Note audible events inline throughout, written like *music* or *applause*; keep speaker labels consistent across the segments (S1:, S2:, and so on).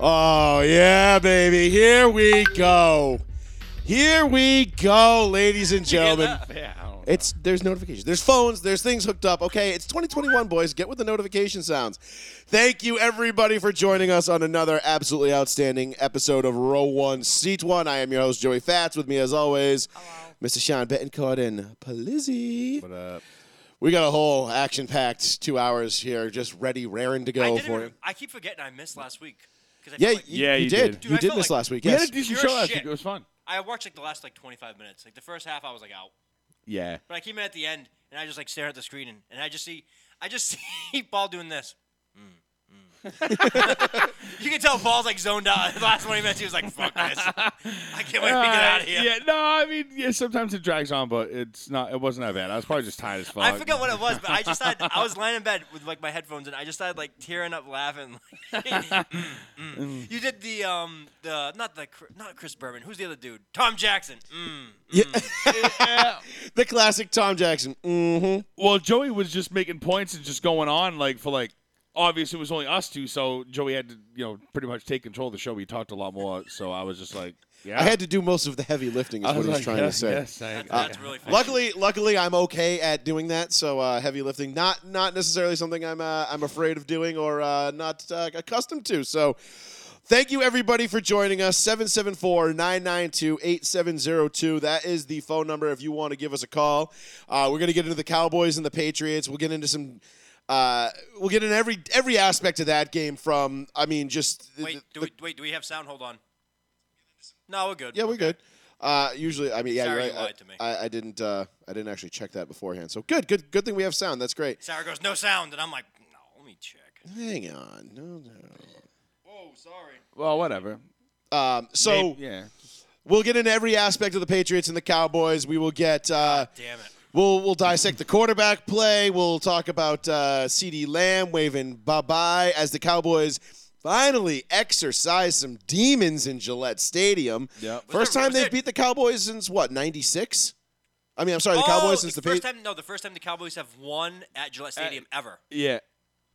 S1: Oh, yeah, baby. Here we go. Here we go, ladies
S2: *laughs*
S1: and gentlemen.
S2: Yeah, I don't know.
S1: It's there's notifications. There's phones. There's things hooked up. Okay, it's 2021, boys. Get with the notification sounds. Thank you everybody for joining us on another absolutely outstanding episode of Row One Seat One. I am your host Joey Fats. With me as always, Mr. Sean Betancourt and Palizzi.
S2: But, uh,
S1: We got a whole action-packed two hours here, just ready, raring to
S3: I
S1: go
S3: didn't
S1: for
S3: even-
S1: you.
S3: I keep forgetting I missed last week. 'cause I
S1: Yeah,
S3: feel
S1: you,
S3: like
S2: Yeah,
S1: you
S2: you
S1: did.
S2: did.
S3: Dude,
S1: you
S3: I
S1: did
S3: felt
S1: this
S3: like
S1: last week.
S2: we
S1: Yes.
S2: had a decent
S3: You're
S2: show last
S3: shit.
S2: week. It was fun.
S3: I watched like the last like 25 minutes. Like the first half, I was like out,
S2: Yeah.
S3: but I came in at the end and I just like stare at the screen and, and I just see, I just *laughs* see Paul doing this. Mm, *laughs* mm. you can tell Paul's like zoned out. *laughs* The last 20 minutes, he was like, "Fuck this! I can't wait to get out of here."
S2: Yeah, no, I mean, yeah, sometimes it drags on, but it's not. It wasn't that bad. I was probably just tired as fuck.
S3: I forgot what it was, but I just started. I was lying in bed with like my headphones, and I just started like tearing up, laughing. *laughs* Mm, mm. You did the um the not the Chr- not Chris Berman. Who's the other dude? Tom Jackson. Mm.
S2: Yeah.
S1: The classic Tom Jackson. Mm-hmm.
S2: Well, Joey was just making points and just going on like for like. Obviously, it was only us two, so Joey had to, you know, pretty much take control of the show. We talked a lot more, so I was just like, yeah.
S1: I had to do most of the heavy lifting. Is
S2: I
S1: what he was
S2: like,
S1: trying
S2: yes,
S1: to say.
S2: yes, I
S3: That's,
S2: agree.
S1: Uh,
S3: that's really funny.
S1: Luckily, luckily, I'm okay at doing that. So uh, heavy lifting, not not necessarily something I'm uh, I'm afraid of doing or uh, not uh, accustomed to. So. Thank you, everybody, for joining us. 774 992 8702. That is the phone number if you want to give us a call. Uh, we're going to get into the Cowboys and the Patriots. We'll get into some. Uh, we'll get into every every aspect of that game from, I mean, just.
S3: Wait, do we wait? Do we have sound? Hold on. No, we're good.
S1: Yeah, we're good. Uh, usually, I mean, yeah,
S3: Sorry
S1: you're
S3: you
S1: right. I-
S3: lied to me.
S1: I, I didn't. Uh, I didn't actually check that beforehand. So good, good, good thing we have sound. That's great.
S3: Sarah goes no sound, and I'm like, no, let me check.
S1: Hang on, no, no.
S3: Whoa, sorry.
S2: well, whatever.
S1: Um, so
S2: Maybe- yeah.
S1: we'll get into every aspect of the Patriots and the Cowboys. We will get. Uh,
S3: Damn it.
S1: We'll we'll dissect the quarterback play. We'll talk about uh, C.D. Lamb waving bye bye as the Cowboys. Finally, exercise some demons in Gillette Stadium.
S2: Yep. Was
S1: First
S3: there-
S1: time
S3: was
S1: they've
S3: there-
S1: beat the Cowboys since what '96? I mean, I'm sorry, the Cowboys since the,
S3: first
S1: Patriots.
S3: time. No, Oh, the first time the Cowboys have won at Gillette Stadium ever.
S2: Yeah.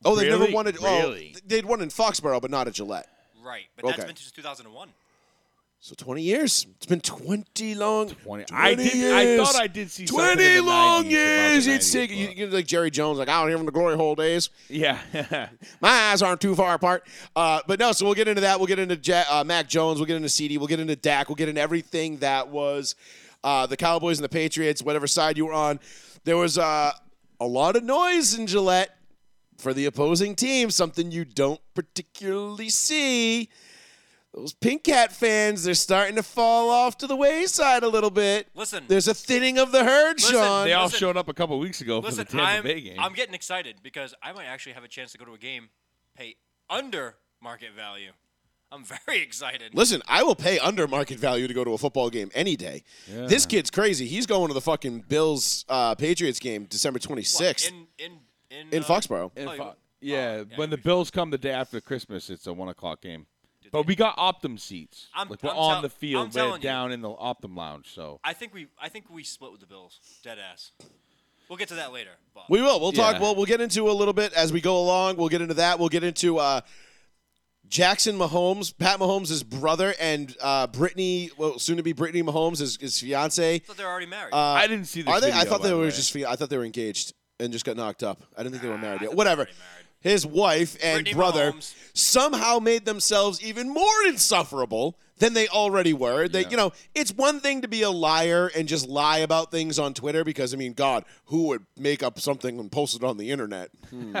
S1: Oh, they've never
S2: Really?
S1: won at
S2: Really?
S1: Oh, they'd won in Foxborough, but not at Gillette.
S3: Right, but
S1: Okay.
S3: that's been since 2001.
S1: So 20 years. It's been 20 long.
S2: 20. I did- I
S1: years.
S2: thought I did see
S1: 20
S2: something in the
S1: long
S2: 90s about
S1: years.
S2: the
S1: It's
S2: 90s,
S1: taken. You,
S2: but-
S1: you know, like Jerry Jones, like I don't hear from the glory hole days.
S2: *laughs* Yeah. *laughs*
S1: My eyes aren't too far apart. Uh, but no, so we'll get into that. We'll get into ja- uh, Mac Jones. We'll get into CD. We'll get into Dak. We'll get into everything that was uh, the Cowboys and the Patriots, whatever side you were on. There was uh, a lot of noise in Gillette for the opposing team, something you don't particularly see. Those Pink Cat fans, they're starting to fall off to the wayside a little bit.
S3: Listen.
S1: There's a thinning of the herd,
S3: Listen,
S1: Sean.
S2: They all
S3: Listen.
S2: showed up a couple weeks ago
S3: Listen,
S2: for the Tampa
S3: I'm,
S2: Bay game.
S3: I'm getting excited because I might actually have a chance to go to a game, pay under market value. I'm *laughs* very excited.
S1: Listen, I will pay under market value to go to a football game any day. This kid's crazy. He's going to the fucking Bills uh, Patriots game December 26th in,
S3: in in in, uh,
S1: Foxborough.
S2: And
S3: Oh,
S2: fu-
S3: you-
S2: yeah,
S3: oh, yeah,
S2: when
S3: you-
S2: the Bills come the day after Christmas, it's a one o'clock game. But we got Optum seats.
S3: I'm-
S2: like we're
S3: I'm
S2: on
S3: tell-
S2: the
S3: I'm
S2: field, we're
S3: telling you.
S2: down in the Optum lounge. So
S3: I think we I think we split with the Bills, dead ass. We'll get to that later. But
S1: We will. We'll talk.
S2: Yeah.
S1: We'll, we'll get into a little bit as we go along. We'll get into that. We'll get into uh, Jackson Mahomes, Pat Mahomes' brother, and uh, Brittany, well, soon to be Brittany Mahomes, his, his fiance.
S3: I thought they're already married.
S1: Uh,
S2: I didn't see this
S1: Are they? I
S2: video,
S1: thought
S2: by
S1: they
S2: the
S1: were
S2: way.
S1: just. I thought they were engaged and just got knocked up. I didn't think they were married
S3: I
S1: yet.
S3: thought
S1: Whatever.
S3: they were married.
S1: His wife and
S3: Brittany
S1: brother
S3: Mahomes.
S1: somehow made themselves even more insufferable than they already were. They,
S2: Yeah.
S1: you know, it's one thing to be a liar and just lie about things on Twitter because I mean, God, who would make up something and post it on the internet?
S3: *laughs*
S1: Hmm.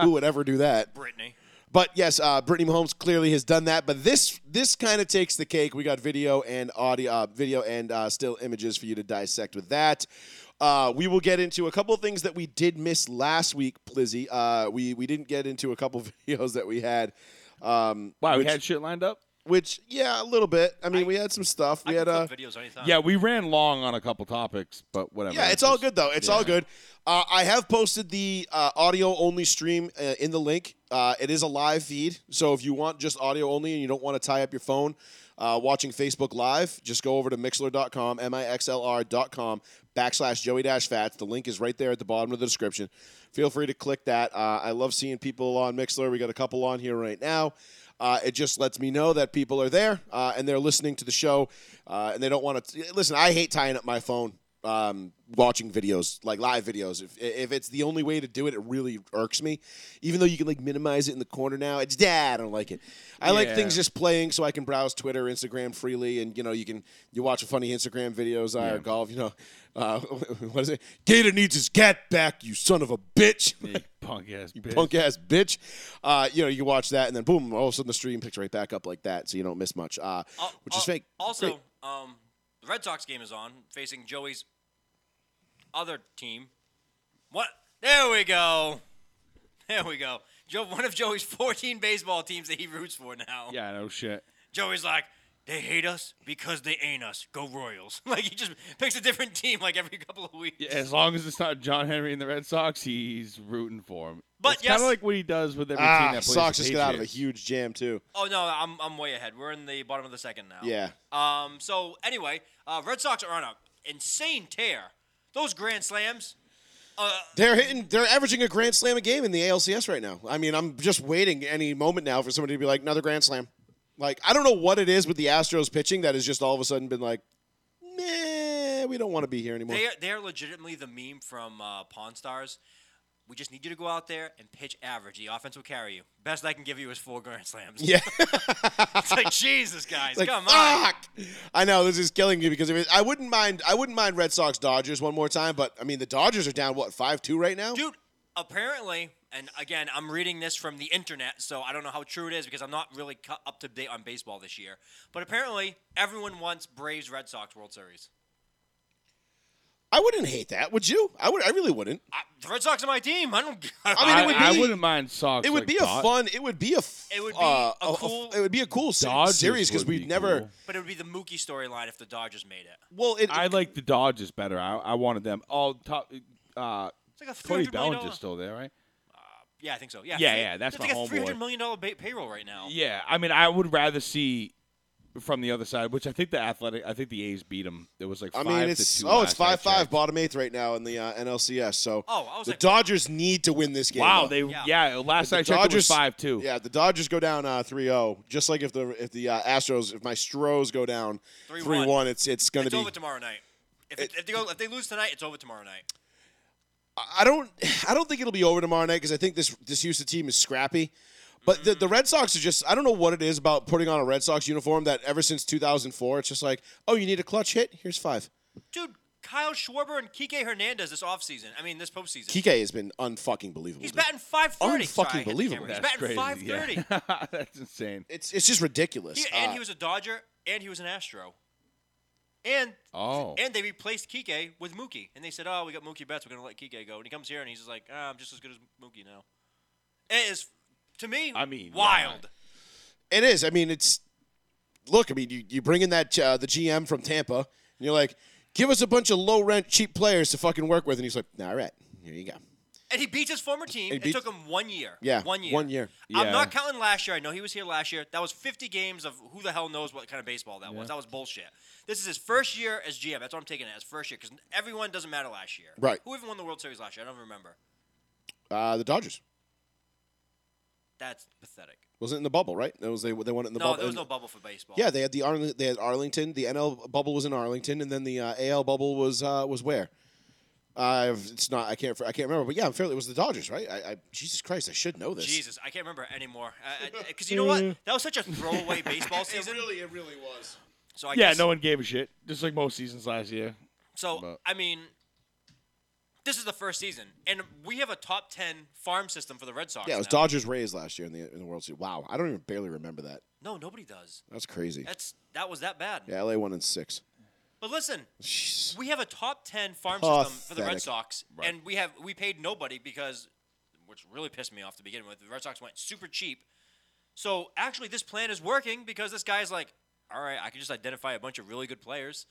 S1: who would ever do that?
S3: Brittany.
S1: But yes, uh, Brittany Mahomes clearly has done that. But this this kind of takes the cake. We got video and audio, uh, video and uh, still images for you to dissect with that. Uh, we will get into a couple of things that we did miss last week, Plizzy. Uh, we we didn't get into a couple *laughs* of videos that we had. Um,
S2: wow,
S1: which,
S2: we had shit lined up.
S1: which yeah, a little bit. I mean, we had some stuff. We
S3: I
S1: had
S3: can
S1: uh,
S3: flip videos anytime.
S2: Yeah, we ran long on a couple topics, but whatever.
S1: Yeah, it's all good though. It's all good. Uh, I have posted the uh, audio only stream uh, in the link. Uh, it is a live feed, so if you want just audio only and you don't want to tie up your phone uh, watching Facebook Live, just go over to mixler.com, mixlr.com backslash Joey Dash Fats. The link is right there at the bottom of the description. Feel free to click that. Uh, I love seeing people on Mixler. We got a couple on here right now. Uh, it just lets me know that people are there uh, and they're listening to the show uh, and they don't want to. Listen, I hate tying up my phone um, watching videos, like live videos. If, if it's the only way to do it, it really irks me. Even though you can like minimize it in the corner now, it's dad. I don't like it. I like
S2: Yeah.
S1: things just playing so I can browse Twitter, Instagram freely, and you know you can you watch funny Instagram videos I or golf. You know, uh, *laughs* what is it? Gator needs his cat back, you son of a bitch. *laughs*
S2: You punk ass bitch.
S1: Punk ass bitch. Uh, you know, you watch that and then boom, all of a sudden the stream picks right back up like that, so you don't miss much. Uh,
S3: Al-
S1: which is
S3: al-
S1: fake.
S3: Also,
S1: Great.
S3: um, the Red Sox game is on, facing Joey's other team. What? There we go. There we go. Joe, one of Joey's 14 baseball teams that he roots for now.
S2: Yeah, no shit.
S3: Joey's like, they hate us because they ain't us. Go Royals. *laughs* Like he just picks a different team like every couple of weeks.
S2: Yeah, as long as it's not John Henry and the Red Sox, he's rooting for him.
S3: But
S2: it's kind
S3: yes-
S2: of like what he does with every team
S1: Ah,
S2: that plays
S1: Sox
S2: the
S1: just got out of a
S2: Patriots.
S1: huge jam too.
S3: Oh no, I'm I'm way ahead. We're in the bottom of the second now.
S1: Yeah.
S3: Um. So anyway, uh, Red Sox are on a insane tear. Those grand slams. uh,
S1: They're hitting. They're averaging a grand slam a game in the ALCS right now. I mean, I'm just waiting any moment now for somebody to be like another grand slam. Like I don't know what it is with the Astros pitching that has just all of a sudden been like, nah, we don't want to be here anymore.
S3: They are, they are legitimately the meme from uh, Pawn Stars. We just need you to go out there and pitch average. The offense will carry you. Best I can give you is four grand slams.
S1: yeah,
S3: *laughs* it's like Jesus, guys,
S1: like ah!
S3: come on.
S1: fuck. I know this is killing me because if it, I wouldn't mind. I wouldn't mind Red Sox Dodgers one more time, but I mean the Dodgers are down what five two right now.
S3: Dude, apparently, and again, I'm reading this from the internet, so I don't know how true it is because I'm not really cu- up to date on baseball this year. But apparently, everyone wants Braves Red Sox World Series.
S1: I wouldn't hate that, would you? I would. I really wouldn't.
S3: I, the Red Sox are my team. I don't. *laughs*
S1: I mean, it
S2: I,
S1: would
S2: I
S1: be-
S2: wouldn't mind Sox.
S1: It would
S2: like
S1: be a
S2: Dod-
S1: fun. It would be a. f-
S3: It would be
S1: uh,
S3: a cool-
S1: It would be a cool se-
S2: Dodgers
S1: series because
S2: would
S1: we've
S2: be
S1: never.
S2: cool.
S3: but it would be the Mookie storyline if the Dodgers made it.
S1: Well, it,
S2: I like the Dodgers better. I, I wanted them. All top. Uh,
S3: It's like a
S2: Cody
S3: $300 million
S2: Bellinger's still there, right?
S3: Yeah, I think so. Yeah.
S2: Yeah, yeah, that's
S3: it's
S2: my
S3: like a
S2: homeboy.
S3: three hundred million dollar ba- payroll right now.
S2: Yeah, I mean, I would rather see from the other side, which I think the athletic. I think the A's beat them. It was like
S1: I
S2: five
S1: mean,
S2: to
S1: it's
S2: two
S1: oh, it's
S2: last I
S1: five five,
S2: checked.
S1: bottom eighth right now in the uh, NLCS. So
S3: Oh, I was
S1: the
S3: like-
S1: Dodgers need to win this game.
S2: Wow,
S1: though.
S2: they
S3: Yeah.
S2: yeah. last I checked, it was five two.
S1: Yeah, the Dodgers go down uh, 3-0, just like if the if the uh, Astros, if my Stros go down
S3: 3-1.
S1: 3-1, it's it's going
S3: It's
S1: to be
S3: over tomorrow night. If, it, if they go, if they lose tonight, it's over tomorrow night.
S1: I don't I don't think it'll be over tomorrow night because I think this this Houston team is scrappy. But the,
S3: Mm-hmm.
S1: the Red Sox are just I don't know what it is about putting on a Red Sox uniform that ever since 2004 it's just like, "Oh, you need a clutch hit? Here's 5."
S3: Dude, Kyle Schwarber and Kike Hernandez this offseason. I mean, this postseason.
S1: Kike has been unfucking believable.
S3: He's
S1: dude.
S3: batting 530. Sorry, I hit the
S1: Unfucking
S3: camera. He's
S2: That's
S3: batting
S2: crazy.
S3: 530.
S2: Yeah. *laughs* That's insane.
S1: It's it's just ridiculous.
S3: He- and
S1: Uh,
S3: he was a Dodger, and he was an Astro. And
S2: Oh.
S3: and they replaced Kike with Mookie. And they said, oh, we got Mookie Betts. We're going to let Kike go. And he comes here, and he's just like, ah, I'm just as good as Mookie now. It is, to me,
S2: I mean, yeah.
S3: wild.
S1: It is. I mean, it's look. I mean, you, you bring in that uh, the GM from Tampa, and you're like, give us a bunch of low rent, cheap players to fucking work with, and he's like, nah, all right, here you go.
S3: And he beats his former team.
S1: He
S3: It
S1: beat-
S3: took him one year.
S1: Yeah,
S3: one year.
S1: one year.
S2: Yeah.
S3: I'm not counting last year. I know he was here last year. That was 50 games of who the hell knows what kind of baseball that was. That was bullshit. This is his first year as GM. That's what I'm taking it as first year because everyone doesn't matter last year.
S1: Right.
S3: Who even won the World Series last year? I don't remember.
S1: Uh, the Dodgers
S3: That's pathetic.
S1: wasn't in the bubble, right? That was they. They won it in the
S3: no,
S1: bubble.
S3: there was
S1: and-
S3: no bubble for baseball.
S1: yeah, they had the Arling- they had Arlington. The NL bubble was in Arlington, and then the uh, AL bubble was uh, was where? Uh, it's not. I can't. I can't remember. But yeah, I'm fairly. It was the Dodgers, right? I, I Jesus Christ, I should know this.
S3: Jesus, I can't remember anymore. Because you know
S2: *laughs*
S3: what? That was such a throwaway baseball season.
S1: it really was.
S3: so I
S2: yeah,
S3: guess,
S2: no one gave a shit. Just like most seasons last year.
S3: So
S2: But-
S3: I mean, this is the first season, and we have a top ten farm system for the Red Sox.
S1: Yeah, it was
S3: now.
S1: Dodgers Rays last year in the in the World Series. Wow, I don't even barely remember that.
S3: No, nobody does.
S1: That's crazy.
S3: That's that was that bad.
S1: Yeah, LA one and six.
S3: But listen,
S1: Jeez.
S3: we have a top ten farm system for the
S1: Pathetic.
S3: Red Sox, and we have we paid nobody because, which really pissed me off to begin with. The Red Sox went super cheap, so actually this plan is working because this guy's like, all right, I can just identify a bunch of really good players,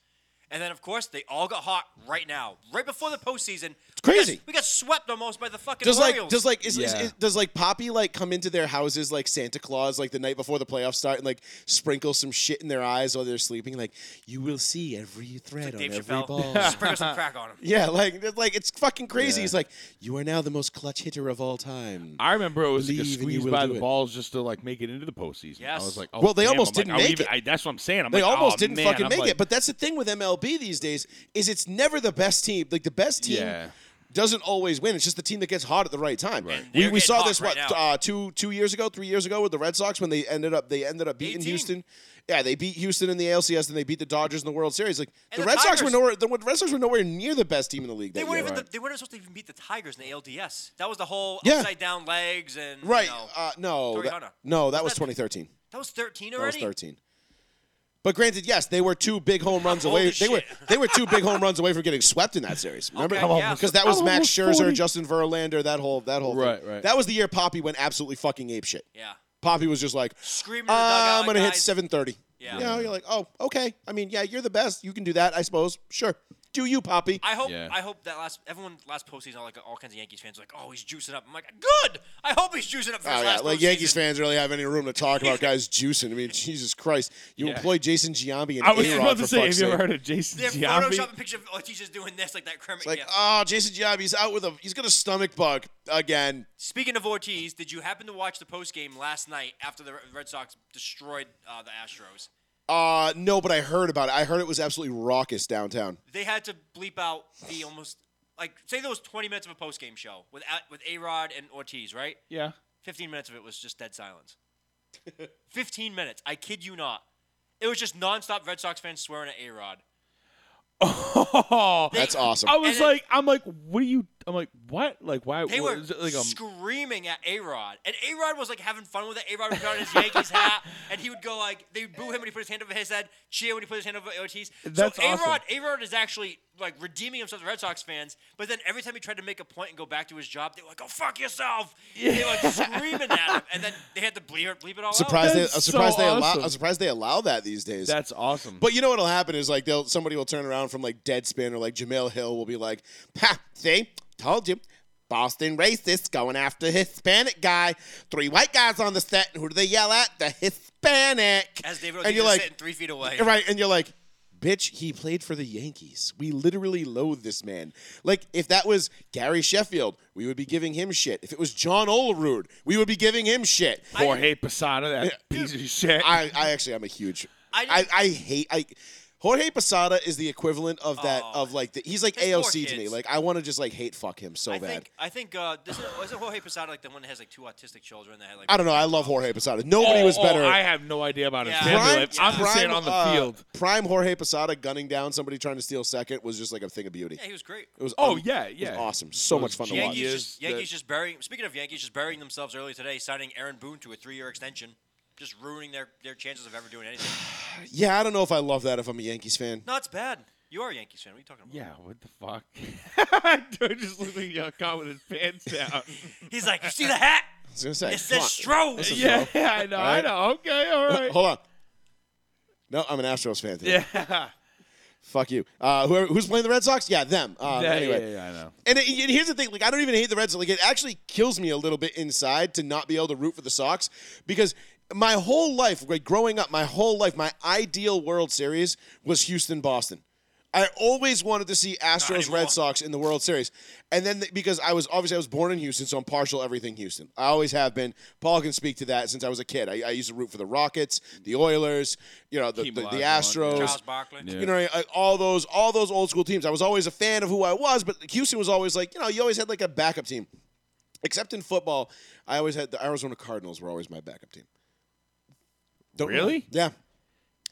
S3: And then, of course, they all got hot right now, right before the postseason. It's
S1: crazy.
S3: We got, swept almost by the fucking
S1: Does
S3: Orioles.
S1: like does like is, is,
S4: Yeah.
S1: is- does like Poppy like come into their houses like Santa Claus like the night before the playoffs start and like sprinkle some shit in their eyes while they're sleeping like you will see every thread on
S3: Dave
S1: every
S3: Chappelle. *laughs*
S1: ball.
S3: Sprinkle some crack on him.
S1: *laughs* yeah, like it's like it's fucking crazy.
S4: Yeah.
S1: He's like you are now the most clutch hitter of all time.
S2: I remember it was like a
S1: Believe and you
S2: squeeze
S1: will
S2: by
S1: do
S2: the
S1: it.
S2: balls just to like make it into the postseason.
S3: Yes.
S2: I was like, oh,
S1: Well, they
S2: damn.
S1: almost
S2: I'm like,
S1: didn't
S2: I'll
S1: make
S2: even-
S1: it.
S2: I, that's what I'm saying. I'm
S1: They
S2: like,
S1: almost
S2: oh,
S1: didn't
S2: man.
S1: fucking
S2: I'm
S1: make
S2: like,
S1: it. But that's the thing with MLB these days is it's never the best team. Like the best team
S2: Yeah.
S1: doesn't always win. It's just the team that gets hot at the right time.
S2: Right. And
S1: We,
S3: they're
S1: we
S3: getting
S1: saw
S3: hot
S1: this
S3: right
S1: what
S3: now.
S1: uh, two two years ago, three years ago with the Red Sox when they ended up they ended up beating
S3: 18.
S1: Houston. Yeah, they beat Houston in the ALCS and they beat the Dodgers in the World Series. Like
S3: And
S1: the,
S3: the
S1: Red Sox were
S3: Tigers-
S1: nowhere. The Red Sox were nowhere near the best team in the league.
S3: They
S1: that
S3: weren't
S1: year.
S3: even the, they weren't supposed to even beat the Tigers in the ALDS. That was the whole
S1: Yeah.
S3: upside down legs and you
S1: right.
S3: know,
S1: Uh, no,
S3: Torrey
S1: that-
S3: Hunter.
S1: no, that was
S3: that-
S1: 2013.
S3: that was 13
S1: That was
S3: already.
S1: 13. But granted, yes, they were two big home runs
S3: Holy
S1: away. They were
S3: shit.
S1: they were two big home runs away from getting swept in that series. Remember?
S3: Okay, I'm almost- yeah.
S1: Because that was
S2: I'm
S1: Max
S2: almost
S1: Scherzer,
S2: 40.
S1: Justin Verlander, that whole that whole
S2: Right,
S1: thing.
S2: right.
S1: That was the year Poppy went absolutely fucking ape shit.
S3: Yeah.
S1: Poppy was just like,
S3: Screaming in the
S1: "Uh,
S3: dugout,
S1: I'm gonna hit
S3: guys.
S1: 730.
S3: Yeah.
S1: You know, you're like, oh, okay. I mean, yeah, you're the best. You can do that, I suppose. Sure. Do you, Poppy?
S3: I hope
S2: Yeah.
S3: I hope that last everyone last postseason all like all kinds of Yankees fans are like oh he's juicing up. I'm like good. I hope he's juicing up for his
S1: Oh, yeah.
S3: last
S1: Like Yankees
S3: postseason.
S1: fans really have any room to talk about guys juicing. I mean, Jesus Christ. You
S2: Yeah.
S1: employ Jason Giambi and
S2: I was just
S1: A-Rod,
S2: about to
S1: for
S2: say, have
S1: fuck's
S2: you
S1: sake.
S2: ever heard of Jason
S3: They're
S2: Giambi?
S3: photoshopping picture of oh he's just doing this like that Kermit.
S1: It's like,
S3: yeah.
S1: oh, Jason Giambi's out with a he's got a stomach bug again.
S3: Speaking of Ortiz, did you happen to watch the post game last night after the Red Sox destroyed uh, the Astros?
S1: Uh no, but I heard about it. I heard it was absolutely raucous downtown.
S3: they had to bleep out the almost like say there was 20 minutes of a post game show with A- with A Rod and Ortiz, right?
S1: *laughs*
S2: Yeah.
S3: 15 minutes of it was just dead silence. 15 minutes. I kid you not. It was just nonstop Red Sox fans swearing at A Rod.
S2: Oh,
S1: That's awesome.
S2: I was
S3: And it-
S2: like, I'm like, what are you? I'm like, what? Like, why?
S3: They
S2: what
S3: were
S2: is it like a
S3: screaming at A Rod, and A Rod was like having fun with it. A Rod would put on his Yankees
S2: *laughs*
S3: hat, and he would go like they would boo him when he put his hand over his head, cheer when he put his hand over Ortiz.
S2: That's
S3: so A Rod,
S2: awesome.
S3: A Rod is actually like redeeming himself to Red Sox fans. But then every time he tried to make a point and go back to his job, they were like, "Go fuck yourself!" They were like screaming at him, and then they had to bleep it, bleep it all
S1: Surprised
S2: that's
S1: they, I'm
S2: so
S1: surprised they allow
S2: awesome.
S1: I'm surprised they allow that these days.
S2: That's awesome.
S1: but you know what'll happen is like they'll somebody will turn around from like Deadspin or like Jamel Hill will be like, Ha, see, told you. Boston racist going after Hispanic guy. Three white guys on the set, and who do they yell at? The Hispanic.
S3: out. As David
S1: and
S3: Ortiz
S1: you're
S3: is
S1: like,
S3: sitting three feet away.
S1: Right, and you're like, bitch, he played for the Yankees. We literally loathe this man. Like, if that was Gary Sheffield, we would be giving him shit. If it was John Olerud, we would be giving him shit.
S2: Jorge Posada, that piece of shit.
S1: I, I actually, I'm a huge.
S3: I
S1: I,
S3: didn't-
S1: I hate. I Jorge Posada is the equivalent of that of like the, he's like
S3: There's more
S1: AOC to me.
S3: kids.
S1: Like I want to just like hate fuck him so
S3: I
S1: bad.
S3: think I think uh, this is, wasn't Jorge Posada like the one that has like two autistic children that had like
S1: I don't know. I love Jorge Posada. Nobody
S2: oh,
S1: was better.
S2: Oh, I have no idea about his
S3: Yeah.
S2: family
S1: Prime-
S2: life. I'm just saying on the
S1: uh,
S2: field.
S1: Prime Jorge Posada gunning down somebody trying to steal second was just like a thing of beauty.
S3: yeah he was great.
S1: It was
S2: Oh,
S1: un-
S2: yeah,
S1: It
S2: yeah.
S1: was awesome. So
S2: It
S1: much
S2: was
S1: fun to
S2: genius.
S1: watch.
S3: Yankees
S2: years
S3: just Yankees
S2: that-
S3: just burying. Speaking of Yankees, just burying themselves early today, signing Aaron Boone to a three-year extension, just ruining their, their chances of ever
S1: *sighs*
S3: doing anything.
S1: Yeah, I don't know if I love that if I'm a Yankees fan.
S3: no, it's bad. You are a Yankees fan. What are you talking about?
S2: Yeah, what the fuck? *laughs* Dude just looking at your car with his pants
S1: *laughs*
S2: down. *laughs*
S3: He's like, you see the hat?
S1: I was gonna say.
S3: It
S1: come
S3: says
S1: on.
S3: Stroh.
S2: yeah, I know, I
S1: Alright.
S2: know. Okay, all right.
S1: Hold on. No, I'm an Astros fan. Today.
S2: *laughs* yeah.
S1: Fuck you. Uh, whoever, who's playing the Red Sox? Yeah, them. Uh,
S2: Yeah,
S1: anyway.
S2: yeah, yeah, I know.
S1: And, it- and here's the thing, like I don't even hate the Red Sox. Like it actually kills me a little bit inside to not be able to root for the Sox because my whole life, like growing up, my whole life, my ideal World Series was Houston Boston. I always wanted to see Astros
S3: anymore.
S1: Red Sox in the World Series, and then th- because I was obviously I was born in Houston, so I'm partial everything Houston. I always have been. Paul can speak to that since I was a kid. I, I used to root for the Rockets, the Oilers, you know, the, the,
S2: Keep
S1: the
S2: alive, Ron.
S1: Astros,
S3: Charles Barkley.
S2: Yeah.
S1: you know, like, all those all those old school teams. I was always a fan of who I was, but Houston was always like, you know, you always had like a backup team. Except in football, I always had the Arizona Cardinals were always my backup team. Don't
S2: Really?
S1: Yeah,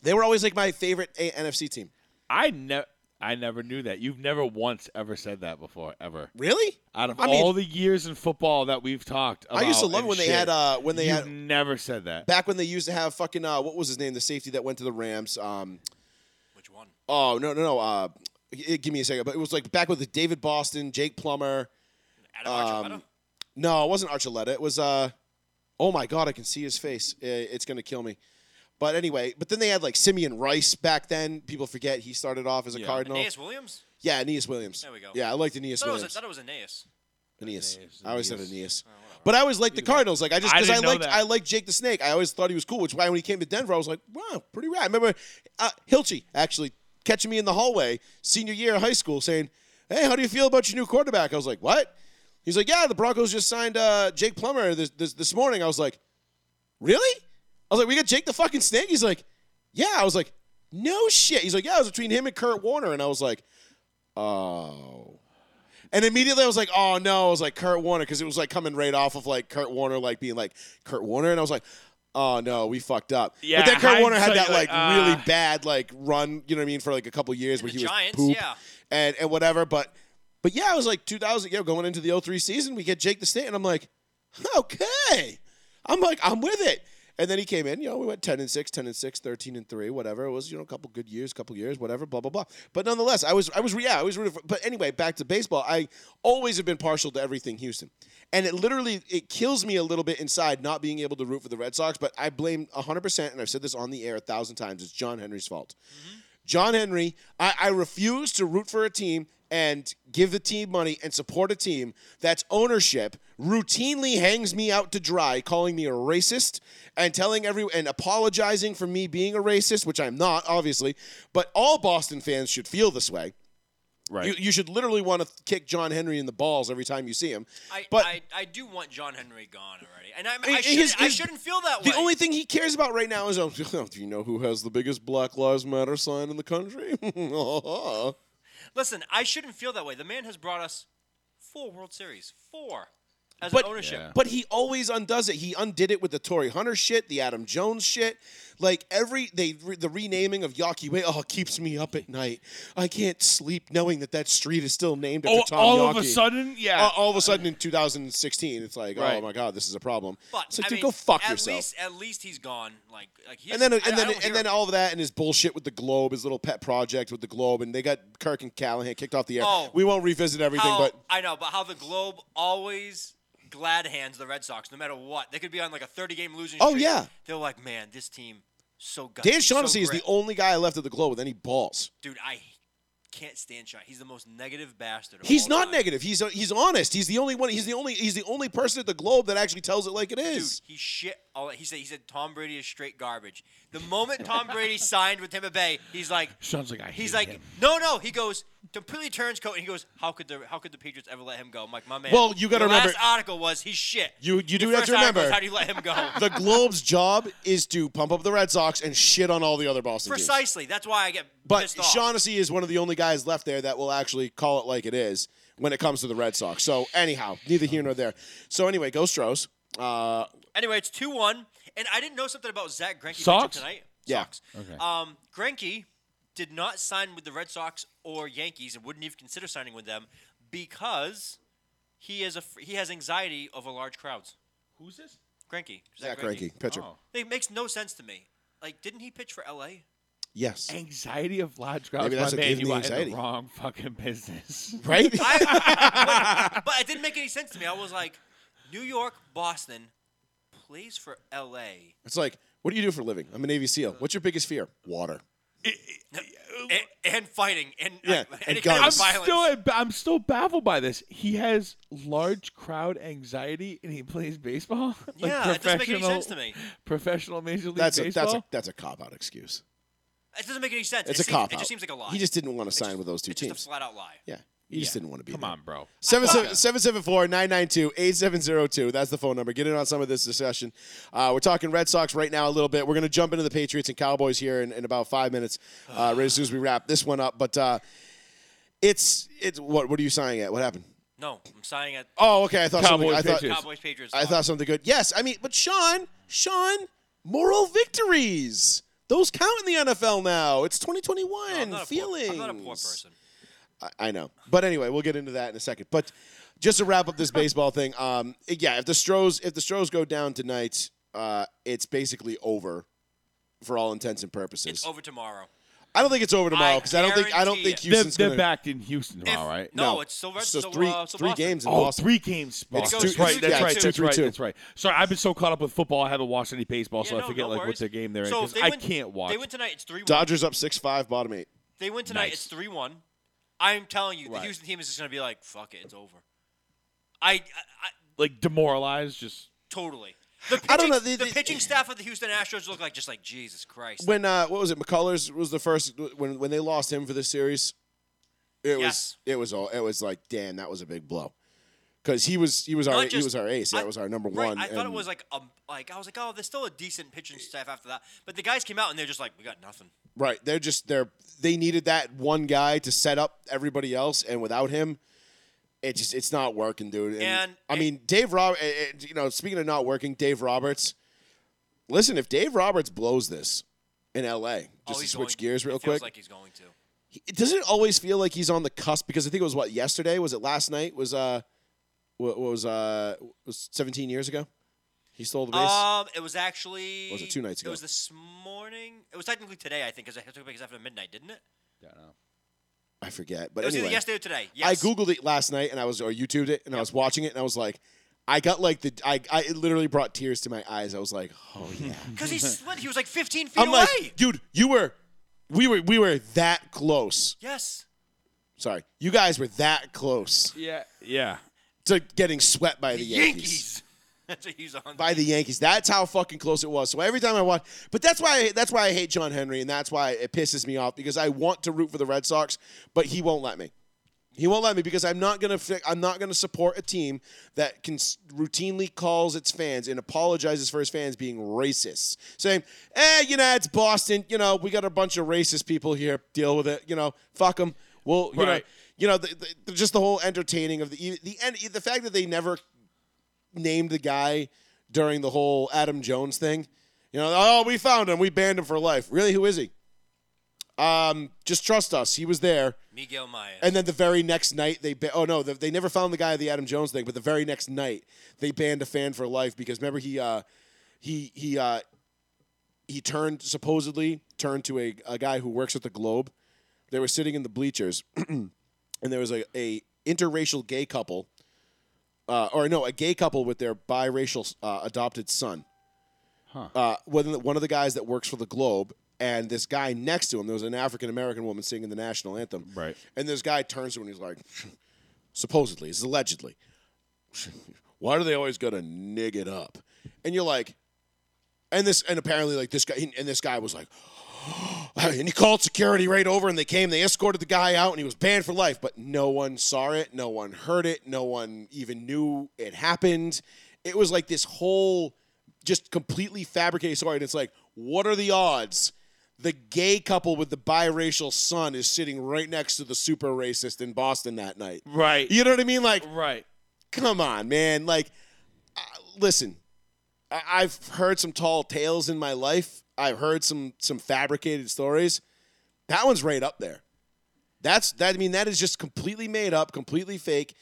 S1: they were always like my favorite a- NFC team.
S2: I never I never knew that. You've never once ever said that before, ever.
S1: Really?
S2: Out of
S1: I mean-
S2: all the years in football that we've talked about,
S1: I used to love
S2: and
S1: when they
S2: shit,
S1: had uh when they
S2: you've
S1: had
S2: never said that.
S1: back when they used to have fucking uh what was his name the safety that went to the Rams um
S3: Which one?
S1: oh no no no uh g- give me a second but it was like back with the David Boston Jake Plummer
S3: Adam
S1: Um,
S3: Archuleta?
S1: No, it wasn't Archuleta. It was uh oh my god, I can see his face. I- It's gonna kill me. But anyway, but then they had like Simeon Rice back then. People forget he started off as a
S2: Yeah.
S1: Cardinal.
S3: Aeneas Williams?
S1: Yeah, Aeneas Williams.
S3: There we go.
S1: Yeah, I liked Aeneas
S3: Thought it, was,
S1: Williams.
S3: thought it was Aeneas.
S1: Aeneas.
S2: Aeneas,
S1: I always said
S2: Aeneas. Oh,
S1: Aeneas. But I always liked the Cardinals. Like I just
S2: I
S1: because I,
S2: didn't know
S1: liked
S2: that.
S1: I liked Jake the Snake. I always thought he was cool. Which is why when he came to Denver, I was like, wow, pretty rad. I remember uh, Hilchey actually catching me in the hallway senior year of high school saying, "Hey, how do you feel about your new quarterback?" I was like, "What?" He's like, "Yeah, the Broncos just signed uh, Jake Plummer this, this this morning." I was like, "Really?" I was like, "We got Jake the fucking Snake." He's like, "Yeah." I was like, "No shit." He's like, "Yeah." It was between him and Kurt Warner, and I was like, "Oh." And immediately I was like, oh no, I was like Kurt Warner because it was like coming right off of like Kurt Warner like being like Kurt Warner, and I was like, oh no, we fucked up.
S2: Yeah,
S1: but then Kurt Warner had that
S2: hindsight,
S1: like,
S2: like,
S1: really
S2: uh,
S1: bad like run, you know what I mean, for like a couple years where
S3: the
S1: he was
S3: Giants,
S1: poop
S3: yeah.
S1: and and whatever. But but yeah, it was like 2000. Yeah, going into the 03 season, we get Jake the State, and I'm like, okay, I'm like I'm with it. And then he came in, you know, we went 10 and 6, 10 and 6, 13 and 3, whatever. It was, you know, a couple good years, couple years, whatever, blah, blah, blah. But nonetheless, I was, I was, yeah, I was rooting for, but anyway, back to baseball. I always have been partial to everything Houston. And it literally, it kills me a little bit inside not being able to root for the Red Sox, but I blame 100%, and I've said this on the air a thousand times, it's John Henry's fault. John Henry, I, I refuse to root for a team and give the team money and support a team that's ownership routinely hangs me out to dry, calling me a racist and telling everyone and apologizing for me being a racist, which I'm not, obviously. But all Boston fans should feel this way.
S2: Right.
S1: You, you should literally want to kick John Henry in the balls every time you see him.
S3: I,
S1: but
S3: I, I do want John Henry gone already. And I, I,
S1: His-
S3: shouldn't, I
S1: his-
S3: shouldn't feel that
S1: The
S3: way.
S1: only thing he cares about right now is, *laughs* oh, do you know who has the biggest Black Lives Matter sign in the
S3: *laughs*
S1: country? *laughs*
S3: Listen, I shouldn't feel that way. The man has brought us four World Series. Four. As
S1: But-
S3: an ownership.
S2: Yeah.
S1: But he always undoes it. He undid it with the Tory Hunter shit, the Adam Jones shit. Like every they the renaming of Yawkey Way, oh, it keeps me up at night. I can't sleep knowing that that street is still named after
S2: Oh,
S1: Tom
S2: all
S1: Yawkey.
S2: of a sudden, yeah.
S1: Uh, all of a sudden in 2016, it's like, oh
S2: Right.
S1: my god, this is a problem.
S3: But
S1: it's like,
S3: I
S1: dude,
S3: mean,
S1: go fuck
S3: at
S1: yourself.
S3: Least, at least he's gone. Like, like he
S1: and then,
S3: I-
S1: and
S3: I
S1: then,
S3: don't hear
S1: and then
S3: him.
S1: all of that, and his bullshit with the Globe, his little pet project with the Globe, and they got Kirk and Callahan kicked off the air.
S3: Oh.
S1: We won't revisit everything,
S3: how,
S1: but
S3: I know, but how the Globe always glad hands the Red Sox, no matter what. They could be on like a 30 game losing.
S1: Oh,
S3: streak.
S1: yeah.
S3: They're like, man, this team so good.
S1: Dan Shaughnessy is the
S3: old
S1: only guy left at the Globe with any balls.
S3: dude. I can't stand Shaughnessy. He's the most negative bastard. Of
S1: He's
S3: all
S1: not
S3: time.
S1: negative. He's uh, he's honest. He's the only one. He's the only he's the only person at the globe that actually tells it like it
S3: Dude,
S1: is.
S3: he shit. All he said. He said Tom Brady is straight garbage. The moment Tom Brady *laughs* signed with Tampa Bay, he's like,
S2: Sean's like, I
S3: he's
S2: hate
S3: like,
S2: him.
S3: no, no. He goes completely turns coat and he goes, how could the how could the Patriots ever let him go? I'm like, my man.
S1: Well, you gotta
S3: your
S1: remember-
S3: Last article was he's shit.
S1: You- you do
S3: Your
S1: have
S3: first
S1: to
S3: article
S1: remember-
S3: is, How do you let him go?
S1: *laughs* The globe's job is to pump up the Red Sox and shit on all the other Boston teams.
S3: *laughs* Precisely. That's why I get
S1: But
S3: pissed off.
S1: Shaughnessy is one of the only guys left there that will actually call it like it is when it comes to the Red Sox. So anyhow, neither here nor there. So anyway, go Stros. Uh,
S3: Anyway, it's two one, and I didn't know something about Zach Greinke
S2: Sox?
S3: tonight.
S1: Yeah.
S3: Sox.
S2: Okay.
S3: Um, Greinke did not sign with the Red Sox or Yankees, and wouldn't even consider signing with them because he is a he has anxiety over large crowds.
S2: Who's this?
S3: Greinke. Zach,
S1: Zach Greinke, pitcher.
S2: Oh.
S3: It makes no sense to me. Like, didn't he pitch for L.A.?
S2: *laughs*
S1: Yes.
S2: Anxiety of large crowds.
S1: Maybe that's
S2: My
S1: what
S2: man,
S1: gave him
S2: you
S1: the
S2: are in
S1: anxiety.
S2: the wrong fucking
S1: *laughs*
S2: business.
S1: Right.
S3: I, but it didn't make any sense to me. I was like, New York, Boston, plays for L.A.
S1: it's like, what do you do for a living? I'm a Navy SEAL. What's your biggest fear? Water.
S3: and, and fighting and
S1: Yeah,
S3: uh,
S1: and
S3: any kind
S2: I'm
S3: of
S1: guns.
S3: violence.
S2: still, I'm still baffled by this. He has large crowd anxiety, and he plays baseball. *laughs* like
S3: Yeah, it doesn't make any
S2: professional-
S3: sense to me.
S2: Professional major league
S1: That's a,
S2: baseball.
S1: that's a that's a cop out excuse.
S3: It doesn't make any sense.
S1: It's
S3: it
S1: a
S3: seems,
S1: cop
S3: It
S1: out.
S3: just seems like a lie.
S1: He just didn't want to
S3: It's
S1: sign
S3: just-
S1: with those two
S3: it's
S1: teams.
S3: Just a flat out lie.
S1: Yeah. You just didn't want to be
S2: Come
S1: there.
S2: on, bro.
S1: Seven seven seven four nine nine two eight seven zero two. That's the phone number. Get in on some of this discussion. Uh, we're talking Red Sox right now a little bit. We're going to jump into the Patriots and Cowboys here in, in about five minutes,
S3: *sighs*
S1: uh, right as soon as we wrap this one up. But uh, it's it's what what are you signing at? What happened?
S3: No, I'm signing at
S1: Oh, okay. I thought
S2: Cowboys,
S1: something. I thought
S2: Patriots.
S3: Cowboys Patriots.
S1: I
S3: lock.
S1: thought something good. Yes, I mean, but Sean, Sean, moral victories. Those count in the NFL now. It's 2021.
S3: No, I'm not a poor-
S1: Feelings.
S3: I'm not a poor person.
S1: I know. But anyway, we'll get into that in a second. But just to wrap up this baseball thing, um, yeah, if the Stros if the Stros go down tonight, uh, it's basically over for all intents and purposes.
S3: It's over tomorrow.
S1: I don't think it's over tomorrow
S3: I
S1: because I, don't think I don't think
S3: guarantee
S2: They're,
S1: Houston's
S2: they're
S1: gonna.
S2: back in Houston tomorrow, right?
S1: No,
S3: No, it's still
S1: so
S3: still,
S1: three
S3: uh, still
S1: three
S3: Boston.
S1: games in
S2: Oh,
S1: Boston.
S2: three games. Boston.
S1: two-
S2: that's right.
S1: yeah,
S2: That's
S1: it's
S2: right.
S1: two,
S2: That's
S1: three,
S2: right.
S1: two.
S2: That's right. Sorry, I've been so caught up with football, I haven't watched any baseball, so
S3: Yeah,
S2: I
S3: no,
S2: forget
S3: no
S2: like
S3: worries.
S2: what their game they're in.
S3: So
S2: 'cause
S3: if they
S2: I
S3: win,
S2: can't watch.
S3: They win tonight. It's three.
S1: Dodgers up six five, bottom eight.
S3: They win tonight.
S2: Nice.
S3: It's three one. I'm telling you, the
S2: Right.
S3: Houston team is just gonna be like, "Fuck it, it's over." I, I, I
S2: like demoralized. Just
S3: totally. The pitching,
S1: I don't know, the-
S3: the,
S1: the-
S3: pitching staff of the Houston Astros look like just like Jesus Christ.
S1: When uh, what was it? McCullers was the first when when they lost him for this series. It was
S3: Yes.
S1: it was all it was like damn that was a big blow because he was he was our
S3: Not
S1: he
S3: just-
S1: was our ace
S3: I-
S1: that was our number
S3: right,
S1: one.
S3: I thought it
S1: and-
S3: was like um, like I was like, oh, there's still a decent pitching staff after that, but the guys came out and they're just like, we got nothing.
S1: Right. They're just they're they needed that one guy to set up everybody else, and without him, it just it's not working, dude. And,
S3: And-
S1: I mean, Dave Rob, eh, eh, you know, speaking of not working, Dave Roberts. Listen, if Dave Roberts blows this in L.A.,
S3: Oh,
S1: just to
S3: he's
S1: switch
S3: going-
S1: gears real
S3: it feels
S1: quick,
S3: like he's going to.
S1: he- doesn't it always feel like he's on the cusp? Because I think it was what yesterday was it last night was uh, what, what was uh, was seventeen years ago? He stole the base.
S3: Um, it was actually
S1: Was it two nights ago?
S3: It was this morning. It was technically today, I think, because it took place after midnight, didn't it?
S1: I forget, but
S3: it was
S1: anyway,
S3: either yesterday or today. Yes. *laughs*
S1: I googled it last night and I was or YouTubed it and I was watching it and I was like, I got like the I, I it literally brought tears to my eyes. I was like, oh yeah. *laughs*
S3: because he slid. He was like 15 feet
S1: I'm
S3: away.
S1: like, dude, you were, we were we were that close.
S3: yes.
S1: Sorry, you guys were that close
S2: yeah, yeah.
S1: to getting swept by the, Yankees.
S3: *laughs* That's what he was on.
S1: by the Yankees. That's how fucking close it was. So every time I watch, but that's why that's why I hate John Henry, and that's why it pisses me off because I want to root for the Red Sox, but he won't let me. He won't let me because I'm not gonna fi- I'm not gonna support a team that can s- routinely calls its fans and apologizes for his fans being racist, saying, "Eh, you know, it's Boston. You know, we got a bunch of racist people here. Deal with it. You know, fuck them. Well, you
S2: Right.
S1: know, you know, the, the, just the whole entertaining of the e, the end, the fact that they never named the guy during the whole Adam Jones thing. You know, oh, we found him. We banned him for life. Really, who is he? Um, just trust us. He was there.
S3: Miguel Maya.
S1: And then the very next night, they ba- oh no, the, they never found the guy at the Adam Jones thing. But the very next night, they banned a fan for life because remember he uh, he he uh, he turned supposedly turned to a, a guy who works at the Globe. They were sitting in the bleachers, *clears throat* and there was a, a interracial gay couple, uh, or no, a gay couple with their biracial uh, adopted son. Uh, one of the- one of the guys that works for the Globe, and this guy next to him, there was an African American woman singing the national anthem.
S2: Right.
S1: And this guy turns to him and he's like, supposedly, it's allegedly, why do they always gotta nig it up? And you're like, and this, and apparently, like this guy, and this guy was like, *gasps* and he called security right over, and they came. They escorted the guy out, and he was banned for life. But no one saw it, no one heard it, no one even knew it happened. It was like this whole, just completely fabricated story. And it's like, what are the odds? The gay couple with the biracial son is sitting right next to the super racist in Boston that night.
S2: Right.
S1: You know what I mean? Like,
S2: Right.
S1: come on, man. Like, uh, listen, I- I've heard some tall tales in my life. I've heard some some fabricated stories. That one's right up there. That's that. I mean, that is just completely made up, completely fake.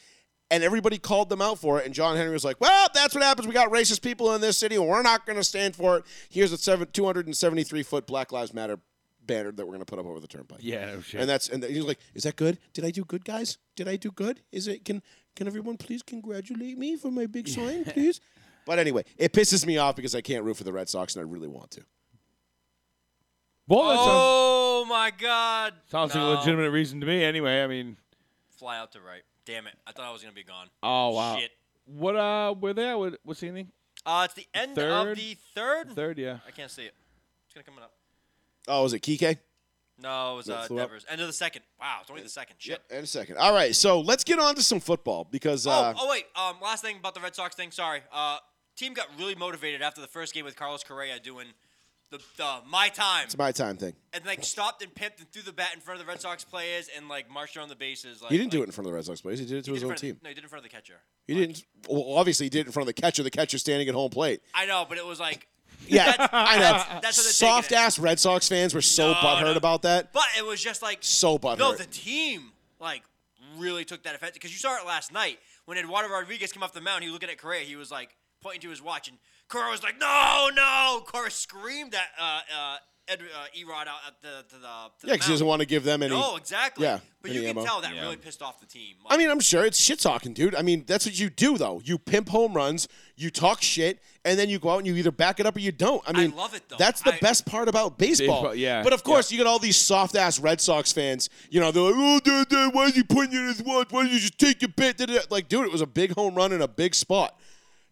S1: And everybody called them out for it. And John Henry was like, "Well, that's what happens. We got racist people in this city, and we're not going to stand for it." Here's a seven, 273 foot Black Lives Matter banner that we're going to put up over the turnpike.
S2: Yeah. No shit.
S1: And that's and he's like, "Is that good? Did I do good, guys? Did I do good? Is it can can everyone please congratulate me for my big
S3: *laughs*
S1: sign, please?" But anyway, it pisses me off because I can't root for the Red Sox and I really want to.
S2: well, that sounds,
S3: oh my God.
S2: sounds
S3: no.
S2: like a legitimate reason to me. Anyway, I mean,
S3: Fly out to right. Damn it! I thought I was gonna be gone.
S2: oh wow.
S3: Shit.
S2: What uh, were there? What, what's the ending?
S3: Uh, it's the end
S2: Third?
S3: of the third.
S2: Third, yeah.
S3: I can't see it. It's gonna come up.
S1: Oh, is it Kike?
S3: No, it was
S1: That
S3: uh,
S1: flew up.
S3: Devers. End of the second. Wow, it's only the second. Shit.
S1: In a second. All right, so let's get on to some football because uh,
S3: oh, oh wait. Um, last thing about the Red Sox thing. Sorry. Uh, team got really motivated after the first game with Carlos Correa doing the, the my time
S1: it's my time thing.
S3: and like stopped and pimped and threw the bat in front of the Red Sox players and like marched around the bases. Like,
S1: He didn't do it
S3: like-
S1: in front of the Red Sox players. He did it to
S3: he
S1: his
S3: did it in
S1: own
S3: front of-
S1: team.
S3: No, he did it in front of the catcher.
S1: He didn't. Well, obviously, he did it in front of the catcher. The catcher standing at home
S3: *laughs*
S1: plate.
S3: I know, but it was like,
S1: Yeah,
S3: That's-
S1: I know.
S3: *laughs* that's- that's what they're taking
S1: Soft
S3: it.
S1: ass Red Sox fans were so
S3: No,
S1: butthurt
S3: no.
S1: about that.
S3: but it was just like
S1: So butthurt.
S3: No, the team like really took that offense because you saw it last night when Eduardo Rodriguez came off the mound. He was looking at Correa. He was like pointing to his watch, and Correa was like, "No, no!" Correa screamed at uh, uh, Ed, uh, Erod out at the to the. To
S1: Yeah,
S3: the
S1: because he doesn't want to give them any.
S3: No, exactly.
S1: Yeah,
S3: but
S1: any
S3: you can
S1: ammo.
S3: tell that
S2: Yeah.
S3: really pissed off the team.
S1: I mean, I'm sure it's shit talking, dude. I mean, that's what you do, though. You pimp home runs, you talk shit, and then you go out and you either back it up or you don't. I mean,
S3: love it, though.
S1: That's the
S3: I-
S1: best part about baseball.
S2: Baseball, yeah,
S1: But of course, you get all these soft ass Red Sox fans. You know, they're like, "Oh, dude, dude, why is he putting you in his watch? Why did you just take your bit?" Da, da, da." Like, dude, it was a big home run in a big spot,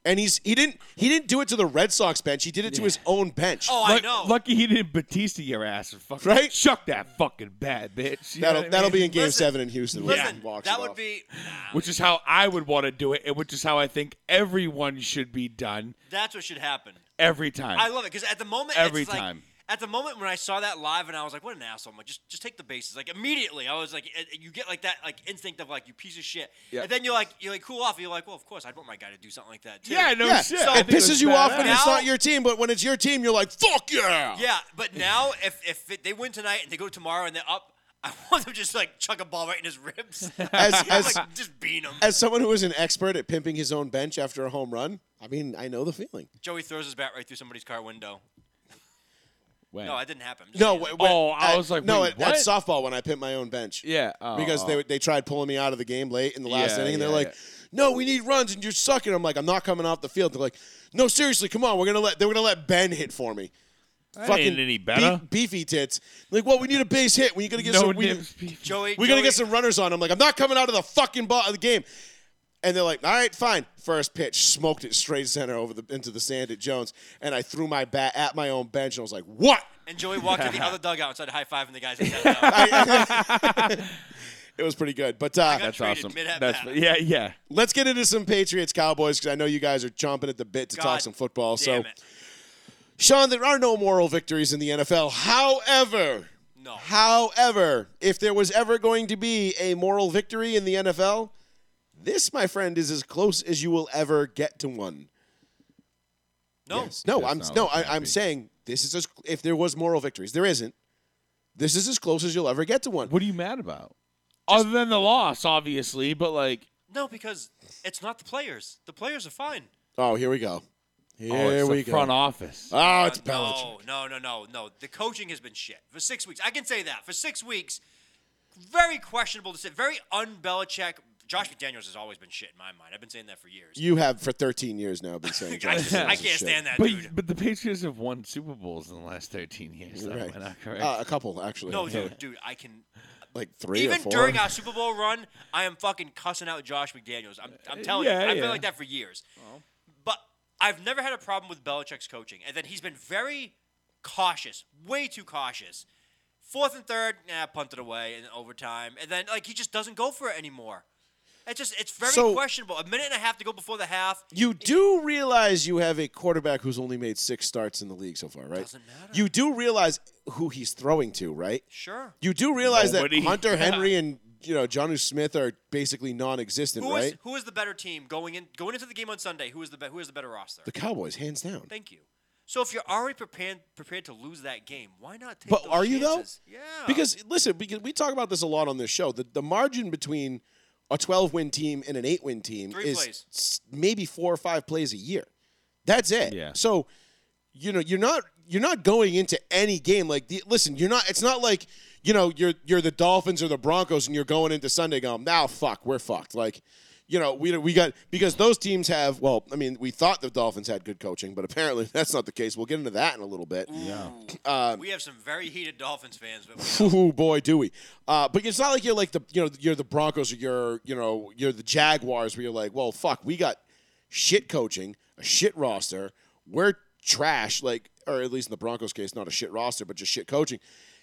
S1: and he's he didn't he didn't do it to the Red Sox bench. He did it to his own bench.
S3: oh, I
S2: Luck-
S3: know.
S2: Lucky he didn't Batista your ass and fucking
S1: Right?
S2: shuck that fucking bad bitch. You know
S1: that'll
S2: what I
S1: that'll be
S2: mean?
S1: in Game
S3: Listen,
S1: Seven in Houston. when
S3: Listen,
S1: he walks
S3: that
S1: it
S3: would
S1: off.
S3: be.
S2: which is how I would want to do it, and which is how I think everyone should be done
S3: That's what should happen.
S2: every time.
S3: I love it because at the moment,
S2: Every
S3: it's like-
S2: time.
S3: at the moment when I saw that live and I was like, "What an asshole!" I'm like, "Just, just take the bases." Like immediately, I was like, eh, "You get like that like instinct of like you piece of shit,"
S2: Yeah.
S3: and then you're like, you like cool off. and You're like, "Well, of course, I'd want my guy to do something like that too."
S2: yeah, no
S1: yeah,
S2: shit.
S1: so
S2: I
S1: it
S2: think was
S1: pisses you off
S2: badass.
S1: when it's
S3: Now-
S1: not your team, but when it's your team, you're like, "Fuck yeah!"
S3: Yeah, but now if if it, they win tonight and they go tomorrow and they're up, I *laughs* want them to just like chuck a ball right in his ribs.
S1: *laughs* As-
S3: I'm
S1: as-
S3: *laughs* like, just beat him.
S1: as someone who is an expert at pimping his own bench after a home run, I mean, I know the feeling.
S3: Joey throws his bat right through somebody's car window.
S2: When?
S3: No, that didn't happen. I'm just
S1: No,
S3: saying,
S1: w-
S3: like,
S1: w-
S2: Oh, I
S1: at-
S2: was like,
S1: no,
S2: wait,
S1: at, at
S2: what?
S1: softball when I pimped my own bench.
S2: yeah, oh,
S1: Because they they tried pulling me out of the game late in the last
S2: Yeah,
S1: inning, and they're
S2: yeah,
S1: like,
S2: yeah.
S1: "No, we need runs, and you're sucking." I'm like, "I'm not coming off the field." They're like, "No, seriously, come on, we're gonna let they're gonna let Ben hit for me."
S2: That ain't any better.
S1: beef- beefy tits. Like, well, we need a base hit. We're gonna get
S2: no
S1: some. we-
S2: nibs. people.
S3: Joey,
S1: We're gonna
S3: Joey-
S1: get some runners on. I'm like, I'm not coming out of the fucking ball of the game. And they're like, all right, fine. First pitch, smoked it straight center over the into the sand at Jones, and I threw my bat at my own bench, and I was like, what?
S3: And Joey walked
S1: *laughs*
S3: to the other dugout and started high fiving the guys. that sat down.
S1: It was pretty good. But uh,
S3: got-
S2: That's
S3: Treated
S2: awesome.
S3: mid-at
S2: That's
S3: bat.
S2: yeah, yeah.
S1: let's get into some Patriots Cowboys because I know you guys are chomping at the bit to talk
S3: God
S1: some football.
S3: damn
S1: so,
S3: it.
S1: Sean, there are no moral victories in the NFL. However,
S3: No.
S1: however, if there was ever going to be a moral victory in the NFL, this, my friend, is as close as you will ever get to one.
S3: no,
S1: No,
S2: That's
S1: I'm
S2: not
S1: no,
S2: what it
S1: I,
S2: might
S1: I'm
S2: be.
S1: saying this is as if there was moral victories, there isn't. This is as close as you'll ever get to one.
S2: What are you mad about? Other than the loss, obviously, but like,
S3: no, because it's not the players. The players are fine.
S1: Oh, here we go. Here
S2: oh, it's
S1: we
S2: the
S1: go.
S2: front office.
S1: Oh, it's Belichick.
S3: No, no, no, no, no. The coaching has been shit for six weeks. I can say that for six weeks. Very questionable to say. Very un-Belichick. Josh McDaniels has always been shit in my mind. I've been saying that for years.
S1: You have for 13 years now been saying.
S3: *laughs* I,
S1: Josh
S3: just-
S1: Rosen
S3: I
S1: is
S3: can't
S1: shit.
S3: stand that
S2: but
S3: dude.
S2: but the Patriots have won Super Bowls in the last 13 years. Though,
S1: Right.
S2: Am I not correct?
S1: Uh, a couple actually. *laughs*
S3: No, dude, dude, I can.
S1: Like three or
S3: Even
S1: four.
S3: during our Super Bowl run, I am fucking cussing out Josh McDaniels. I'm, I'm telling
S2: yeah,
S3: you, I've
S2: yeah.
S3: been like that for years. But I've never had a problem with Belichick's coaching, and then he's been very cautious, way too cautious. Fourth and third, nah, punted away in overtime, and then like he just doesn't go for it anymore. It's just it's very
S1: So-
S3: questionable. A minute and a half to go before the half.
S1: You do realize you have a quarterback who's only made six starts in the league so far, right?
S3: Doesn't matter.
S1: You do realize who he's throwing to, right?
S3: Sure.
S1: You do realize
S2: Nobody.
S1: that
S3: *laughs*
S1: Hunter Henry and you know Johnu Smith are basically non-existent,
S3: Who is
S1: right?
S3: who is the better team going in going into the game on Sunday? Who is the be- who is the better roster?
S1: The Cowboys, hands down.
S3: Thank you. So if you're already prepared prepared to lose that game, why not take?
S1: But
S3: those
S1: are you though?
S3: chances? Yeah.
S1: Because listen, because we talk about this a lot on this show. The the margin between a 12 win team and an 8 win team
S3: Three
S1: is
S3: plays.
S1: s- maybe four or five plays a year. That's it.
S2: Yeah.
S1: So, you know, you're not you're not going into any game like the, listen, you're not it's not like, you know, you're you're the Dolphins or the Broncos and you're going into Sunday going, "Now fuck, we're fucked." Like you know, we, we got because those teams have well, I mean, we thought the Dolphins had good coaching, but apparently *laughs* that's not the case. We'll get into that in a little bit. uh,
S3: we have some very heated Dolphins fans, but
S1: *laughs*
S3: we-
S1: Ooh, boy, do we! Uh, but it's not like you're like the you know you're the Broncos or you're you know you're the Jaguars where you're like, well, fuck, we got shit coaching, a shit roster, we're trash. Like, or at least in the Broncos case, not a shit roster, but just shit coaching.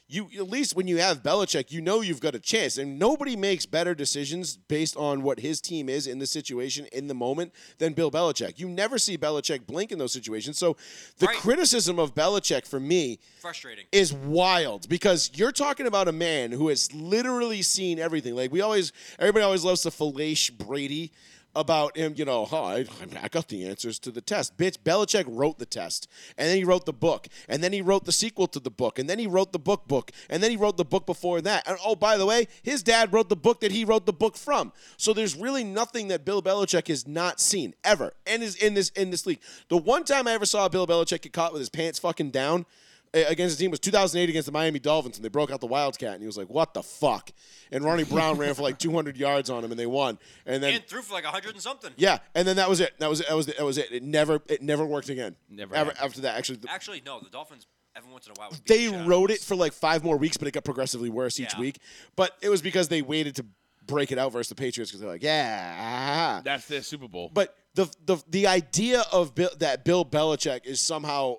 S1: You at least when you have Belichick, you know you've got a chance, and nobody makes better decisions based on what his team is in the situation in the moment than Bill Belichick. You never see Belichick blink in those situations. So, the
S3: Right.
S1: criticism of Belichick for me
S3: frustrating.
S1: is wild because you're talking about a man who has literally seen everything. Like we always, everybody always loves to fellate Brady about him. You know, huh, I, I got the answers to the test. Bitch, Belichick wrote the test, and then he wrote the book, and then he wrote the sequel to the book, and then he wrote the book book, and then he wrote the book before that. And oh, by the way, his dad wrote the book that he wrote the book from. So there's really nothing that Bill Belichick has not seen ever, and is in this in this league. The one time I ever saw Bill Belichick get caught with his pants fucking down a- against the team was 2008 against the Miami Dolphins, and they broke out the Wildcat, and he was like, "What the fuck?" And Ronnie Brown ran for like *laughs* 200 yards on him, and they won. And then
S3: And threw for like a hundred and something.
S1: yeah, and then that was it. That was it. That was it. That was it. It never it never worked again.
S2: Never
S1: ever
S2: happened.
S1: after that. Actually, the-
S3: Actually, no. The Dolphins every once in a while would beat
S1: they
S3: the shit out of
S1: wrote
S3: us.
S1: it for like five more weeks, but it got progressively worse each
S3: Yeah.
S1: week. But it was because they waited to break it out versus the Patriots because they're like, yeah. ah,
S2: That's their Super Bowl.
S1: But the the the idea of Bill, that Bill Belichick is somehow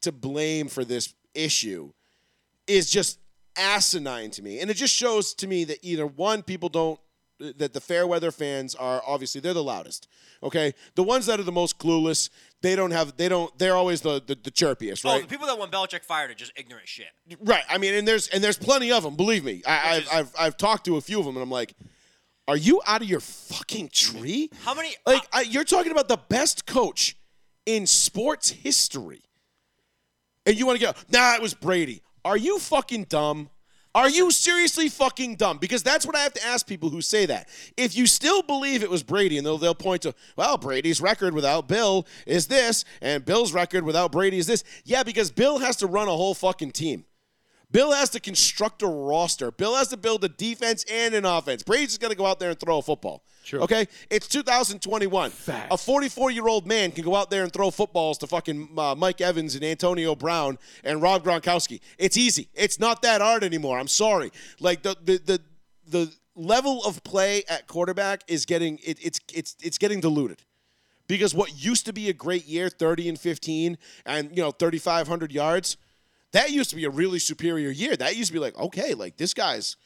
S1: to blame for this issue is just asinine to me, and it just shows to me that either one, people don't that the fair weather fans are obviously they're the loudest. Okay, the ones that are the most clueless, they don't have they don't they're always the the, the chirpiest,
S3: Oh,
S1: right?
S3: the people that won Belichick fired are just ignorant shit.
S1: Right. I mean, and there's and there's plenty of them. Believe me, I, I've,
S3: Which is-
S1: I've I've talked to a few of them, and I'm like, are you out of your fucking tree?
S3: How many? uh,
S1: Like, I, you're talking about the best coach in sports history, and you want to go? Nah, it was Brady. Are you fucking dumb? Are you seriously fucking dumb? Because that's what I have to ask people who say that. If you still believe it was Brady, and they'll, they'll point to, well, Brady's record without Bill is this, and Bill's record without Brady is this. Yeah, because Bill has to run a whole fucking team. Bill has to construct a roster. Bill has to build a defense and an offense. Brady's just going to go out there and throw a football.
S2: Sure.
S1: Okay? It's 2021. A 44 year old man can go out there and throw footballs to fucking uh, Mike Evans and Antonio Brown and Rob Gronkowski. It's easy. It's not that hard anymore. I'm sorry. Like, the, the, the, the level of play at quarterback is getting it, it's it's it's getting diluted because what used to be a great year 30 and 15 and you know 3500 yards that used to be a really superior year that used to be like okay like this guy's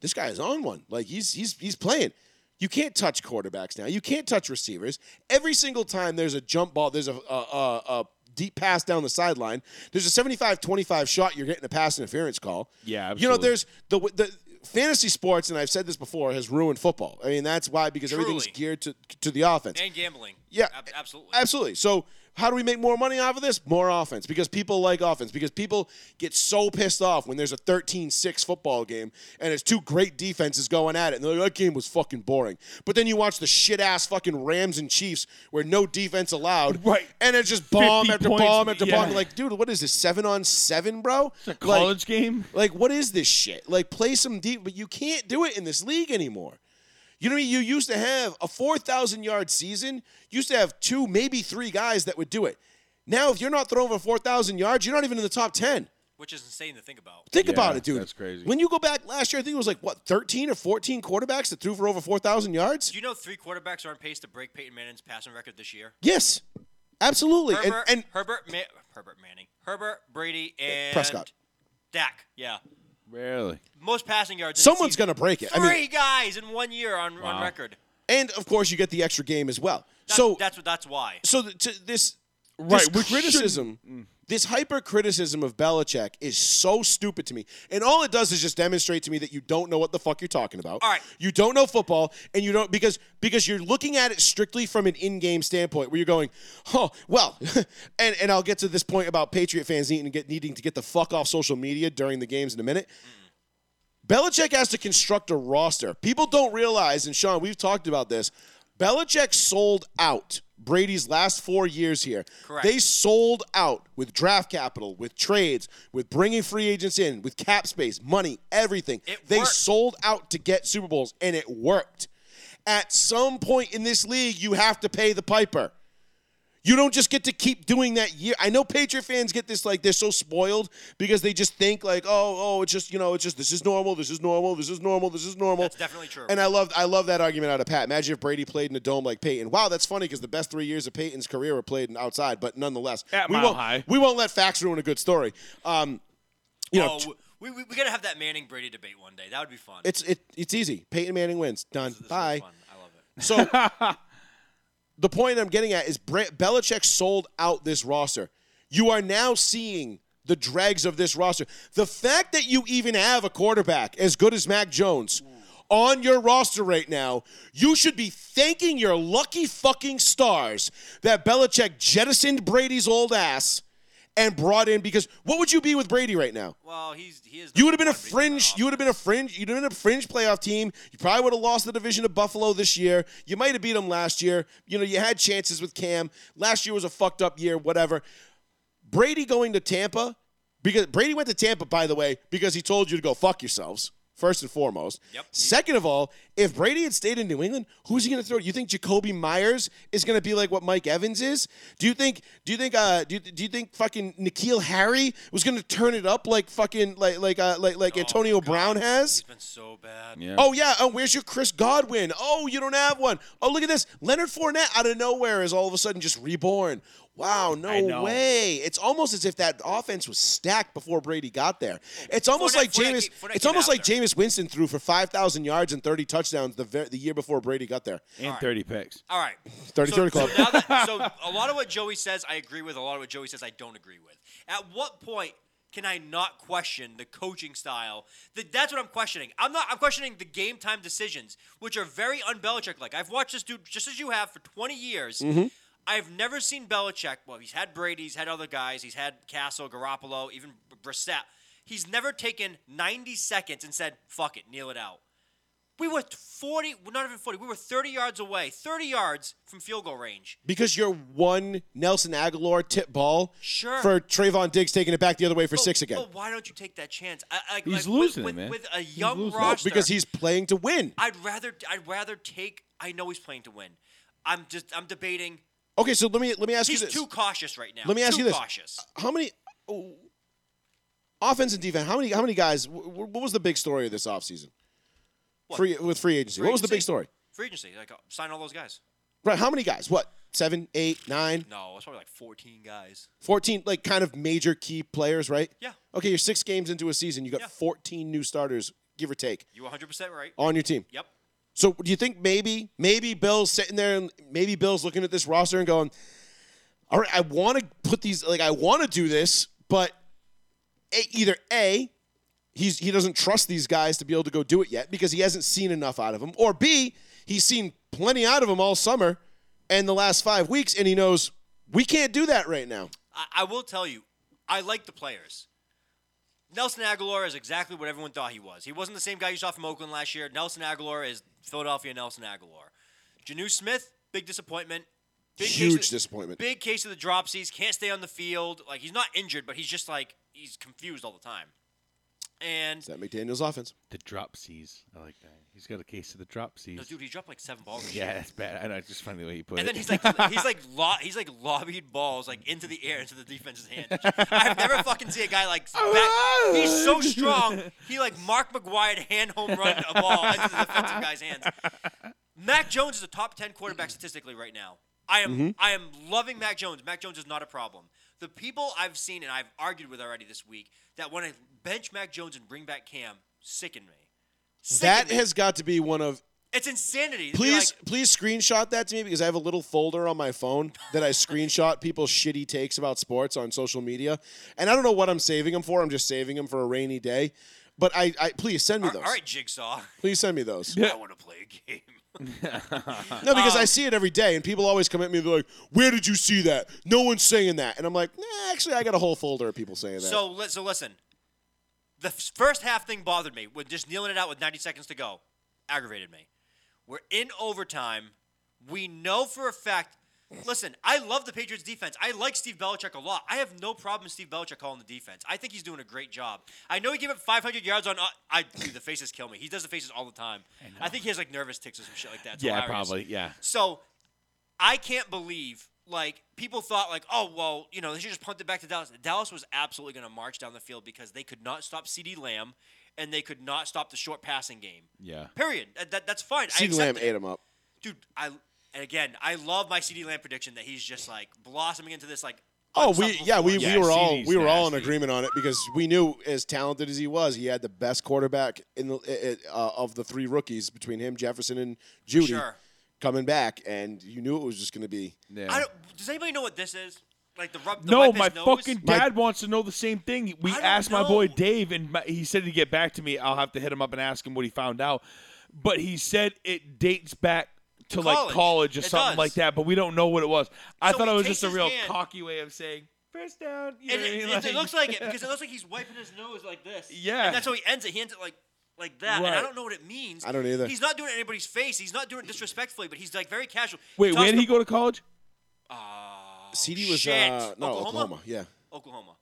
S1: this guy's on one like he's he's he's playing you can't touch quarterbacks now you can't touch receivers every single time there's a jump ball there's a a, a, a deep pass down the sideline there's a 75-25 shot you're getting a pass interference call
S2: Yeah,
S1: you know
S2: absolutely.
S1: there's the the fantasy sports and i've said this before has ruined football i mean that's why because everything's
S3: Truly.
S1: geared to to the offense
S3: And gambling.
S1: yeah,
S3: Ab- absolutely.
S1: Absolutely. So, how do we make more money off of this? More offense because people like offense because people get so pissed off when there's a 13-6 football game and it's two great defenses going at it and they're like that game was fucking boring. But then you watch the shit ass fucking Rams and Chiefs where no defense allowed.
S2: Right.
S1: And it's just bomb
S2: 50
S1: after
S2: points,
S1: bomb after
S2: yeah.
S1: bomb. You're like, dude, what is this? 7 on 7, bro?
S2: a college game.
S1: Like, what is this shit? Like, play some deep, but you can't do it in this league anymore. You know, what I mean? you used to have a 4,000 yard season, you used to have two, maybe three guys that would do it. Now, if you're not throwing for 4,000 yards, you're not even in the top 10.
S3: Which is insane to think about.
S1: Think
S2: Yeah,
S1: about it, dude.
S2: that's crazy.
S1: When you go back last year, I think it was like, what, 13 or 14 quarterbacks that threw for over 4,000 yards?
S3: Do you know three quarterbacks are on pace to break Peyton Manning's passing record this year?
S1: Yes, absolutely. And,
S3: Herbert,
S1: and
S3: Herbert, Ma- Herbert Manning, Herbert Brady, and
S1: Prescott.
S3: Dak. Yeah,
S2: Really?
S3: most passing yards. in a
S1: someone's
S3: season.
S1: going to break it.
S3: Three
S1: I mean,
S3: guys in one year on,
S2: Wow.
S3: on record.
S1: and of course, you get the extra game as well.
S3: That's,
S1: so
S3: that's what. That's why.
S1: so th- to this
S2: Right,
S1: this
S2: which
S1: criticism, this hyper criticism of Belichick is so stupid to me. And all it does is just demonstrate to me that you don't know what the fuck you're talking about.
S3: All right.
S1: you don't know football, and you don't because because you're looking at it strictly from an in-game standpoint, where you're going, oh well, *laughs* and and I'll get to this point about Patriot fans needing to get needing to get the fuck off social media during the games in a minute. Belichick has to construct a roster. People don't realize, and Sean, we've talked about this. Belichick sold out Brady's last four years here.
S3: Correct.
S1: They sold out with draft capital, with trades, with bringing free agents in, with cap space, money, everything.
S3: It
S1: they
S3: worked.
S1: sold out to get Super Bowls, and it worked. At some point in this league, you have to pay the piper. You don't just get to keep doing that year. I know Patriot fans get this like they're so spoiled because they just think like, oh, oh, it's just you know, it's just this is normal, this is normal, this is normal, this is normal.
S3: That's definitely true.
S1: And I love I love that argument out of Pat. Imagine if Brady played in a dome like Peyton. Wow, that's funny because the best three years of Peyton's career were played in outside, but nonetheless,
S2: At
S1: we
S2: Mile
S1: won't
S2: High.
S1: we won't let facts ruin a good story. Um, you know,
S3: oh,
S1: t-
S3: we, we, we gotta have that Manning Brady debate one day. That would be fun.
S1: it's it, it's easy. Peyton Manning wins. Done.
S3: This would be
S1: Bye.
S3: fun. I love it.
S1: So the point I'm getting at is Bra- Belichick sold out this roster. You are now seeing the dregs of this roster. The fact that you even have a quarterback as good as Mac Jones on your roster right now, you should be thanking your lucky fucking stars that Belichick jettisoned Brady's old ass and brought in because what would you be with Brady right now?
S3: Well, he's he is.
S1: You would have been a
S3: number one reason
S1: fringe.
S3: I'm
S1: You
S3: off.
S1: would have been a fringe. You'd have been a fringe playoff team. You probably would have lost the division to Buffalo this year. You might have beat them last year. You know, you had chances with Cam. Last year was a fucked up year. Whatever. Brady going to Tampa because Brady went to Tampa, by the way, because he told you to go fuck yourselves. First and foremost.
S3: Yep.
S1: Second of all, if Brady had stayed in New England, who's he going to throw? You think Jacoby Myers is going to be like what Mike Evans is? Do you think? Do you think? Uh, do, you, do you think fucking Nikhil Harry was going to turn it up like fucking like like uh, like like Antonio Brown has?
S3: He's been so bad.
S2: Yeah.
S1: Oh yeah. Oh, where's your Chris Godwin? Oh, you don't have one. Oh, look at this. Leonard Fournette out of nowhere is all of a sudden just reborn. Wow, no
S2: I know.
S1: way. It's almost as if that offense was stacked before Brady got there. It's almost
S3: Fournette-
S1: like
S3: Fournette
S1: Jameis.
S3: came- Fournette
S1: It's
S3: came
S1: almost like
S3: after.
S1: Jameis Winston threw for five thousand yards and thirty touchdowns the ver- the year before Brady got there.
S2: and 30 picks.
S3: All right.
S1: 30
S3: so,
S1: 30
S3: so
S1: club.
S3: now that- so a lot of what Joey says, I agree with. A lot of what Joey says, I don't agree with. At what point can I not question the coaching style? Th- that's what I'm questioning. I'm not. I'm questioning the game time decisions, which are very unBelichick like. I've watched this dude just as you have for 20 years. I've never seen Belichick. Well, he's had Brady, he's had other guys, he's had Castle, Garoppolo, even Brissett. He's never taken 90 seconds and said, "Fuck it, kneel it out." We were 40, well, not even 40, we were 30 yards away, 30 yards from field goal range.
S1: Because you're one Nelson Aguilar tip ball
S3: Sure.
S1: for Trayvon Diggs taking it back the other way for
S3: Well-
S1: six again.
S3: Well, why don't you take that chance? I, I,
S2: He's
S3: like,
S2: losing it,
S3: with, with,
S2: man.
S3: With a
S2: He's
S3: young
S2: losing it.
S1: No,
S3: roster.
S1: because he's playing to win.
S3: I'd rather, I'd rather take, I know he's playing to win. I'm just, I'm debating.
S1: Okay, so let me let me ask
S3: He's
S1: you this.
S3: too cautious right now.
S1: Let me ask
S3: too
S1: you this.
S3: cautious.
S1: how many oh, offense and defense? How many? How many guys? wh- wh- What was the big story of this offseason?
S3: What?
S1: Free with free agency.
S3: Free
S1: what was the big
S3: agency?
S1: story?
S3: Free agency, like uh, sign all those guys.
S1: Right? How many guys? What? Seven, eight, nine,
S3: No, it's probably like 14 guys.
S1: 14, like kind of major key players, right?
S3: Yeah.
S1: Okay, you're six games into a season. You got
S3: Yeah.
S1: 14 new starters, give or take,
S3: You 100% right.
S1: on your team.
S3: Yep.
S1: So do you think maybe maybe Bill's sitting there and maybe Bill's looking at this roster and going, "All right, I want to put these like I want to do this, but a, either A, he's he doesn't trust these guys to be able to go do it yet because he hasn't seen enough out of them, or B, he's seen plenty out of them all summer and the last 5 weeks and he knows we can't do that right now."
S3: I, I will tell you, I like the players. Nelson Aguilar is exactly what everyone thought he was. He wasn't the same guy you saw from Oakland last year. Nelson Aguilar is Philadelphia Nelson Aguilar. Janu Smith, big disappointment. Big case
S1: Huge
S3: of-
S1: disappointment.
S3: Big case of the dropsies. Can't stay on the field. Like he's not injured, but he's just like he's confused all the time. And
S1: Is that McDaniel's offense?
S2: The drop seas. I like that. He's got a case of the drop
S3: no,
S2: seas.
S3: dude, he dropped like seven balls. this
S2: yeah,
S3: year.
S2: that's bad. I know. I just find the way you put
S3: And
S2: it.
S3: then he's like, he's like, lo- he's like lobbied balls like into the air into the defense's hand. I've never fucking seen a guy like
S1: Oh,
S3: that. He's so strong. He like Mark McGuire hand home run a ball into the defensive guy's hands. Mac Jones is a top ten quarterback statistically right now. I
S1: Mm-hmm.
S3: am I am loving Mac Jones. Mac Jones is not a problem. The people I've seen and I've argued with already this week that want to bench Mac Jones and bring back Cam sicken me. Sicken
S1: That
S3: me.
S1: has got to be one of
S3: it's insanity. to be
S1: Please,
S3: like-
S1: please screenshot that to me because I have a little folder on my phone that I screenshot people's shitty takes about sports on social media, and I don't know what I'm saving them for. I'm just saving them for a rainy day. But I, I please send me
S3: all
S1: those.
S3: right, Jigsaw. *laughs*
S1: Please send me those.
S3: I want to play a game.
S1: No, because
S3: Um,
S1: I see it every day, and people always come at me and they're like, "Where did you see that? No one's saying that." And I'm like, nah, actually, I got a whole folder of people saying that.
S3: So li- so listen. The f- first half thing bothered me with just kneeling it out with 90 seconds to go. Aggravated me. We're in overtime. We know for a fact. Listen, I love the Patriots defense. I like Steve Belichick a lot. I have no problem with Steve Belichick calling the defense. I think he's doing a great job. I know he gave up 500 yards on. Uh, I dude, the faces kill me. He does the faces all the time. I, think he has like nervous tics or some shit like that. It's
S2: yeah,
S3: hilarious.
S2: probably. Yeah.
S3: So I can't believe like people thought like, oh well, you know, they should just punt it back to Dallas. Dallas was absolutely gonna march down the field because they could not stop CD Lamb and they could not stop the short passing game.
S2: Yeah.
S3: Period. That, that- that's fine. I
S1: CeeDee
S3: accept
S1: Lamb
S3: it.
S1: ate him up.
S3: Dude, I and again, I love my CD Lamb prediction that he's just like blossoming into this like
S1: Oh, we
S3: unstoppable
S1: yeah, we,
S3: force.
S2: Yeah,
S1: we were all
S2: CD's
S1: we were all in
S2: nasty.
S1: agreement on it because we knew as talented as he was, he had the best quarterback in the i- i- uh, of the three rookies between him, Jefferson, and Judy
S3: Sure.
S1: coming back, and you knew it was just going to be.
S2: Yeah.
S3: I don't, does anybody know what this is? Like the rub the
S2: no,
S3: weapons
S2: my
S3: nose?
S2: fucking
S1: My-
S2: dad wants to know the same thing. We
S3: I don't
S2: asked my boy
S3: know.
S2: Dave, and my, he said to get back to me. I'll have to hit him up and ask him what he found out. But he said it dates back to like
S3: College.
S2: college or
S3: It
S2: something
S3: does.
S2: like that. But we don't know what it was. I
S3: So
S2: thought
S3: he
S2: it was
S3: takes
S2: just a
S3: his
S2: real
S3: hand-
S2: cocky way of saying first down.
S3: And
S2: You know what I
S3: it,
S2: mean?
S3: it- it looks like
S2: *laughs*
S3: it because it looks like he's wiping his nose like this.
S2: Yeah.
S3: And that's how he ends it. He ends it like like that. And
S2: Right.
S3: I don't know what it means.
S1: I don't either.
S3: He's not doing it in anybody's face. He's not doing it disrespectfully, but he's like very casual.
S2: Wait,
S3: tossed
S2: where did
S3: the-
S2: he go to college?
S3: Oh,
S1: CD was
S3: shit.
S1: uh, no Oklahoma, yeah.
S3: Oklahoma.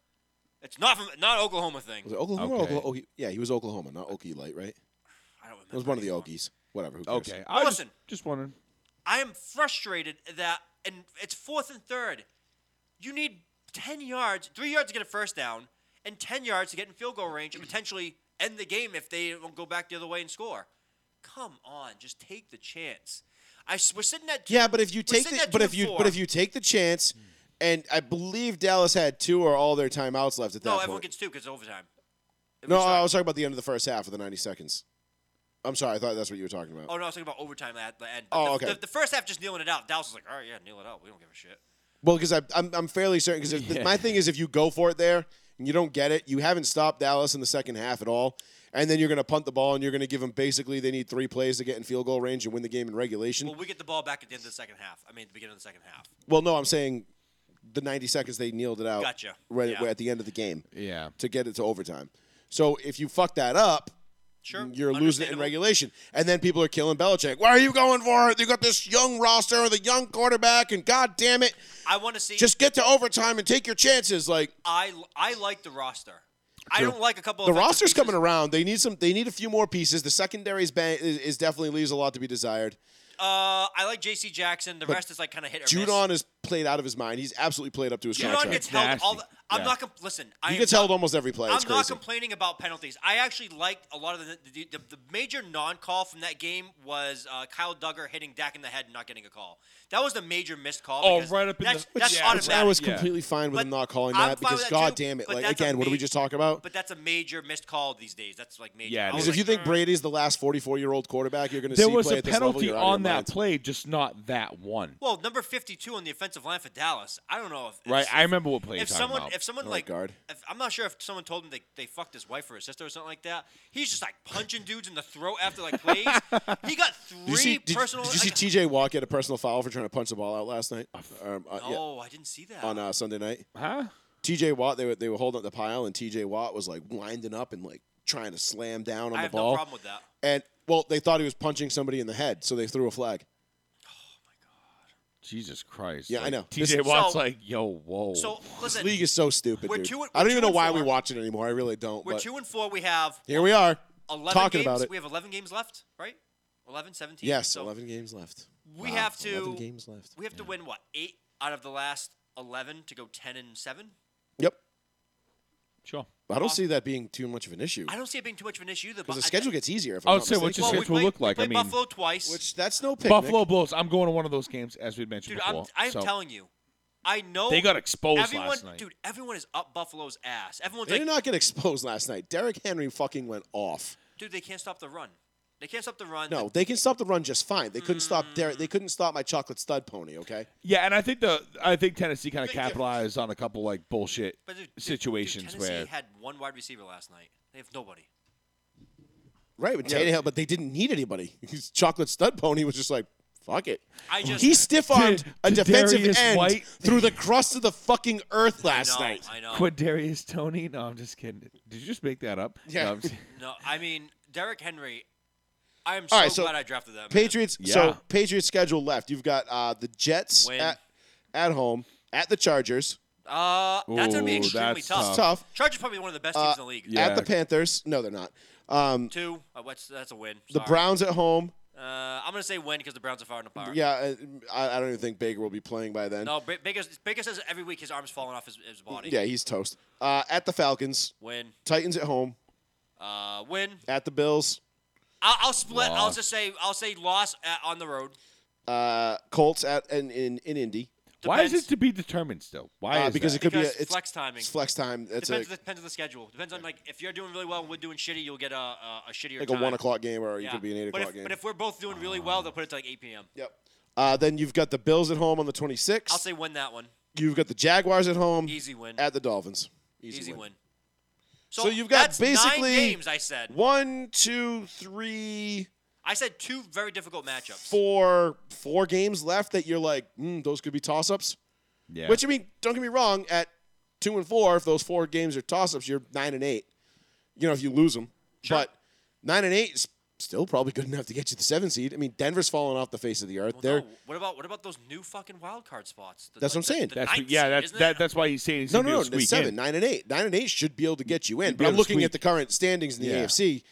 S3: It's not from not Oklahoma thing.
S1: Was it Oklahoma?
S2: Okay.
S1: Or Oklahoma? Yeah, he was Oklahoma, not Okie Light, right?
S3: I don't remember.
S1: It was one of the
S3: anymore.
S1: Okies. Whatever. Who cares?
S2: Okay. I was
S3: listen.
S2: just wondering.
S3: I am frustrated that, and it's fourth and third. You need 10 yards, three yards to get a first down, and 10 yards to get in field goal range and potentially end the game if they don't go back the other way and score. Come on, just take the chance. I, s- we're sitting at
S1: Yeah, but if you take
S3: sitting
S1: the
S3: at
S1: but
S3: two
S1: if
S3: and
S1: you
S3: four.
S1: but if you take the chance, and I believe Dallas had two or all their timeouts left at that
S3: no, everyone
S1: point.
S3: gets two because it's overtime. It
S1: no,
S3: was
S1: I
S3: time.
S1: was talking about the end of the first half of the ninety seconds. I'm sorry, I thought that's what you were talking about.
S3: Oh no, I was talking about overtime at the end.
S1: Oh,
S3: the,
S1: okay.
S3: The, the first half just kneeling it out. Dallas was like, all right, yeah, kneel it out. We don't give a shit.
S1: Well, because I'm I'm fairly certain because my thing is if you go for it there and you don't get it, you haven't stopped Dallas in the second half at all, and then you're going to punt the ball and you're going to give them basically they need three plays to get in field goal range and win the game in regulation.
S3: Well, we get the ball back at the end of the second half. I mean, the beginning of the second half.
S1: Well, no, I'm saying the 90 seconds they kneeled it out.
S3: Gotcha.
S1: Right
S3: Yeah.
S1: at the end of the game
S2: Yeah.
S1: to get it to overtime. So if you fuck that up,
S3: Sure.
S1: you're losing it in
S3: understandable.
S1: regulation, and then people are killing Belichick. Why are you going for it? You got this young roster with a young quarterback, and god damn it,
S3: I want to see.
S1: just get to overtime and take your chances. Like
S3: I I like the roster. I don't like a couple.
S1: the
S3: offensive
S1: roster's
S3: pieces.
S1: coming around. They need some. They need a few more pieces. The secondary's bang is, is definitely leaves a lot to be desired.
S3: Uh, I like J.C. Jackson. The rest is like kind of hit or
S1: Judon is played out of his mind. He's absolutely played up to his
S3: miss. Judon
S1: contract.
S3: gets held. All the,
S2: Nasty.
S3: I'm
S2: Yeah.
S3: not. Com- listen, I
S1: he
S3: am
S1: gets
S3: not-
S1: held almost every play. It's
S3: I'm not
S1: crazy.
S3: complaining about penalties. I actually liked a lot of the the, the, the major non-call from that game was uh, Kyle Duggar hitting Dak in the head and not getting a call. That was the major missed call.
S2: Oh,
S3: because
S2: right up in
S3: that's,
S2: the-
S3: that's
S2: Which-
S1: Which I was
S3: automatic.
S2: Yeah.
S1: completely fine with
S3: But
S1: him not calling
S3: I'm
S1: that
S3: fine
S1: because
S3: with that
S1: god
S3: too,
S1: damn it!
S3: but
S1: Like
S3: that's a
S1: again, what did we
S3: ma-
S1: just talk about?
S3: But that's a major missed call these days. That's like major.
S2: Yeah, it
S3: I
S1: Because
S3: was
S1: if
S2: is.
S3: like,
S1: you think
S3: "Mm."
S1: Brady's the last 44-year old quarterback you're going to see
S2: There was
S1: play
S2: a
S1: at this level,
S2: penalty
S1: you're out of your
S2: on that
S1: mind.
S2: play, just not that one.
S3: Well, number 52 on the offensive line for Dallas. I don't know if
S2: Right.
S3: if-
S2: I remember what play you're
S3: if
S2: talking
S3: someone
S2: about.
S3: if someone
S1: Right
S3: like
S1: guard.
S3: if, I'm not sure if someone told him they, they fucked his wife or his sister or something like that. He's just like punching dudes in the throat after like
S2: *laughs*
S3: plays. he got three
S1: Did you see? Did,
S3: personal.
S1: did you see
S3: like-
S1: T.J. Watt get a personal foul for trying to punch the ball out last night? Um, uh, yeah,
S3: no, I didn't see that.
S1: on uh, Sunday night,
S2: huh?
S1: T.J. Watt they were they were holding up the pile, and T.J. Watt was like winding up and like trying to slam down on
S3: I
S1: the
S3: have
S1: ball.
S3: no problem with that.
S1: And well, they thought he was punching somebody in the head, so they threw a flag.
S2: Jesus Christ.
S1: Yeah, I
S2: Like,
S1: know.
S2: TJ
S1: This-
S2: Watt's
S3: So-
S2: like, yo, whoa.
S3: So listen,
S1: League is so stupid,
S3: We're
S1: dude.
S3: two and-
S1: I
S3: we're
S1: don't even
S3: two
S1: know
S3: and
S1: why we
S3: four.
S1: watch it anymore. I really don't.
S3: we're
S1: but
S3: two and four. We have
S1: here we are
S3: 11
S1: talking
S3: games.
S1: about it.
S3: We have 11 games left, right? 11, 17.
S1: Yes,
S3: So
S1: eleven games left.
S3: We have to.
S1: 11 games left.
S3: We have to win what eight out of the last 11 to go 10 and seven.
S1: Yep.
S2: sure.
S1: I don't see that being too much of an issue
S3: I don't see it being too much of an issue either. But
S1: because the
S3: I-
S1: schedule gets easier. If
S2: I
S1: I'm
S2: would
S1: not
S2: say what
S1: mistaken.
S2: just-
S3: Well, we
S2: schedule
S3: play-
S2: look like?
S3: We
S2: I
S3: played
S2: mean-
S3: Buffalo twice.
S1: which that's no picnic.
S2: Buffalo blows. I'm going to one of those games, as we mentioned
S3: Dude, I'm,
S2: before.
S3: I'm
S2: so.
S3: telling you, I know
S2: They got exposed
S3: everyone,
S2: last night.
S3: Dude, everyone is up Buffalo's ass. Everyone's
S1: They
S3: like,
S1: did not get exposed last night. Derrick Henry fucking went off.
S3: dude, they can't stop the run. They can't stop the run.
S1: No, they can stop the run just fine. They couldn't stop Derrick. They couldn't stop my chocolate stud pony. Okay.
S2: Yeah, and I think the I think Tennessee kind of
S1: Big difference.
S2: capitalized on a couple like bullshit
S3: But dude, dude,
S2: situations
S3: dude,
S2: where
S3: Tennessee had one wide receiver last night. They have nobody.
S1: Right with Tannehill, but they didn't need anybody. *laughs* His chocolate stud pony was just like. Fuck it.
S3: I just-
S1: he stiff *laughs* armed
S2: To-
S1: a
S2: to
S1: defensive
S2: Darius
S1: end
S2: White.
S1: through the crust of the fucking earth
S3: no,
S1: last night.
S3: I know.
S2: Quadarius Tony. No, I'm just kidding. Did you just make that up?
S1: Yeah.
S2: No,
S1: *laughs*
S2: I'm just-
S3: No, I mean Derrick Henry. I am so,
S1: All right, so
S3: glad I drafted that. man.
S1: Patriots.
S2: Yeah.
S1: So Patriots schedule left. You've got uh, the Jets
S3: Win.
S1: at, at home at the Chargers.
S3: Uh, that's gonna be
S2: Ooh,
S3: extremely
S2: that's
S1: It's
S3: tough.
S1: tough.
S3: Chargers probably one of the best
S1: Uh,
S3: teams in the league.
S2: yeah.
S1: At the Panthers. No, they're not. Um,
S3: Two. Uh, what's, that's a win.
S1: the
S3: Sorry.
S1: Browns at home.
S3: Uh, I'm gonna say win because the Browns are firing apart.
S1: Yeah, mm, I, I don't even think Baker will be playing by then.
S3: No, Ba- Baker. Baker says every week his arm's falling off his, his body.
S1: Yeah, he's toast. Uh, at the Falcons.
S3: Win.
S1: Titans at home.
S3: Uh, win.
S1: At the Bills.
S3: I'll, I'll split. I'll
S2: Loss.
S3: just say I'll say loss at, on the road.
S1: Uh, Colts at in in, in Indy.
S2: *laughs* Why is
S3: Depends.
S2: it to be determined still? Why
S1: Uh,
S2: is
S1: because
S2: that?
S1: it could
S3: Because
S1: be a, it's
S3: flex timing.
S1: It's flex time. That's a,
S3: Depends, depends on the schedule. Depends on like if you're doing really well and we're doing shitty, you'll get a a, a shittier.
S1: like a
S3: time.
S1: one o'clock game, or
S3: Yeah.
S1: you could be an eight
S3: but
S1: o'clock
S3: if,
S1: game.
S3: But if we're both doing really well, they'll put it to like 8 p.m.
S1: yep. Uh, then you've got the Bills at home on the 26th.
S3: I'll say win that one.
S1: you've got the Jaguars at home.
S3: Easy win.
S1: At the Dolphins.
S3: Easy, win.
S1: So you've got
S3: that's nine
S1: basically-
S3: games. I said.
S1: One, two, three,
S3: I said two very difficult matchups.
S1: four, four games left that you're like, mm, those could be toss ups.
S2: yeah.
S1: Which I mean, don't get me wrong. At two and four, if those four games are toss ups, you're nine and eight. You know, if you lose them, but nine and eight is still probably good enough to get you the seven seed. I mean, Denver's fallen off the face of the earth. They're
S3: no, Oh, what about what about those new fucking wild card spots? The-
S1: That's what I'm
S3: the-
S1: saying.
S3: the
S2: That's
S3: ninth
S2: yeah.
S3: seed,
S2: That's
S3: isn't it?
S2: that, that's why he's saying he's
S1: no,
S2: gonna
S1: no, no.
S2: do this
S1: It's seven,
S2: weekend.
S1: nine, and eight. Nine and eight should be able to get you in.
S2: be
S1: But I'm
S2: able to
S1: looking at
S2: squeak.
S1: the current standings in the
S2: Yeah.
S1: AFC,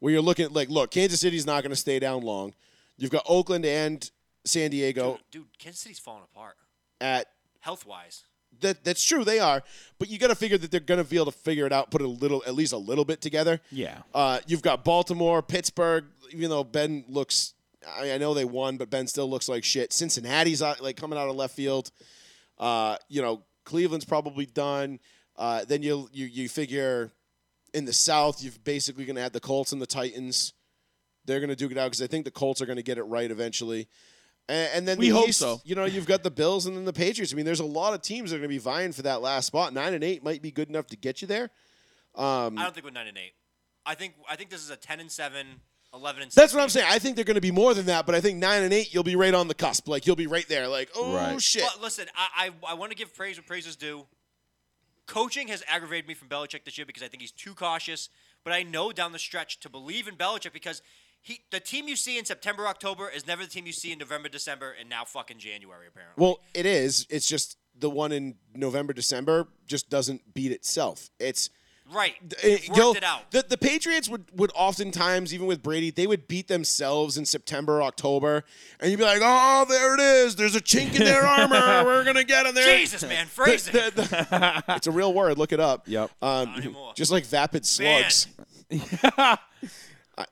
S1: where you're looking at like, look, Kansas City's not going to stay down long. You've got Oakland and San Diego
S3: dude, Kansas City's falling apart
S1: at
S3: health wise.
S1: that that's true they are but you got to figure that they're going to be able to figure it out put a little at least a little bit together
S2: Yeah.
S1: uh, you've got baltimore pittsburgh even though ben looks I, I know they won but ben still looks like shit cincinnati's out, like coming out of left field uh, you know cleveland's probably done uh, then you you you figure in the south you're basically going to have the colts and the titans they're going to duke it out because i think the colts are going to get it right eventually and, and then
S2: We
S1: the
S2: hope
S1: East,
S2: so.
S1: You know, you've got the Bills and then the Patriots. I mean, there's a lot of teams that are going to be vying for that last spot. Nine and eight might be good enough to get you there.
S3: I don't think with nine and eight. I think I think this is a ten and 7, 11 and.
S1: That's
S3: 6.
S1: what I'm saying. I think they're going to be more than that, but I think nine and eight, you'll be right on the cusp. Like you'll be right there. Like oh
S2: Right.
S1: shit.
S3: But listen, I I, I want to give praise what praise is due. Coaching has aggravated me from Belichick this year because I think he's too cautious. But I know down the stretch to believe in Belichick because he the team you see in September October is never the team you see in November December and now fucking January apparently.
S1: well, it is. It's just the one in November, December just doesn't beat itself. It's
S3: right.
S1: it-
S3: You've
S1: you'll-
S3: worked it out.
S1: The, the Patriots would, would oftentimes, even with Brady, they would beat themselves in September, October, and you'd be like, oh, there it is. There's a chink in
S2: *laughs*
S1: their armor. We're going to get them there.
S3: Jesus man,
S1: *laughs*
S3: phrasing.
S1: The-
S2: *laughs*
S1: the- it's a real word. Look it up.
S2: Yep.
S1: Um,
S3: Not anymore.
S1: just like vapid
S3: Man.
S1: slugs. I,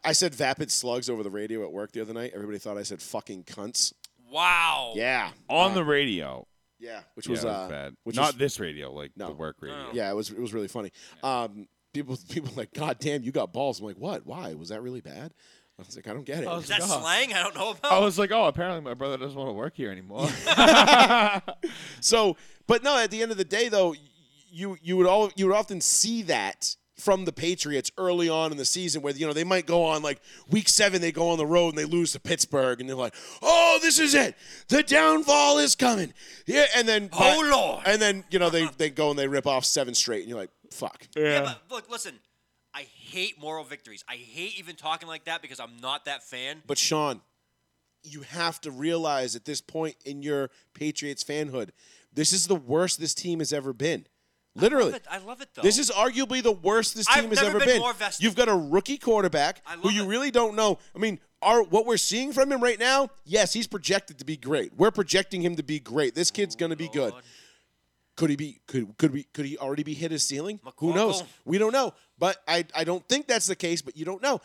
S1: I said vapid slugs over the radio at work the other night. Everybody thought I said fucking cunts.
S3: Wow.
S1: Yeah.
S2: On the radio.
S1: Yeah. Uh, Which
S2: Yeah,
S1: was,
S2: it
S1: uh,
S2: was bad.
S1: Which
S2: Not
S1: was-
S2: this radio, like
S1: No.
S2: the work radio.
S1: yeah. It was. It was really funny. Um, people. *laughs* People were like, God damn, you got balls. I'm like, what? Why was that really bad? I was like, I don't get it.
S2: I
S3: Is that
S2: God.
S3: slang? I don't know about.
S2: I was like, oh, apparently my brother doesn't want to work here anymore.
S3: *laughs*
S1: So, but no, at the end of the day, though, you you would all you would often see that from the Patriots early on in the season, where you know they might go on like week seven, they go on the road and they lose to Pittsburgh, and they're like, "Oh, this is it, the downfall is coming." Yeah, and then
S3: Oh, Lord.
S1: and then you know they they go and they rip off seven straight, and you're like, "Fuck."
S3: Yeah, but look, listen. I hate moral victories. I hate even talking like that because I'm not that fan.
S1: But Sean, you have to realize at this point in your Patriots fanhood, this is the worst this team has ever been. Literally.
S3: But I love it though.
S1: This is arguably the worst this
S3: I've
S1: team has
S3: never
S1: ever
S3: been
S1: been.
S3: more vested.
S1: You've got a rookie quarterback
S3: I
S1: who
S3: love
S1: you
S3: it.
S1: really don't know. I mean, are what we're seeing from him right now? Yes, he's projected to be great. We're projecting him to be great. This kid's going to be good.
S3: Lord.
S1: Could he be? Could could we? Could he already be hit his ceiling? Who
S3: McCorkle.
S1: knows? We don't know. But I I don't think that's the case. But you don't know.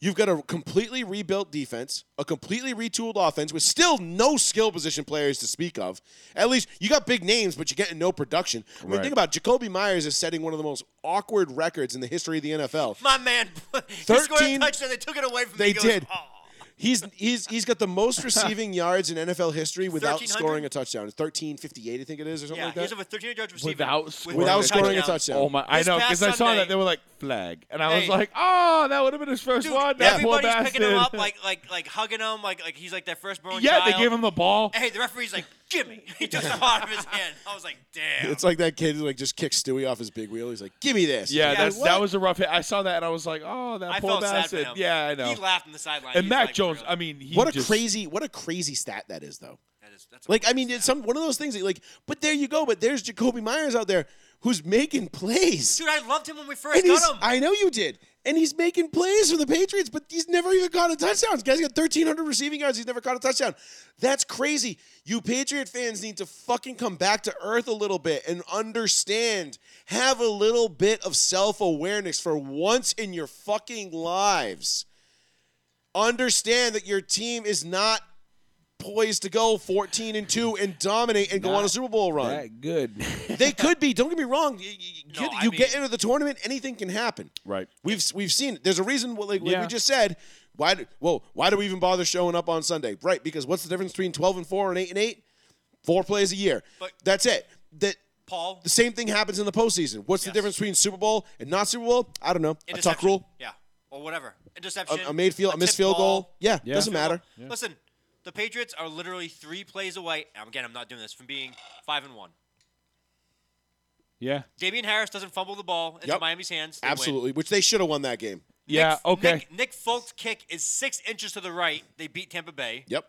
S1: You've got a completely rebuilt defense, a completely retooled offense with still no skill position players to speak of. At least you got big names, but you're getting no production. I mean,
S2: Right.
S1: think about it. Jacoby Myers is setting one of the most awkward records in the history of the NFL.
S3: My man, *laughs* he scored a
S1: 13
S3: touchdown. They took it away from
S1: They
S3: me. He goes,
S1: did.
S3: "Aw."
S1: He's he's he's got the most receiving yards in NFL history without
S3: 1300?
S1: scoring a touchdown. Thirteen fifty eight, I think it is, or something
S3: Yeah,
S1: like
S3: he
S1: that.
S3: was over 1,300 yards receiving
S2: Without scoring
S1: Without scoring a touchdown.
S2: Oh my! I
S3: This
S2: know
S3: past
S2: because I saw
S3: Sunday-
S2: that they were like flag, and I was
S3: Hey.
S2: like, "Oh, that would have been his first
S3: Dude,
S2: one." That poor
S3: everybody's picking him up
S2: bastard.
S3: like like like hugging him like like he's like their firstborn
S2: yeah,
S3: child.
S2: they gave him the ball.
S3: Hey, the referee's like, "Gimme!" *laughs* He took the ball out of his hand. I was like, "Damn!"
S1: It's like that kid who like just kicked Stewie off his big wheel. He's like, "Give me this."
S2: Yeah,
S3: Yeah,
S2: that's,
S1: what?
S2: that was a rough hit. I saw that and I was like, "Oh, that
S3: I
S2: poor
S3: felt sad for
S2: bastard."
S3: him.
S2: Yeah, I know.
S3: He laughed on the sideline.
S2: and
S3: He's
S2: Mac
S3: like,
S2: Jones,
S3: "Really?"
S2: I mean, he
S1: What a
S2: *laughs* just-
S1: crazy, what a crazy stat that is, though.
S3: That is- that's a
S1: Like, I
S3: weird
S1: mean, it's
S3: stat.
S1: some one of those things. That, like, but there you go. But there's Jacoby Myers out there who's making plays.
S3: dude, I loved him when we first
S1: and
S3: got
S1: he's,
S3: him.
S1: I know you did. And he's making plays for the Patriots, but he's never even caught a touchdown. This guy's got 1,300 receiving yards. He's never caught a touchdown. That's crazy. You Patriot fans need to fucking come back to earth a little bit and understand. Have a little bit of self awareness for once in your fucking lives. Understand that your team is not poised to go 14 and 2 and dominate and go on a Super Bowl run.
S2: that good.
S1: They could be. Don't get me wrong. You, you- you
S3: No,
S1: get,
S3: I
S1: you get
S3: mean-
S1: into the tournament, anything can happen.
S2: Right.
S1: We've we've seen. There's a reason. Like, like
S2: Yeah.
S1: we just said, why? Do, well, why do we even bother showing up on Sunday? Right? Because what's the difference between 12 and four and eight and eight? Four plays a year.
S3: But-
S1: That's it. That
S3: Paul,
S1: the same thing happens in the postseason. What's the
S3: Yes.
S1: difference between Super Bowl and not Super Bowl? I don't know. A tuck
S3: interception.
S1: rule,
S3: Yeah, or whatever.
S1: a,
S3: Interception.
S1: a made field, a missed
S3: tipped
S1: field
S3: ball.
S1: goal. Yeah,
S2: Yeah.
S1: doesn't matter.
S3: Listen, the Patriots are literally three plays away. and Again, I'm not doing this from being five and one.
S2: Yeah.
S3: Damian Harris doesn't fumble the ball into
S1: Yep.
S3: Miami's hands. They win.
S1: Absolutely, which they should have won that game.
S2: Yeah,
S3: Nick's-
S2: okay.
S3: Nick, Nick Folk's kick is six inches to the right. They beat Tampa Bay.
S1: Yep.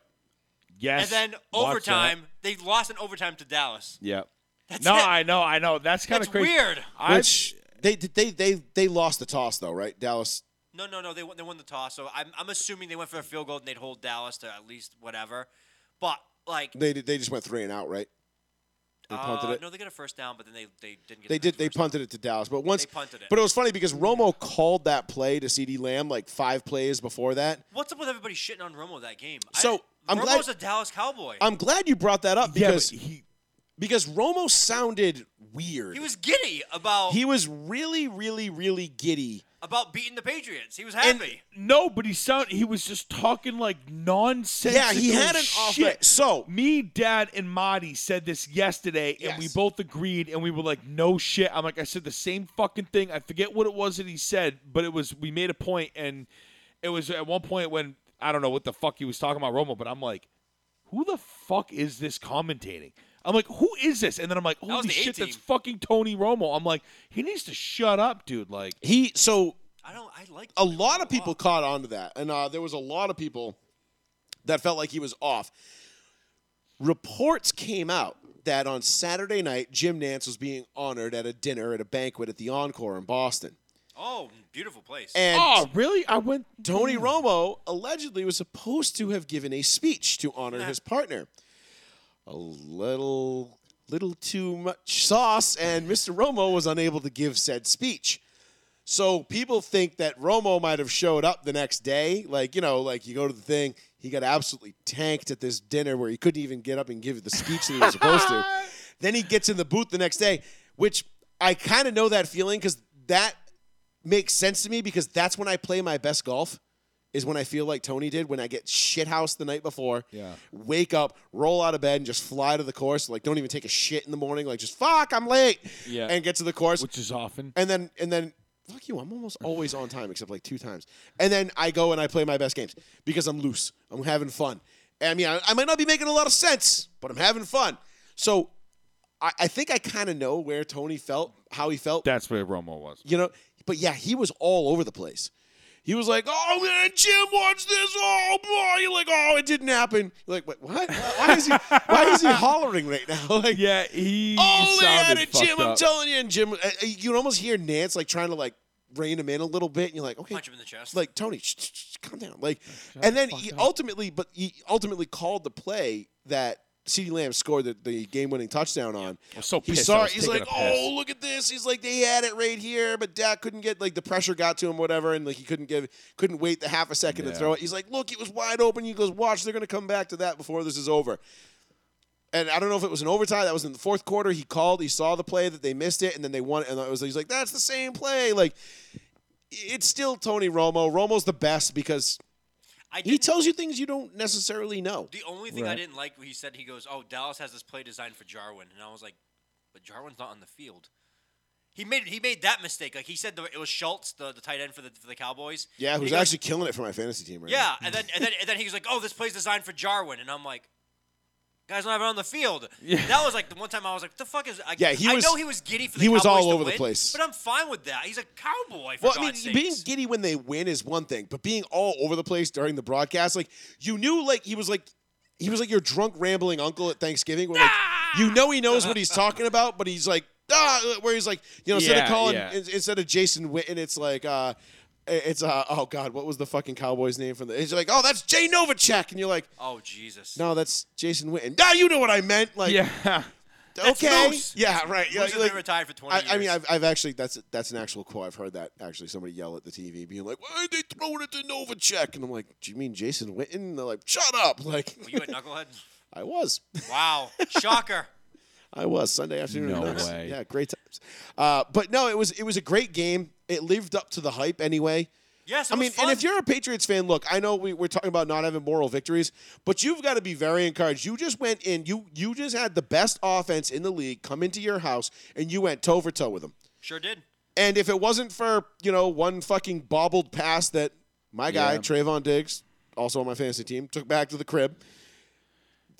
S2: Yes.
S3: And then
S2: Watch
S3: overtime,
S2: that.
S3: they lost in overtime to Dallas.
S2: Yeah.
S3: That's
S2: no,
S3: it.
S2: I know, I know. That's kind
S3: That's
S2: of crazy.
S3: weird.
S2: I,
S1: Which they they they they lost the toss though, right? Dallas.
S3: No, no, no. They won. They won the toss. So I'm, I'm assuming they went for a field goal and they'd hold Dallas to at least whatever. But like,
S1: They they just went three and out, right? They punted
S3: uh,
S1: it.
S3: no, they got a first down, but then they, they didn't get.
S1: They
S3: the
S1: did.
S3: next
S1: They
S3: first down.
S1: punted it to Dallas, but once
S3: They punted it.
S1: But it was funny because Romo called that play to C.D. Lamb like five plays before that.
S3: What's up with everybody shitting on Romo that game?
S1: So,
S3: I,
S1: I'm glad-
S3: Romo's a Dallas Cowboy.
S1: I'm glad you brought that up
S2: yeah,
S1: because
S2: but he,
S1: because Romo sounded weird.
S3: he was giddy about
S1: he was really really really giddy.
S3: about beating the Patriots. He was happy.
S2: no, but he sound he was just talking like nonsense.
S1: Yeah, he had an off
S2: shit.
S1: night. So-
S2: me, Dad, and Marty said this yesterday, and we
S1: Yes.
S2: both agreed, and we were like, "No shit." I'm like, I said the same fucking thing. I forget what it was that he said, but it was we made a point, and it was at one point when I don't know what the fuck he was talking about Romo, but I'm like, who the fuck is this commentating? I'm like, who is this? And then I'm like,
S3: was
S2: holy
S3: the
S2: shit,
S3: A-team.
S2: that's fucking Tony Romo. I'm like, he needs to shut up, dude. Like,
S1: He so
S3: I don't. I like
S1: a
S3: Romo
S1: lot of people
S3: lot.
S1: caught on to that, and uh, there was a lot of people that felt like he was off. Reports came out that on Saturday night, Jim Nance was being honored at a dinner at a banquet at the Encore in Boston,
S3: Oh, beautiful place.
S1: and
S2: oh, really? I went
S1: Tony Romo allegedly was supposed to have given a speech to honor his partner. A little, little too much sauce, and Mr. Romo was unable to give said speech. So people think that Romo might have showed up the next day. Like, you know, like you go to the thing, he got absolutely tanked at this dinner where he couldn't even get up and give the speech that he was supposed to. Then he gets in the booth the next day, which I kind of know that feeling because that makes sense to me because that's when I play my best golf. Is when I feel like Tony did when I get shithoused the night before.
S2: Yeah.
S1: Wake up, roll out of bed, and just fly to the course. Like, don't even take a shit in the morning. Like, just fuck, I'm late.
S2: Yeah.
S1: And get to the course
S2: which is often.
S1: and then and then fuck you i'm almost always on time except like two times and then i go and i play my best games because i'm loose i'm having fun i mean i, I might not be making a lot of sense but i'm having fun so i, I think i kind of know where tony felt how he felt
S2: That's where Romo was.
S1: you know but yeah he was all over the place he was like, "Oh man, Jim, watch this! Oh boy!" You're like, "Oh, it didn't happen." You're like, "Wait, what? Why is he? Why is
S2: *laughs*
S1: he hollering right now?" *laughs* Like,
S2: Yeah, he.
S1: Oh, they had
S2: sounded
S1: it,
S2: fucked
S1: Jim. I'm
S2: up.
S1: telling you. And Jim, uh, uh, you can almost hear Nance like trying to like rein him in a little bit. And you're like, okay,
S3: Punch him in the chest.
S1: Like Tony, sh- sh- sh- calm down. Like, and then he ultimately, but he ultimately called the play that CeeDee Lamb scored the, the game-winning touchdown on.
S2: I'm so
S1: He
S2: pissed. I
S1: saw.
S2: was
S1: it. He's
S2: taking
S1: like,
S2: a piss.
S1: "Oh, look at this!" He's like, "They had it right here, but Dak couldn't get like the pressure got to him, whatever, and like he couldn't give, couldn't wait the half a second to
S2: Yeah.
S1: throw it." He's like, "Look, it was wide open." He goes, "Watch, they're gonna come back to that before this is over." And I don't know if it was an overtime. That was in the fourth quarter. He called. He saw the play that they missed it, and then they won. it, And I was, he's like, "That's the same play." Like, it's still Tony Romo. Romo's the best because
S3: I
S1: he
S3: didn't,
S1: tells you things you don't necessarily know.
S3: the only thing I
S2: Right.
S3: didn't like when he said he goes, "Oh, Dallas has this play designed for Jarwin," and I was like, "But Jarwin's not on the field." He made he made that mistake. Like he said, the, it was Schultz, the, the tight end for the for the Cowboys.
S1: Yeah,
S3: And
S1: who's
S3: he goes,
S1: actually killing it for my fantasy team right
S3: Yeah, and then
S1: *laughs*
S3: and then and then he was like, "Oh, this play's designed for Jarwin," and I'm like, "Guys, not even on the field."
S2: Yeah.
S3: That was like the one time I was like, "The fuck is?" I,
S1: Yeah, he
S3: I
S1: was-
S3: know he was giddy for the
S1: he was
S3: Cowboys
S1: all
S3: to
S1: over the
S3: win,
S1: place.
S3: but I'm fine with that. He's a cowboy. For
S1: Well, I mean,
S3: God's sakes.
S1: being giddy when they win is one thing, but being all over the place during the broadcast, like you knew, like he was like he was like your drunk rambling uncle at Thanksgiving, where like
S2: Ah!
S1: you know he knows what he's talking about, but he's like ah, where he's like you know instead of
S2: Yeah,
S1: calling
S2: yeah.
S1: in- instead of Jason Witten, it's like uh, it's uh oh god, what was the fucking Cowboy's name from the? He's like oh that's Jay Novacek, and you're like
S3: oh Jesus,
S1: no that's Jason Witten. Nah, you know what I meant, like
S2: *laughs* yeah.
S3: That's
S1: okay,
S3: loose.
S1: yeah right, yeah,
S3: Moose has
S1: like-
S3: been retired for 20
S1: I,
S3: years.
S1: I mean, I've, I've actually that's that's an actual quote. I've heard that actually somebody yell at the TV, being like, "Why are they throwing it to Novacek?" And I'm like, "Do you mean Jason Witten?" And they're like, "Shut up!" *laughs* Like,
S3: Were you at Knucklehead?
S1: I was,
S3: Wow, shocker.
S1: I was Sunday afternoon.
S2: No
S1: Knicks.
S2: way.
S1: Yeah, great times. Uh, but no, it was it was a great game. It lived up to the hype anyway.
S3: Yes, it
S1: I
S3: was
S1: mean,
S3: fun.
S1: and if you're a Patriots fan, look, I know we, we're talking about not having moral victories, but you've got to be very encouraged. You just went in, you you just had the best offense in the league come into your house, and you went toe for toe with them.
S3: sure did.
S1: And if it wasn't for, you know, one fucking bobbled pass that my guy,
S2: Yeah.
S1: Trayvon Diggs, also on my fantasy team, took back to the crib,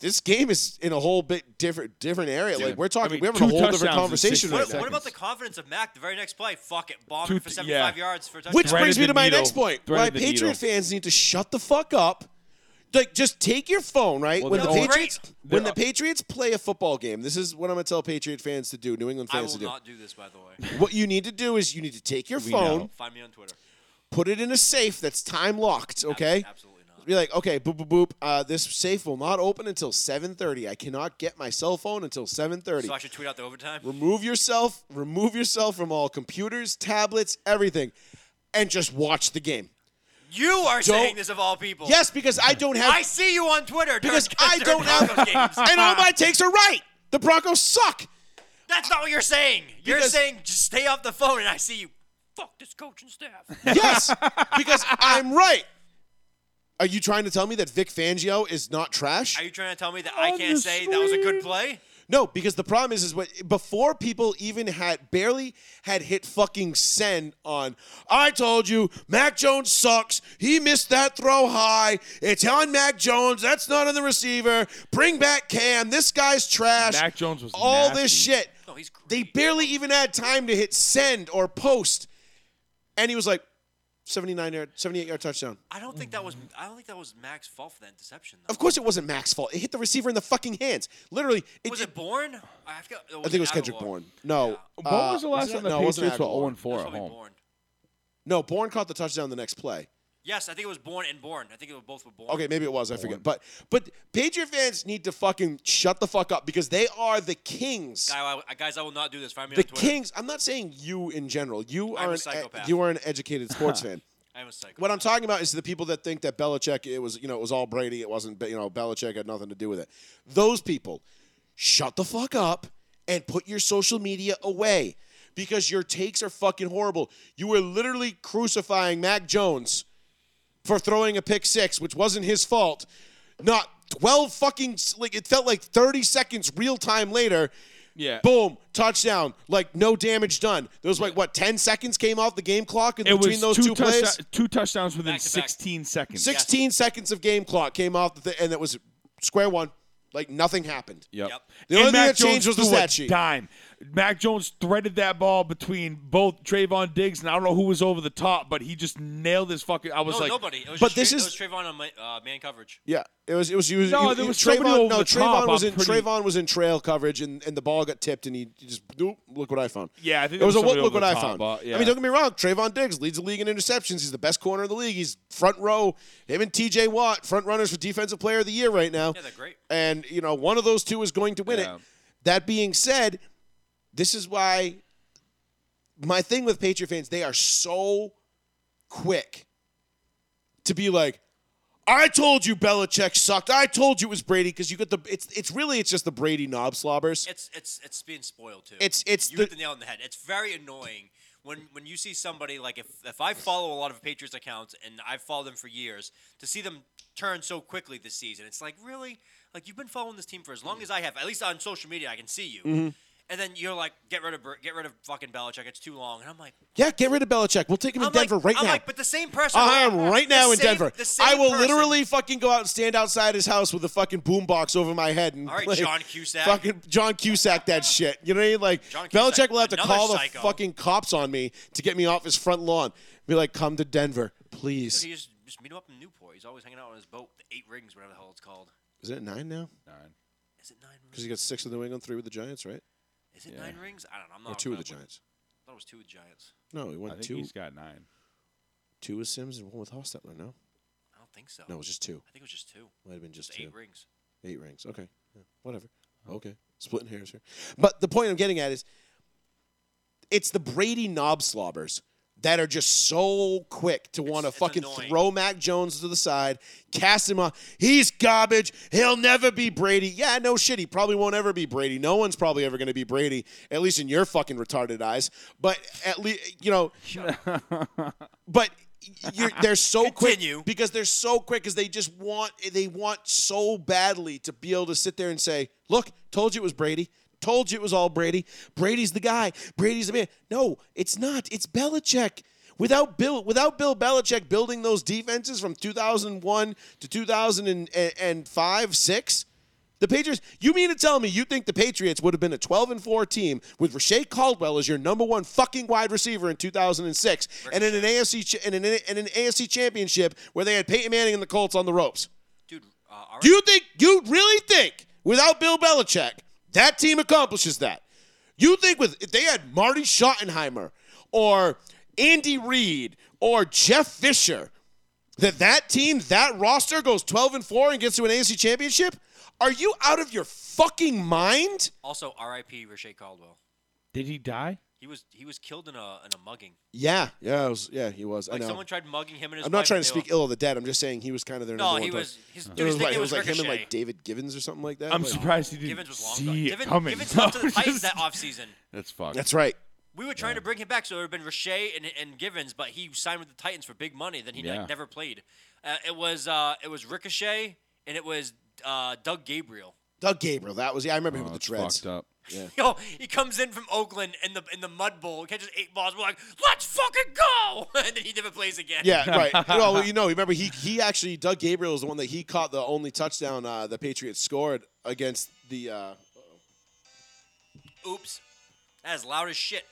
S1: this game is in a whole bit different different area.
S2: Yeah.
S1: Like we're talking,
S2: I mean,
S1: we're having a
S2: two
S1: whole different
S2: touchdowns in
S1: conversation
S2: six
S1: right
S3: What,
S1: now.
S3: what about the confidence of Mac the very next play? Fuck it, bomb
S2: Two
S3: it for
S2: th-
S3: 75
S2: yeah.
S3: yards for a touchdown.
S1: Which
S2: Threaded
S1: brings me
S2: the
S1: to my
S2: needle.
S1: next point.
S2: Threaded
S1: why
S2: the
S1: Patriot
S2: needle.
S1: fans need to shut the fuck up. Like, just take your phone, right?
S2: Well,
S1: when
S2: they're
S1: the
S2: all-
S1: Patriots when
S2: they're
S1: the Patriots play a football game, this is what I'm gonna tell Patriot fans to do, New England
S3: I
S1: fans
S3: will
S1: to do.
S3: not do this, by the way.
S1: What you need to do is you need to take your
S2: We
S1: phone,
S2: know.
S3: Find me on Twitter.
S1: put it in a safe that's time locked, okay?
S3: Absolutely not.
S1: Be like, okay, boop boop boop. Uh, this safe will not open until 7:30. I cannot get my cell phone until 7:30.
S3: So I should tweet out
S1: *laughs*
S3: the overtime.
S1: remove yourself remove yourself from all computers tablets everything and just watch the game
S3: You are saying
S1: Don't-
S3: this of all people.
S1: yes because i don't have
S3: Oh. I see you on Twitter.
S1: because
S3: during,
S1: i
S3: during
S1: don't have
S3: Broncos
S1: *laughs*
S3: games.
S1: and all my takes are right the broncos
S3: *laughs*
S1: suck
S3: That's not what you're saying. You're
S1: Because-
S3: saying just stay off the phone, and I see you. Fuck this coach and staff.
S1: yes because i'm right are you trying to tell me that vic fangio is not trash
S3: Are you trying to tell me that I can't say that was a good play?
S1: No, because the problem is, is what before people even had barely had hit fucking send on. I told you, Mac Jones sucks. He missed that throw high. It's on Mac Jones. That's not on the receiver. Bring back Cam. This guy's trash.
S2: Mac Jones was
S1: all
S2: nasty.
S1: this shit.
S3: No, he's great.
S1: They barely even had time to hit send or post, and he was like, seventy-nine yard, seventy-eight yard touchdown.
S3: I don't think that was. I don't think that was Mac's fault for that deception. Though.
S1: Of course, it wasn't Mac's fault. It hit the receiver in the fucking hands. Literally, it,
S3: was it Bourne? I, forgot, I
S1: I think it was Kendrick Bourne. No.
S2: When
S1: uh,
S2: was the last time
S1: it-
S2: the
S1: no, it wasn't
S2: Patriots were
S1: Aguilar.
S2: 0 4 at home?
S3: Bourne.
S1: No, Bourne caught the touchdown the next play.
S3: Yes, I think it was Bourne and Bourne. I think it was both were Bourne.
S1: Okay, maybe it was. I forget. But but Patriot fans need to fucking shut the fuck up because they are the kings.
S3: Guy, I, guys, I will not do this. Find me
S1: The
S3: on Twitter.
S1: kings. I'm not saying you in general. You
S3: I'm a
S1: are an e-
S3: psychopath.
S1: you are an educated
S2: *laughs*
S1: sports fan.
S3: I am a psycho.
S1: What I'm talking about is the people that think that Belichick it was you know it was all Brady. It wasn't you know Belichick had nothing to do with it. Those people, shut the fuck up and put your social media away because your takes are fucking horrible. You were literally crucifying Mac Jones for throwing a pick six, which wasn't his fault. Not 12 fucking s- like it felt like 30 seconds real time later.
S2: Yeah.
S1: Boom, touchdown. Like no damage done. There was like what 10 seconds came off the game clock in
S2: It
S1: between
S2: was
S1: those two
S2: touchda-
S1: plays.
S2: two touchdowns within
S3: Back to back.
S2: 16 seconds.
S1: 16 seconds of game clock came off the thi- and it was square one. Like nothing happened.
S2: Yep.
S3: Yep.
S1: The only
S2: And
S1: thing
S2: Mac
S1: that changed
S2: Jones
S1: was the
S2: threw a
S1: stat sheet.
S2: Dime. Mac Jones threaded that ball between both Trayvon Diggs and I don't know who was over the top, but he just nailed his fucking. I was
S3: no,
S2: like,
S3: nobody. It was
S1: but
S3: just
S1: this
S3: Tra-
S1: is-
S3: it was Trayvon on my, uh, man coverage.
S1: Yeah, it was. It was. It was
S2: No,
S1: you-
S2: there
S1: you-
S2: was somebody
S1: Trayvon.
S2: over
S1: No,
S2: the
S1: Trayvon
S2: top,
S1: was
S2: I'm
S1: in
S2: pretty-
S1: Trayvon was in trail coverage, and, and the ball got tipped, and he just nope, look what I found.
S2: Yeah, I
S1: it
S2: think there
S1: was,
S2: was
S1: a what,
S2: somebody
S1: look
S2: over
S1: what
S2: the
S1: I
S2: top,
S1: found.
S2: uh,
S1: I
S2: yeah.
S1: mean, don't get me wrong. Trayvon Diggs leads the league in interceptions. He's the best corner of the league. He's front row. Him and T.J. Watt, front runners for defensive player of the year right now.
S3: Yeah, they're great.
S1: And you know, one of those two is going to win
S2: Yeah.
S1: it. That being said, this is why my thing with Patriot fans, they are so quick to be like, I told you Belichick sucked. I told you it was Brady because you get the it's it's really it's just the Brady knob slobbers.
S3: It's it's it's being spoiled too.
S1: It's- it's
S3: you
S1: the-
S3: hit the nail on the head. It's very annoying when when you see somebody like if if I follow a lot of Patriots accounts and I've followed them for years to see them turn so quickly this season. It's like really like you've been following this team for as long as I have. At least on social media, I can see you.
S1: Mm-hmm.
S3: And then you're like, get rid of Bur- get rid of fucking Belichick. It's too long. And I'm like,
S1: Yeah, get rid of Belichick. We'll take him
S3: I'm
S1: in Denver
S3: like,
S1: right
S3: I'm
S1: now.
S3: like, but the same person.
S1: I am right
S3: the
S1: now in
S3: same-
S1: Denver.
S3: the same
S1: I will
S3: person-
S1: literally fucking go out and stand outside his house with a fucking boombox over my head and
S3: All right,
S1: play
S3: John Cusack.
S1: Fucking John Cusack
S3: *laughs*
S1: that shit. You know what I mean? Like
S3: John
S1: Belichick
S3: Cusack,
S1: will have to
S3: another
S1: call the
S3: psycho.
S1: fucking cops on me to get me off his front lawn. Be like, come to Denver, please.
S3: He just, just meet him up in Newport. He's always hanging out on his boat, the Eight Rings, whatever the hell it's called.
S1: Is it nine now?
S3: Is it nine?
S1: Because he got six with New England, three with the Giants, right?
S3: Is it nine rings? I don't know. I'm not.
S1: Or two with the
S3: I'm not-
S1: Giants.
S3: I thought it was two with Giants.
S1: No, he
S2: I
S1: won
S2: think
S1: two.
S2: he's got nine.
S1: Two with Sims and one with Hostetler. No,
S3: I don't think so.
S1: no, it was just two.
S3: I think it was just two.
S1: Might have been just
S3: Just
S1: two.
S3: eight rings.
S1: Eight rings. Okay. Yeah, whatever. Okay. Splitting hairs here. But the point I'm getting at is it's the Brady knob slobbers that are just so quick to want to
S3: it's
S1: fucking
S3: annoying.
S1: throw Mac Jones to the side, cast him off. He's garbage. He'll never be Brady. Yeah, no shit. He probably won't ever be Brady. No one's probably ever going to be Brady, at least in your fucking retarded eyes. But at least, you know, but you're, they're so
S3: Continue.
S1: quick because they're so quick because they just want they want so badly to be able to sit there and say, "Look, told you it was Brady. Told you it was all Brady. Brady's the guy. Brady's the man." No, it's not. It's Belichick. Without Bill, without Bill Belichick building those defenses from 2001 to 2005, six, The Patriots. You mean to tell me you think the Patriots would have been a 12 and 4 team with Rashae Caldwell as your number one fucking wide receiver in 2006, and in an AFC ch- and in an, and an AFC championship where they had Peyton Manning and the Colts on the ropes?
S3: Dude, uh, all
S1: Do you think you really think without Bill Belichick that team accomplishes that? You think with if they had Marty Schottenheimer or Andy Reid or Jeff Fisher that that team that roster goes 12 and 4 and gets to an AFC championship? Are you out of your fucking mind?
S3: Also, R.I.P. Rashay Caldwell.
S2: *laughs* Did he die?
S3: He was he was killed in a in a mugging.
S1: Yeah, yeah, it was, yeah, he was.
S3: Like
S1: I know.
S3: someone tried mugging him and his.
S1: I'm not
S3: wife
S1: trying
S3: and
S1: to
S3: they
S1: speak
S3: all-
S1: ill of the dead. I'm just saying he was kind of their number
S3: No, he
S1: one
S3: was.
S1: target.
S3: His,
S1: It
S3: dude,
S1: was
S3: his
S1: like,
S3: nickname
S1: it
S3: was
S1: was like him and like
S3: Ricochet.
S1: David Givens or something like that.
S2: I'm
S1: Like-
S2: surprised he didn't
S3: Givens was long
S2: see
S3: gone.
S2: it
S3: Givens,
S2: coming.
S3: Givens left
S1: *laughs*
S3: to
S2: *laughs*
S3: the
S2: Just-
S3: Titans that offseason.
S2: That's fucked.
S1: That's right.
S3: We were trying to bring him back, so it would have been Rashay and, and Givens, but he signed with the Titans for big money. Then he like,
S2: Yeah.
S3: never played. Uh, it was uh, it was Ricochet and it was uh, Doug Gabriel.
S1: Doug Gabriel. That was yeah. I remember him with the
S2: Oh,
S1: dreads.
S2: it's fucked up.
S3: *laughs* Yo, he comes in from Oakland in the in the mud bowl, catches eight balls. We're like, let's fucking go! *laughs* And then he never plays again.
S2: *laughs*
S1: Yeah, right. no, you know, remember he he actually Doug Gabriel is the one that he caught the only touchdown uh, the Patriots scored against the. Uh,
S3: Oops. That is loud as shit.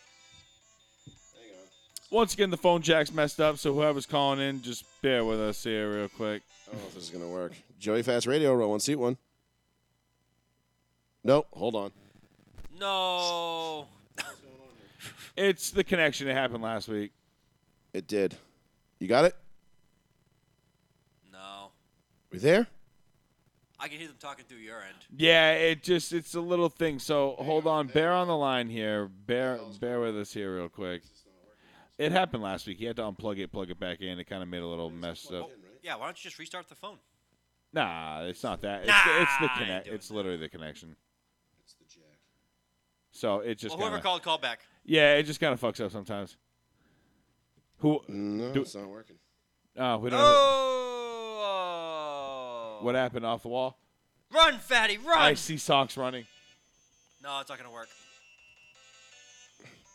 S2: Once again, the phone jack's messed up, so whoever's calling in, just bear with us here real quick.
S1: I don't know if this is gonna work. Joey Fast Radio, roll one, seat one. Nope. Hold on.
S3: No.
S2: It's the connection that happened last week.
S1: It did. You got it.
S3: No.
S1: We there?
S3: I can hear them talking through your end.
S2: Yeah, it just it's a little thing. So hold on, bear on the line here. Bear bear with us here real quick. It happened last week. He had to unplug it, plug it back in. It kind of made a little mess up.
S3: Yeah, why don't you just restart the phone?
S2: Nah, it's not that. It's,
S3: Nah,
S2: it's the
S3: I ain't
S2: connect.
S3: doing
S2: It's literally the connection. So it just
S3: Well, whoever
S2: kinda-
S3: called, call back.
S2: yeah, it just kind of fucks up sometimes. Who?
S3: Mm.
S1: No,
S2: Do-
S1: it's not working.
S2: Oh, we don't. know
S3: Oh.
S2: What happened off the wall?
S3: Run, fatty, run!
S2: I see socks running.
S3: No, it's not gonna work.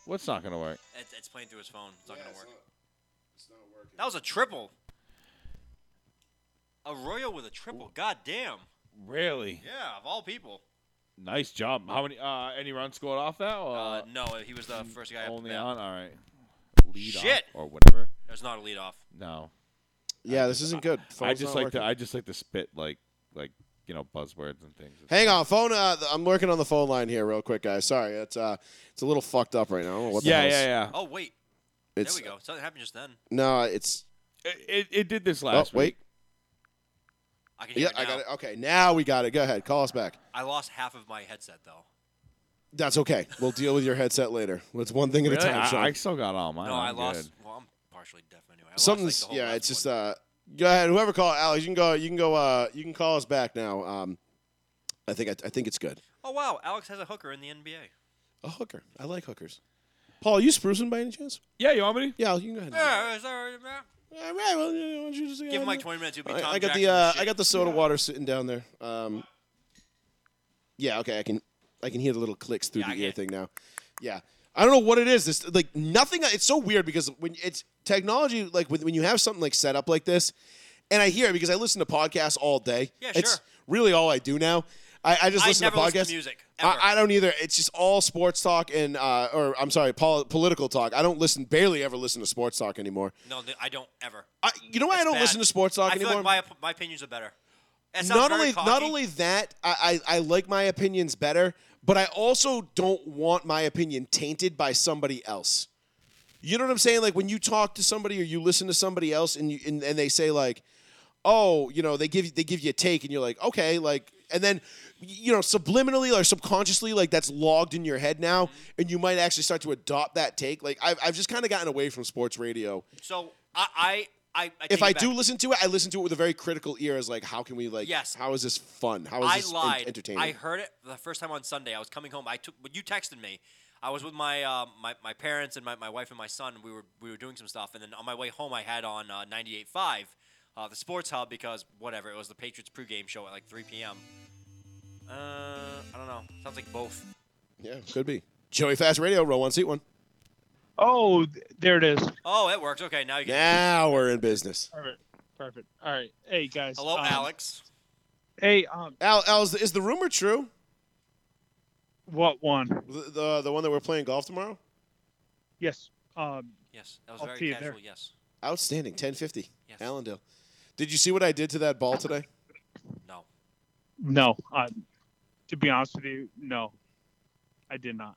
S2: What's not gonna work?
S3: It's, it's playing through his phone. It's not gonna work. That was a triple. Arroyo with a triple. God damn.
S2: Really?
S3: Yeah, of all people.
S2: Nice job. How many? Uh, any runs scored off that? Or
S3: Uh, no, he was the first guy.
S2: only
S3: up
S2: on. All right. Lead off
S3: Shit.
S2: or whatever.
S3: It was not a lead off.
S2: No,
S1: Yeah, this isn't good.
S2: I
S1: Phone's
S2: just
S1: not
S2: like
S1: working.
S2: to. I just like to spit like like you know buzzwords and things.
S1: Hang on, phone. Uh, th- I'm working on the phone line here, real quick, guys. Sorry, it's uh, it's a little fucked up right now. I don't know what the
S2: yeah,
S1: hell's-
S2: yeah, yeah.
S3: Oh wait,
S1: It's,
S3: there we go. Something happened just then.
S1: No, it's.
S2: It, it, it did this
S1: Oh,
S2: last
S1: wait.
S2: week.
S3: I can hear
S1: Yeah,
S3: it
S1: I
S3: now.
S1: got it. Okay, now we got it. Go ahead, call us back.
S3: I lost half of my headset though.
S1: That's okay. We'll deal with your headset later. It's one thing at
S2: Really?
S1: a time,
S2: I,
S1: Sean.
S2: I still got all mine.
S3: No,
S2: I'm
S3: I lost.
S2: good.
S3: Well, I'm partially deaf anyway. I lost, like, the
S1: Something's
S3: whole
S1: yeah.
S3: left
S1: It's just
S3: one.
S1: uh. Go ahead, whoever called Alex. You can go. You can go. Uh, you can call us back now. Um, I think I, I think it's good.
S3: oh wow, Alex has a hooker in the NBA.
S1: A hooker. I like hookers. Paul, are you sprucing by any chance?
S2: Yeah, you want me? to-
S1: Yeah, you can go ahead.
S3: Yeah, is that right, man?
S1: All right. Well, yeah, why don't you just
S3: Give him like 20 minutes. He'll be Tom
S1: I, I got
S3: Jackson
S1: the uh,
S3: shit.
S1: I got the soda water sitting down there. Um, yeah, okay, I can I can hear the little clicks through
S3: Yeah, I
S1: the ear
S3: get it.
S1: thing now. Yeah, I don't know what it is. This like nothing. It's so weird because when it's technology, like when, when you have something like set up like this, and I hear it because I listen to podcasts all day.
S3: Yeah,
S1: It's
S3: sure.
S1: really all I do now. I, I just
S3: I
S1: listen to
S3: never
S1: podcasts.
S3: listen to music, ever.
S1: I, I don't either. It's just all sports talk and uh, or I'm sorry, pol- political talk. I don't listen, barely ever listen to sports talk anymore.
S3: No, th- I don't ever.
S1: I, you know why I
S3: It's
S1: don't
S3: bad.
S1: listen to sports talk
S3: I
S1: anymore?
S3: feel like my, op- my opinions are better. That sounds
S1: not
S3: very
S1: only not
S3: cocky.
S1: only that, I, I I like my opinions better, but I also don't want my opinion tainted by somebody else. You know what I'm saying? Like when you talk to somebody or you listen to somebody else, and you and, and they say like, "Oh, you know," they give you they give you a take, and you're like, "Okay," like, and then you know subliminally or subconsciously, like that's logged in your head now, and you might actually start to adopt that take. Like I've I've just kind of gotten away from sports radio.
S3: So I I I, I take
S1: If
S3: it
S1: I
S3: back.
S1: do listen to it, I listen to it with a very critical ear. As like, how can we like?
S3: Yes.
S1: How is this fun? How is
S3: I
S1: this en-
S3: lied.
S1: entertaining?
S3: I heard it the first time on Sunday. I was coming home. I took when you texted me. I was with my uh, my, my parents and my, my wife and my son. We were we were doing some stuff, and then on my way home, I had on uh, 98.5, uh, the Sports Hub, because whatever it was, the Patriots pregame show at like 3 p.m. Uh, I don't know. Sounds like both.
S1: Yeah, could be. Joey Fast Radio, roll one, seat one.
S4: Oh, th- there it is.
S3: Oh, it works. Okay, now you can.
S1: Now we're in business.
S4: Perfect. Perfect. All right. Hey guys.
S3: Hello,
S4: um,
S3: Alex.
S4: Hey, um,
S1: Al, Al is, the, is the rumor true?
S4: what one?
S1: The, the the one that we're playing golf tomorrow?
S4: Yes. Um,
S3: Yes, that was
S4: I'll see
S3: very
S4: you
S3: casual.
S4: there.
S3: Yes.
S1: Outstanding. 1050.
S3: Yes.
S1: Allendale. Did you see what I did to that ball today?
S3: No.
S4: no. Um, to be honest with you, no, I did not.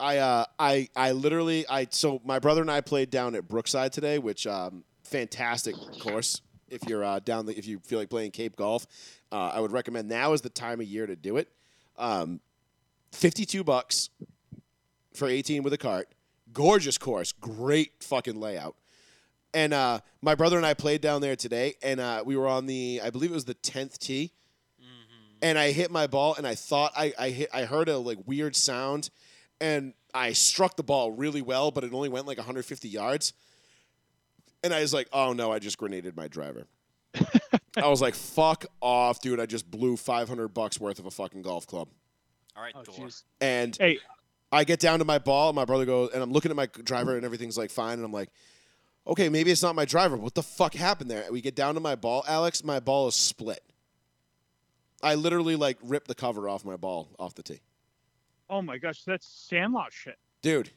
S1: I uh, I I literally I so my brother and I played down at Brookside today, which um, fantastic course. If you're uh, down, the, if you feel like playing Cape Golf, uh, I would recommend now is the time of year to do it. Um, Fifty-two bucks for eighteen with a cart. Gorgeous course, great fucking layout. And uh, my brother and I played down there today, and uh, we were on the I believe it was the tenth tee, and I hit my ball, and I thought I I hit I heard a like weird sound and I struck the ball really well, but it only went like 150 yards. And I was like, oh no, I just grenaded my driver. I was like, fuck off, dude. I just blew 500 bucks worth of a fucking golf club.
S3: All right,
S4: Oh,
S3: door.
S4: jeez.
S1: And
S4: Hey,
S1: I get down to my ball, and my brother goes, and I'm looking at my driver, and everything's like fine, and I'm like, okay, maybe it's not my driver. What the fuck happened there? We get down to my ball, Alex. My ball is split. I literally like ripped the cover off my ball off the tee,
S4: oh my gosh, that's Sandlot shit.
S1: dude.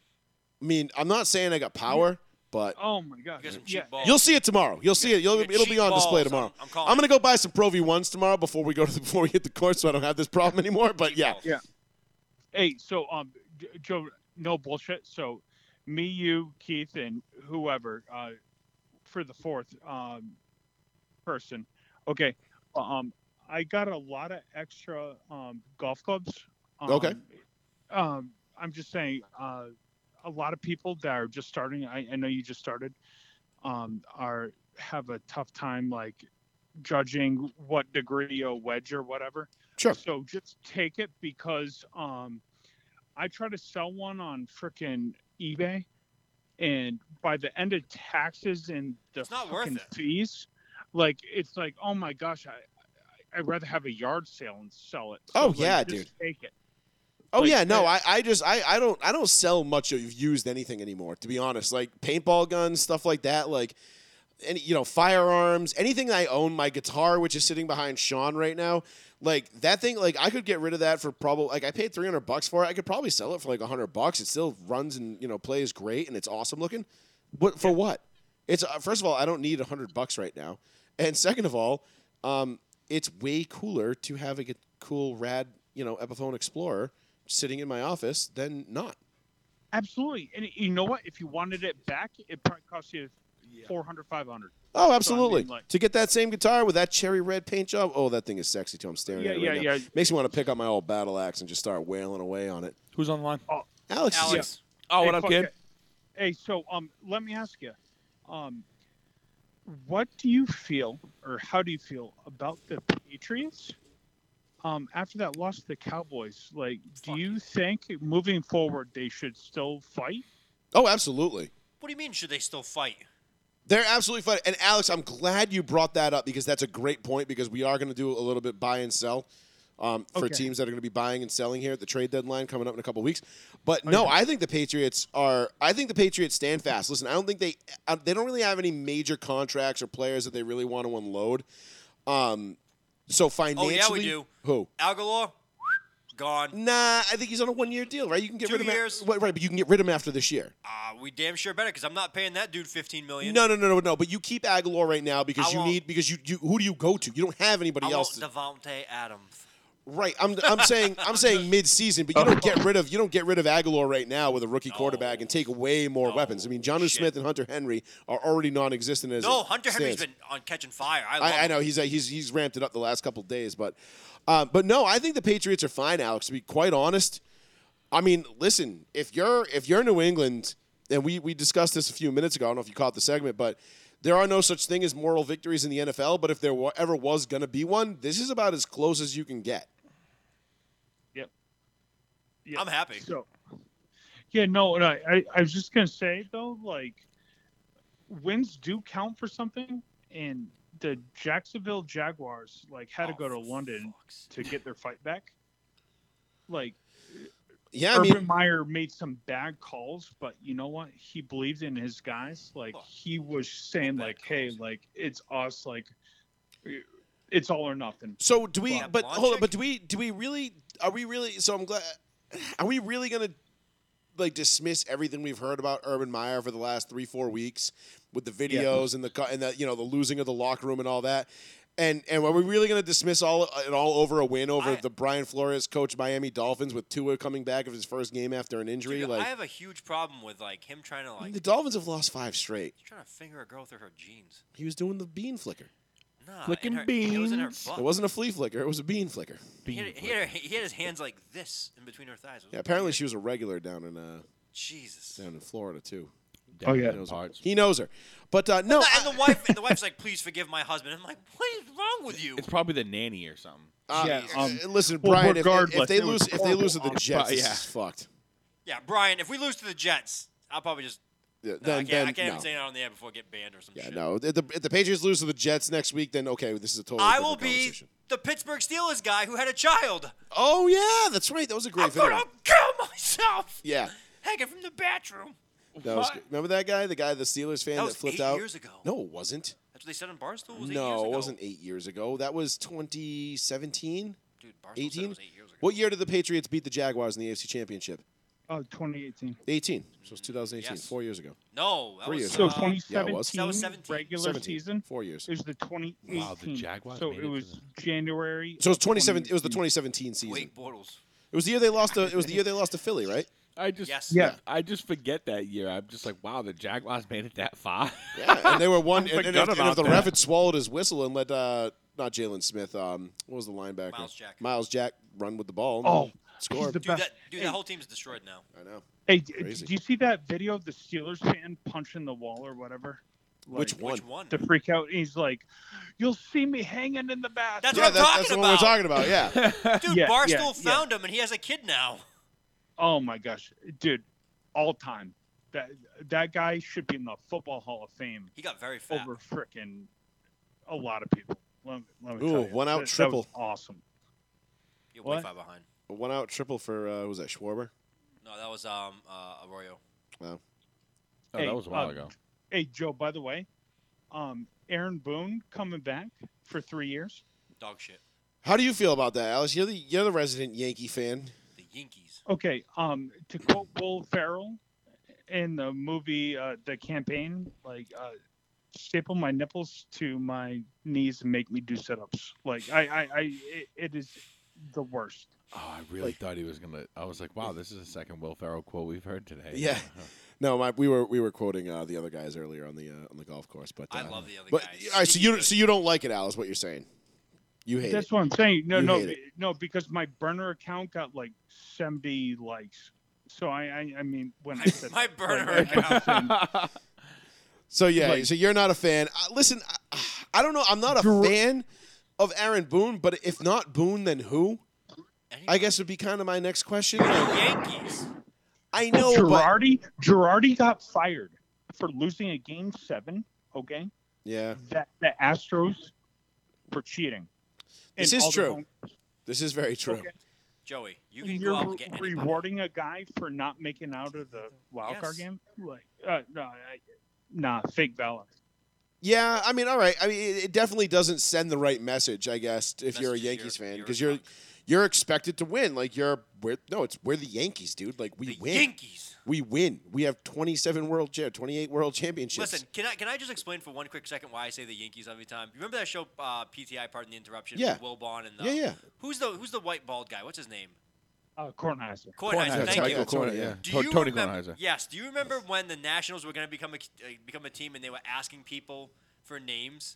S1: I mean, I'm not saying I got power, but
S4: Oh my gosh.
S3: You got some cheap
S4: yeah.
S3: balls.
S1: You'll see it tomorrow. You'll see it. You'll,
S3: You're
S1: it'll be
S3: cheap
S1: on display
S3: balls.
S1: tomorrow.
S3: I'm- I'm
S1: I'm,
S3: calling
S1: gonna go buy some Pro V ones tomorrow before we go to the, *laughs* before we hit the court, so I don't have this problem anymore. But
S3: Oh,
S1: yeah,
S4: Yeah. Hey, so um, J- Joe, no bullshit. So, me, you, Keith, and whoever uh, for the fourth um, person. Okay. Um, I got a lot of extra um, golf clubs. Um,
S1: Okay.
S4: Um, I'm just saying, uh, a lot of people that are just starting. I, I know you just started. Um, are have a tough time like judging what degree or wedge or whatever.
S1: sure.
S4: So just take it because um, I try to sell one on frickin' eBay, and by the end of taxes and the
S3: It's not worth
S4: fucking
S3: it.
S4: fees, like it's like, oh my gosh, I I- I'd rather have a yard sale and sell it.
S1: Oh,
S4: like,
S1: yeah,
S4: just Take it.
S1: Oh
S4: Like,
S1: yeah, no,
S4: uh,
S1: I, I just I, I don't I don't sell much of used anything anymore. To be honest, like paintball guns, stuff like that, like any you know firearms, anything I own. My guitar, which is sitting behind Sean right now, like that thing, like I could get rid of that for probably like I paid three hundred bucks for it. I could probably sell it for like hundred bucks. It still runs and you know plays great and it's awesome looking. What for what? It's uh, first of all, I don't need hundred bucks right now, and second of all, um, it's way cooler to have a g- cool rad you know Epiphone Explorer sitting in my office than not.
S4: Absolutely, and you know what? If you wanted it back, it probably cost you four hundred, five hundred.
S1: Oh, absolutely!
S4: like-
S1: to get that same guitar with that cherry red paint job, oh, that thing is sexy too. I'm staring
S4: Yeah,
S1: at it
S4: yeah,
S1: right now.
S4: yeah.
S1: Makes me want to pick up my old battle axe and just start wailing away on it.
S2: Who's on the line?
S1: Alex, is-
S3: Alex.
S2: Oh,
S4: Hey,
S2: what up,
S4: fuck
S2: kid?
S4: it. Hey, so um, let me ask you, um, what do you feel, or how do you feel about the Patriots? Um, after that loss to the Cowboys, like, do
S3: Fuck.
S4: you think moving forward they should still fight?
S1: oh, absolutely.
S3: What do you mean? Should they still fight?
S1: They're absolutely fun. And Alex, I'm glad you brought that up because that's a great point because we are going to do a little bit buy and sell um, for
S4: Okay.
S1: teams that are going to be buying and selling here at the trade deadline coming up in a couple weeks. But no, I think the Patriots are. I think the Patriots stand fast. Listen, I don't think they uh, they don't really have any major contracts or players that they really want to unload. Um, so financially,
S3: do.
S1: Who?
S3: Algalore, gone.
S1: Nah, I think he's on a one year deal, right? You can get
S3: Two
S1: rid of
S3: years.
S1: him. Right, right, but you can get rid of him after this year.
S3: Uh, we damn sure better because I'm not paying that dude 15 million.
S1: No, no, no, no, no. But you keep Aguilar right now because
S3: I
S1: you
S3: won't.
S1: need because you, you who do you go to? You don't have anybody
S3: I want
S1: else. to-
S3: Devontae Adams.
S1: right. I'm, I'm
S3: *laughs*
S1: saying I'm saying mid season, but you don't get rid of you don't get rid of Aguilar right now with a rookie quarterback and take away more weapons. I mean, John
S3: Shit.
S1: Smith and Hunter Henry are already non-existent as
S3: No,
S1: it
S3: Hunter Henry's
S1: stands.
S3: been on catching fire. I, love
S1: I, I
S3: him.
S1: know he's uh, he's he's ramped it up the last couple days, but um, but no, I think the Patriots are fine, Alex. To be quite honest, I mean, listen, if you're if you're New England, and we we discussed this a few minutes ago. I don't know if you caught the segment, but there are no such thing as moral victories in the NFL. But if there wa- ever was going to be one, this is about as close as you can get.
S4: Yeah.
S3: I'm happy.
S4: So, yeah, no, and I, I, I was just gonna say though, like, wins do count for something, and the Jacksonville Jaguars like had to
S3: Oh,
S4: go to
S3: for
S4: London
S3: fuck's
S4: to get their fight back. Like.
S1: Yeah, I
S4: Urban
S1: mean,
S4: Meyer made some bad calls, but you know what? He believed in his guys. Like
S3: Well,
S4: he was saying,
S3: bad
S4: like, "Hey,
S3: calls.
S4: like it's us. Like it's all or nothing.
S1: So do we?
S3: Well,
S1: but
S3: lawn
S1: hold on.
S3: chick?
S1: But do we? Do we really? Are we really? So I'm glad. Are we really gonna like dismiss everything we've heard about Urban Meyer for the last three, four weeks with the videos and the co- and the you know the losing of the locker room and all that? And and are we really gonna dismiss all it all over a win over
S3: I-
S1: the Brian Flores coached Miami Dolphins with Tua coming back of his first game after an injury?
S3: Dude,
S1: like
S3: I have a huge problem with like him trying to like
S1: the Dolphins have lost five straight.
S3: trying to finger a girl through her jeans.
S1: He was doing the bean flicker.
S3: Nah,
S2: Flicking
S3: in her, It was in her
S2: beans.
S3: butt.
S1: It wasn't a flea flicker. It was a bean flicker.
S3: He had, he, had, he had his hands like this in between her thighs. It was
S1: Yeah, apparently she was a regular down in uh,
S3: Jesus.
S1: down in Florida too.
S4: Oh, yeah.
S1: knows her.
S2: Parts.
S1: He knows her. But uh,
S3: *laughs*
S1: no,
S3: and
S1: I-
S3: the wife, and the wife's like, "Please forgive my husband." I'm like, "What is wrong with you?"
S2: It's probably the nanny or something.
S1: uh,
S4: Yeah, um,
S1: uh, listen,
S4: well,
S1: Brian. If, if- if
S4: regardless,
S1: they
S4: it was
S1: lose, if they lose to the
S4: horrible.
S1: Jets,
S2: But,
S1: this
S2: yeah.
S1: is fucked.
S3: Yeah, Brian, if we lose to the Jets, I'll probably just.
S1: Yeah,
S3: no, I
S1: then,
S3: can't,
S1: then
S3: I can't
S1: no.
S3: even say that on the air before I get banned or some
S1: yeah,
S3: shit.
S1: no. If the, if the Patriots lose to the Jets next week, then okay, this is a total.
S3: I will be the Pittsburgh Steelers guy who had a child.
S1: Oh yeah, that's right. That was a great
S3: I'm
S1: video.
S3: gonna kill myself.
S1: Yeah,
S3: Hanging from the bathroom.
S1: that was
S2: What?
S1: good. remember that guy, the guy, the Steelers fan
S3: That
S1: that,
S3: was
S1: flipped
S3: eight
S1: out.
S3: years ago.
S1: No, it wasn't.
S3: That's what they said on Barstool. It was eight years
S1: no,
S3: ago.
S1: it wasn't eight years ago. That was 2017,
S3: Dude, Barstool said it
S1: 18.
S3: was eight years ago.
S1: What year did the Patriots beat the Jaguars in the AFC Championship?
S4: Uh, 2018.
S1: 18. So it's 2018.
S3: Yes.
S1: Four years ago.
S3: No, that
S1: Three
S3: was
S1: years
S4: So
S1: ago.
S3: uh,
S4: 2017
S1: was.
S3: That was 17.
S4: regular
S1: 17.
S4: season
S1: Four years.
S4: is the 2018.
S2: Wow, the Jaguars
S4: So
S2: made it
S4: it
S2: to
S4: was January.
S1: So it was
S4: of
S1: 2017. It was the
S4: 2018.
S1: 2017 season.
S3: Wake Bortles.
S1: It was the year they lost. To, it was the year they lost to Philly, right?
S2: I just
S3: Yes.
S4: Yeah.
S2: I just forget that year. I'm just like, wow, the Jaguars made it that far. *laughs*
S1: Yeah, and they were one. and, and,
S2: forgot
S1: if, and if
S2: about
S1: the
S2: that.
S1: ref had swallowed his whistle and let uh, not Jalen Smith, um, what was the linebacker?
S3: Miles Jack.
S1: Miles Jack run with the ball. and
S4: Oh,
S1: score.
S4: he's the
S3: Dude,
S4: best.
S3: that, dude,
S4: Hey.
S3: that whole team's destroyed now.
S1: I know.
S4: Hey, d-
S1: Crazy.
S4: do you see that video of the Steelers fan punching the wall or whatever? Like,
S1: Which one?
S3: Which one?
S4: To freak out, he's like, "You'll see me hanging in the bathroom."
S3: That's
S1: yeah,
S3: what I'm
S1: that- that's the
S3: talking
S1: one we're
S3: about.
S1: talking about. *laughs*
S2: Oh,
S1: Yeah,
S3: Dude,
S4: Yeah,
S3: Barstool
S4: yeah, yeah.
S3: found him, and he has a kid now.
S4: Oh my gosh, dude, all time. That that guy should be in the Football Hall of Fame
S3: He got very fat.
S4: over frickin' a lot of people. Let me, let me
S1: Ooh,
S4: tell you.
S1: one out
S4: That- that was
S1: triple.
S4: awesome.
S3: You're
S4: What?
S3: way far behind.
S1: one out triple for uh, who was that Schwarber?
S3: No, that was um uh, Arroyo.
S2: oh,
S4: Hey,
S2: that was a while
S4: uh,
S2: ago.
S4: Hey Joe, by the way, um, Aaron Boone coming back for three years.
S3: Dog shit.
S1: How do you feel about that, Alice? You're the you're the resident Yankee fan.
S3: The Yankees.
S4: Okay, um, to quote Will Ferrell in the movie uh, The Campaign, like uh, staple my nipples to my knees and make me do sit-ups. Like I, I, I it, it is the worst.
S2: Oh, I really thought he was gonna. I was like, wow, this is the second Will Ferrell quote we've heard today. *laughs*
S1: Yeah. No, my, we were we were quoting uh, the other guys earlier on the uh, on the golf course, but uh,
S3: I love the other
S1: But
S3: guys.
S1: all right, so you so you don't like it, Alice? What you're saying? You hate
S4: That's
S1: it.
S4: what I'm saying. No,
S1: You
S4: no,
S1: hate
S4: be- no, because my burner account got like 70 likes. So I, I, I mean, when I said
S3: *laughs* My
S4: that,
S3: burner
S4: like, I'm
S3: account.
S1: *laughs*
S4: saying,
S1: So yeah,
S4: Like-
S1: so you're not a fan. Uh, listen, I, I don't know. I'm not a
S4: Dr-
S1: fan of Aaron Boone, but if not Boone, then who? I guess would be kind of my next question. Like,
S3: Yankees.
S1: I know, but
S4: Girardi, Girardi got fired for losing a game seven. Okay,
S1: yeah,
S4: that the Astros for cheating. And
S1: This is
S4: all the
S1: true.
S4: home-
S1: this is very true.
S4: Okay.
S3: Joey, you can go
S4: You're
S3: out and get anybody.
S4: rewarding a guy for not making out of the wild card
S3: Yes.
S4: game. Like, uh, no, I, nah, fake valor.
S1: Yeah, I mean, all right. I mean, it, it definitely doesn't send the right message, I guess, if you're a
S3: Message,
S1: Yankees fan, because
S3: a
S1: you're
S3: drunk.
S1: you're expected to win. Like you're, we're, no, it's we're the Yankees, dude. Like we
S3: the
S1: win,
S3: Yankees.
S1: we win. We have 27 world, cha- 28 world championships.
S3: Listen, can I can I just explain for one quick second why I say the Yankees every time? You remember that show uh, PTI? Pardon the interruption.
S1: Yeah.
S3: With Will Bond and the,
S1: yeah, yeah.
S3: Who's the who's the white bald guy? What's his name?
S4: Uh, Kornheiser.
S3: Kornheiser.
S2: Kornheiser,
S3: Thank
S1: Michael
S3: you.
S1: Kornheiser, yeah.
S3: Do
S2: To-
S3: you
S2: Tony
S3: remember,
S2: Kornheiser.
S3: Yes. Do you remember when the Nationals were going to become a uh, become a team and they were asking people for names?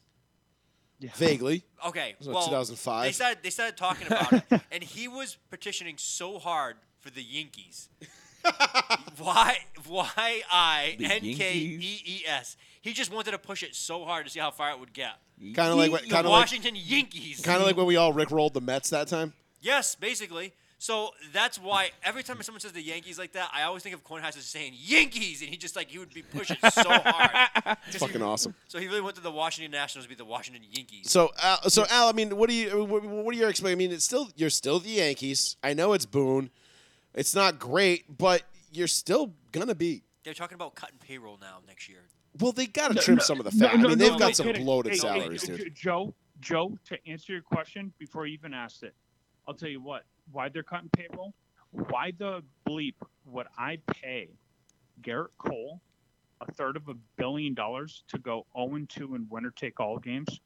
S4: Yeah.
S1: Vaguely,
S3: Okay.
S1: was about
S3: Well,
S1: 2005.
S3: they started they started talking about
S1: *laughs*
S3: it, and he was petitioning so hard for the Yankees. *laughs* Why? Why I
S2: The
S3: N K E
S2: Yankees?
S3: E S? He just wanted to push it so hard to see how far it would get.
S1: kind of like what,
S3: The
S1: kind of like
S3: Washington Yankees.
S1: kind of like when we all rickrolled the Mets that time.
S3: Yes, basically. So that's why every time someone says the Yankees like that, I always think of Kornheiser saying Yankees, and he just like he would be pushing so
S1: *laughs*
S3: hard.
S1: It's fucking awesome.
S3: So he really went to the Washington Nationals to be the Washington Yankees.
S1: So, Al, so Al, I mean, what do you, what, what are your expectations? I mean, it's still, you're still the Yankees. I know it's Boone. It's not great, but you're still gonna be.
S3: They're talking about cutting payroll now next year.
S1: Well, they gotta trim some of the fat. I mean, they've got some
S4: kidding.
S1: bloated
S4: Hey, hey,
S1: salaries,
S4: J-
S1: dude.
S4: Joe, Joe, to answer your question before you even asked it, I'll tell you what, why they're cutting payroll, why the bleep would I pay Garrett Cole a third of a billion dollars to go 0 and 2 in winner take all games?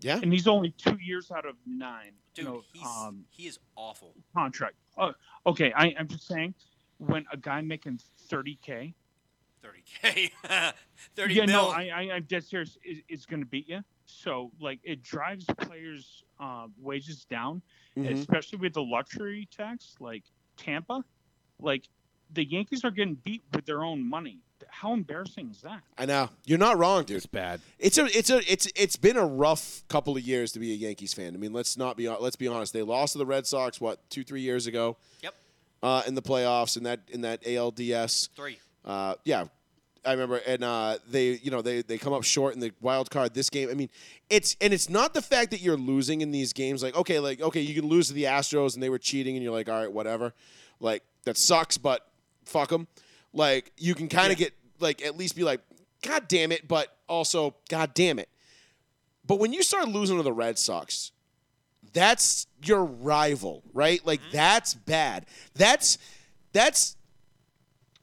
S1: Yeah.
S4: And he's only two years out of nine.
S3: Dude,
S4: you know,
S3: he's,
S4: um,
S3: he is awful.
S4: contract. Oh, okay, I, I'm just saying, when a guy making 30k,
S3: *laughs* 30K. 30
S4: yeah,
S3: mil.
S4: no, I, I, I'm dead serious. Is, is going to beat you. So like, it drives players' uh, wages down,
S1: Mhm.
S4: especially with the luxury tax. Like Tampa, like the Yankees are getting beat with their own money. How embarrassing is that?
S1: I know you're not wrong, dude.
S2: It's bad.
S1: It's a it's a it's it's been a rough couple of years to be a Yankees fan. I mean, let's not be let's be honest. They lost to the Red Sox what two three years ago.
S3: Yep.
S1: Uh, in the playoffs, in that in that ALDS.
S3: Three.
S1: Uh, yeah, I remember. And uh, they, you know, they they come up short in the wild card this game. I mean, it's and it's not the fact that you're losing in these games. Like, okay, like okay, you can lose to the Astros and they were cheating, and you're like, all right, whatever. Like that sucks, but fuck them. Like you can kind of get like at least be like, god damn it, but also god damn it. But when you start losing to the Red Sox, that's your rival, right? Like that's bad. That's that's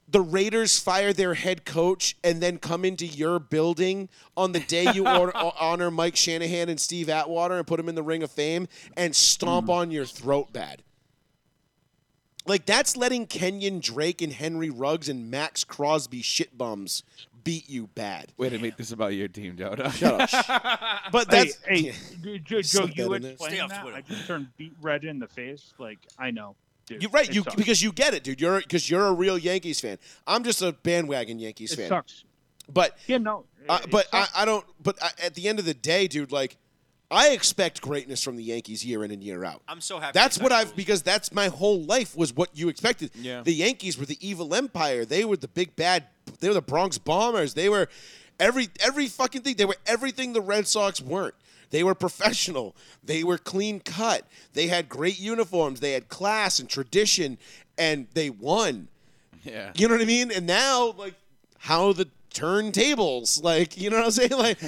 S1: the Raiders fire their head coach and then come into your building on the day you or- honor Mike Shanahan and Steve Atwater and put them in the Ring of Fame and stomp on your throat bad. Like that's letting Kenyon Drake and Henry Ruggs and Max Crosby shit bums beat you bad.
S2: Way to make this about your team, Dota.
S1: Shut up. but
S4: Hey,
S1: that's *laughs*
S4: hey, Joe, Joe,
S1: Slip that
S4: you
S1: in there.
S3: Stay
S4: explain
S3: off
S4: that.
S3: Twitter.
S4: I just turned beat red in the face. Like I know. Dude,
S1: You're right.
S4: It
S1: You
S4: sucks.
S1: because you get it, dude. You're because you're a real Yankees fan. I'm just a bandwagon Yankees
S4: it
S1: fan.
S4: sucks.
S1: But
S4: Yeah, no.
S1: uh,
S4: it- it
S1: but I,
S4: sucks.
S1: I don't. But I, at the end of the day, dude, like I expect greatness from the Yankees year in and year out.
S3: I'm so happy.
S1: That's
S3: it's
S1: what
S3: not
S1: I've
S3: cool.
S1: because that's my whole life was what you expected.
S2: Yeah.
S1: The Yankees were the evil empire. They were the big bad. They were the Bronx Bombers. They were every every fucking thing. They were everything the Red Sox weren't. They were professional. They were clean cut. They had great uniforms. They had class and tradition, and they won.
S2: *laughs* Yeah.
S1: You know what I mean? And now, like, how the turntables, like, you know what I'm saying? Like,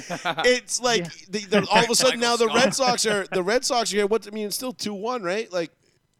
S1: it's like the, the, all of a sudden now the
S3: Michael
S1: Red Sox are the Red Sox are here. What I mean, it's still two one, right? Like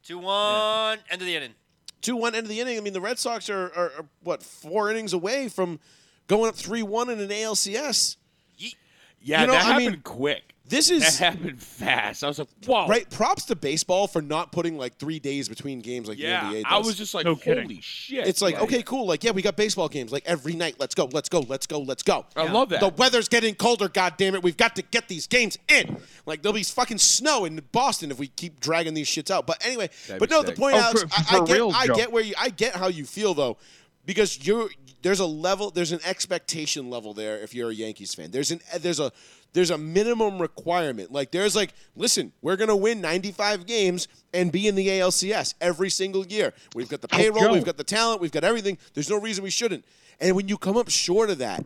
S3: 2 1. End of the inning.
S1: two one end of the inning. I mean, the Red Sox are, are, are what four innings away from going up three one in an ALCS.
S3: Yeet.
S2: Yeah,
S1: You know,
S2: that
S1: I
S2: happened
S1: mean,
S2: quick.
S1: This
S2: That
S1: is
S2: happened fast. I was like, whoa.
S1: right. Props to baseball for not putting like three days between games like
S2: Yeah.
S1: the NBA does.
S2: I was just like,
S4: No
S2: holy
S4: kidding.
S2: shit.
S1: it's like okay, cool. Like yeah, we got baseball games like every night. Let's go, let's go, let's go, let's go.
S2: I love that.
S1: The weather's getting colder, goddammit. We've got to get these games in. Like there'll be fucking snow in Boston if we keep dragging these shits out. But anyway,
S2: That'd
S1: but
S2: be
S1: no, the
S2: sick.
S1: point
S4: Oh,
S1: Alex,
S4: for-
S1: I, I
S4: for
S1: get
S4: real,
S1: I
S4: Joe.
S1: get where you I get how you feel though, because you're there's a level there's an expectation level there if you're a Yankees fan. There's an there's a there's a minimum requirement. Like there's like, listen, we're gonna win 95 games and be in the ALCS every single year. We've got the payroll,
S4: Joe.
S1: we've got the talent, we've got everything. There's no reason we shouldn't. And when you come up short of that,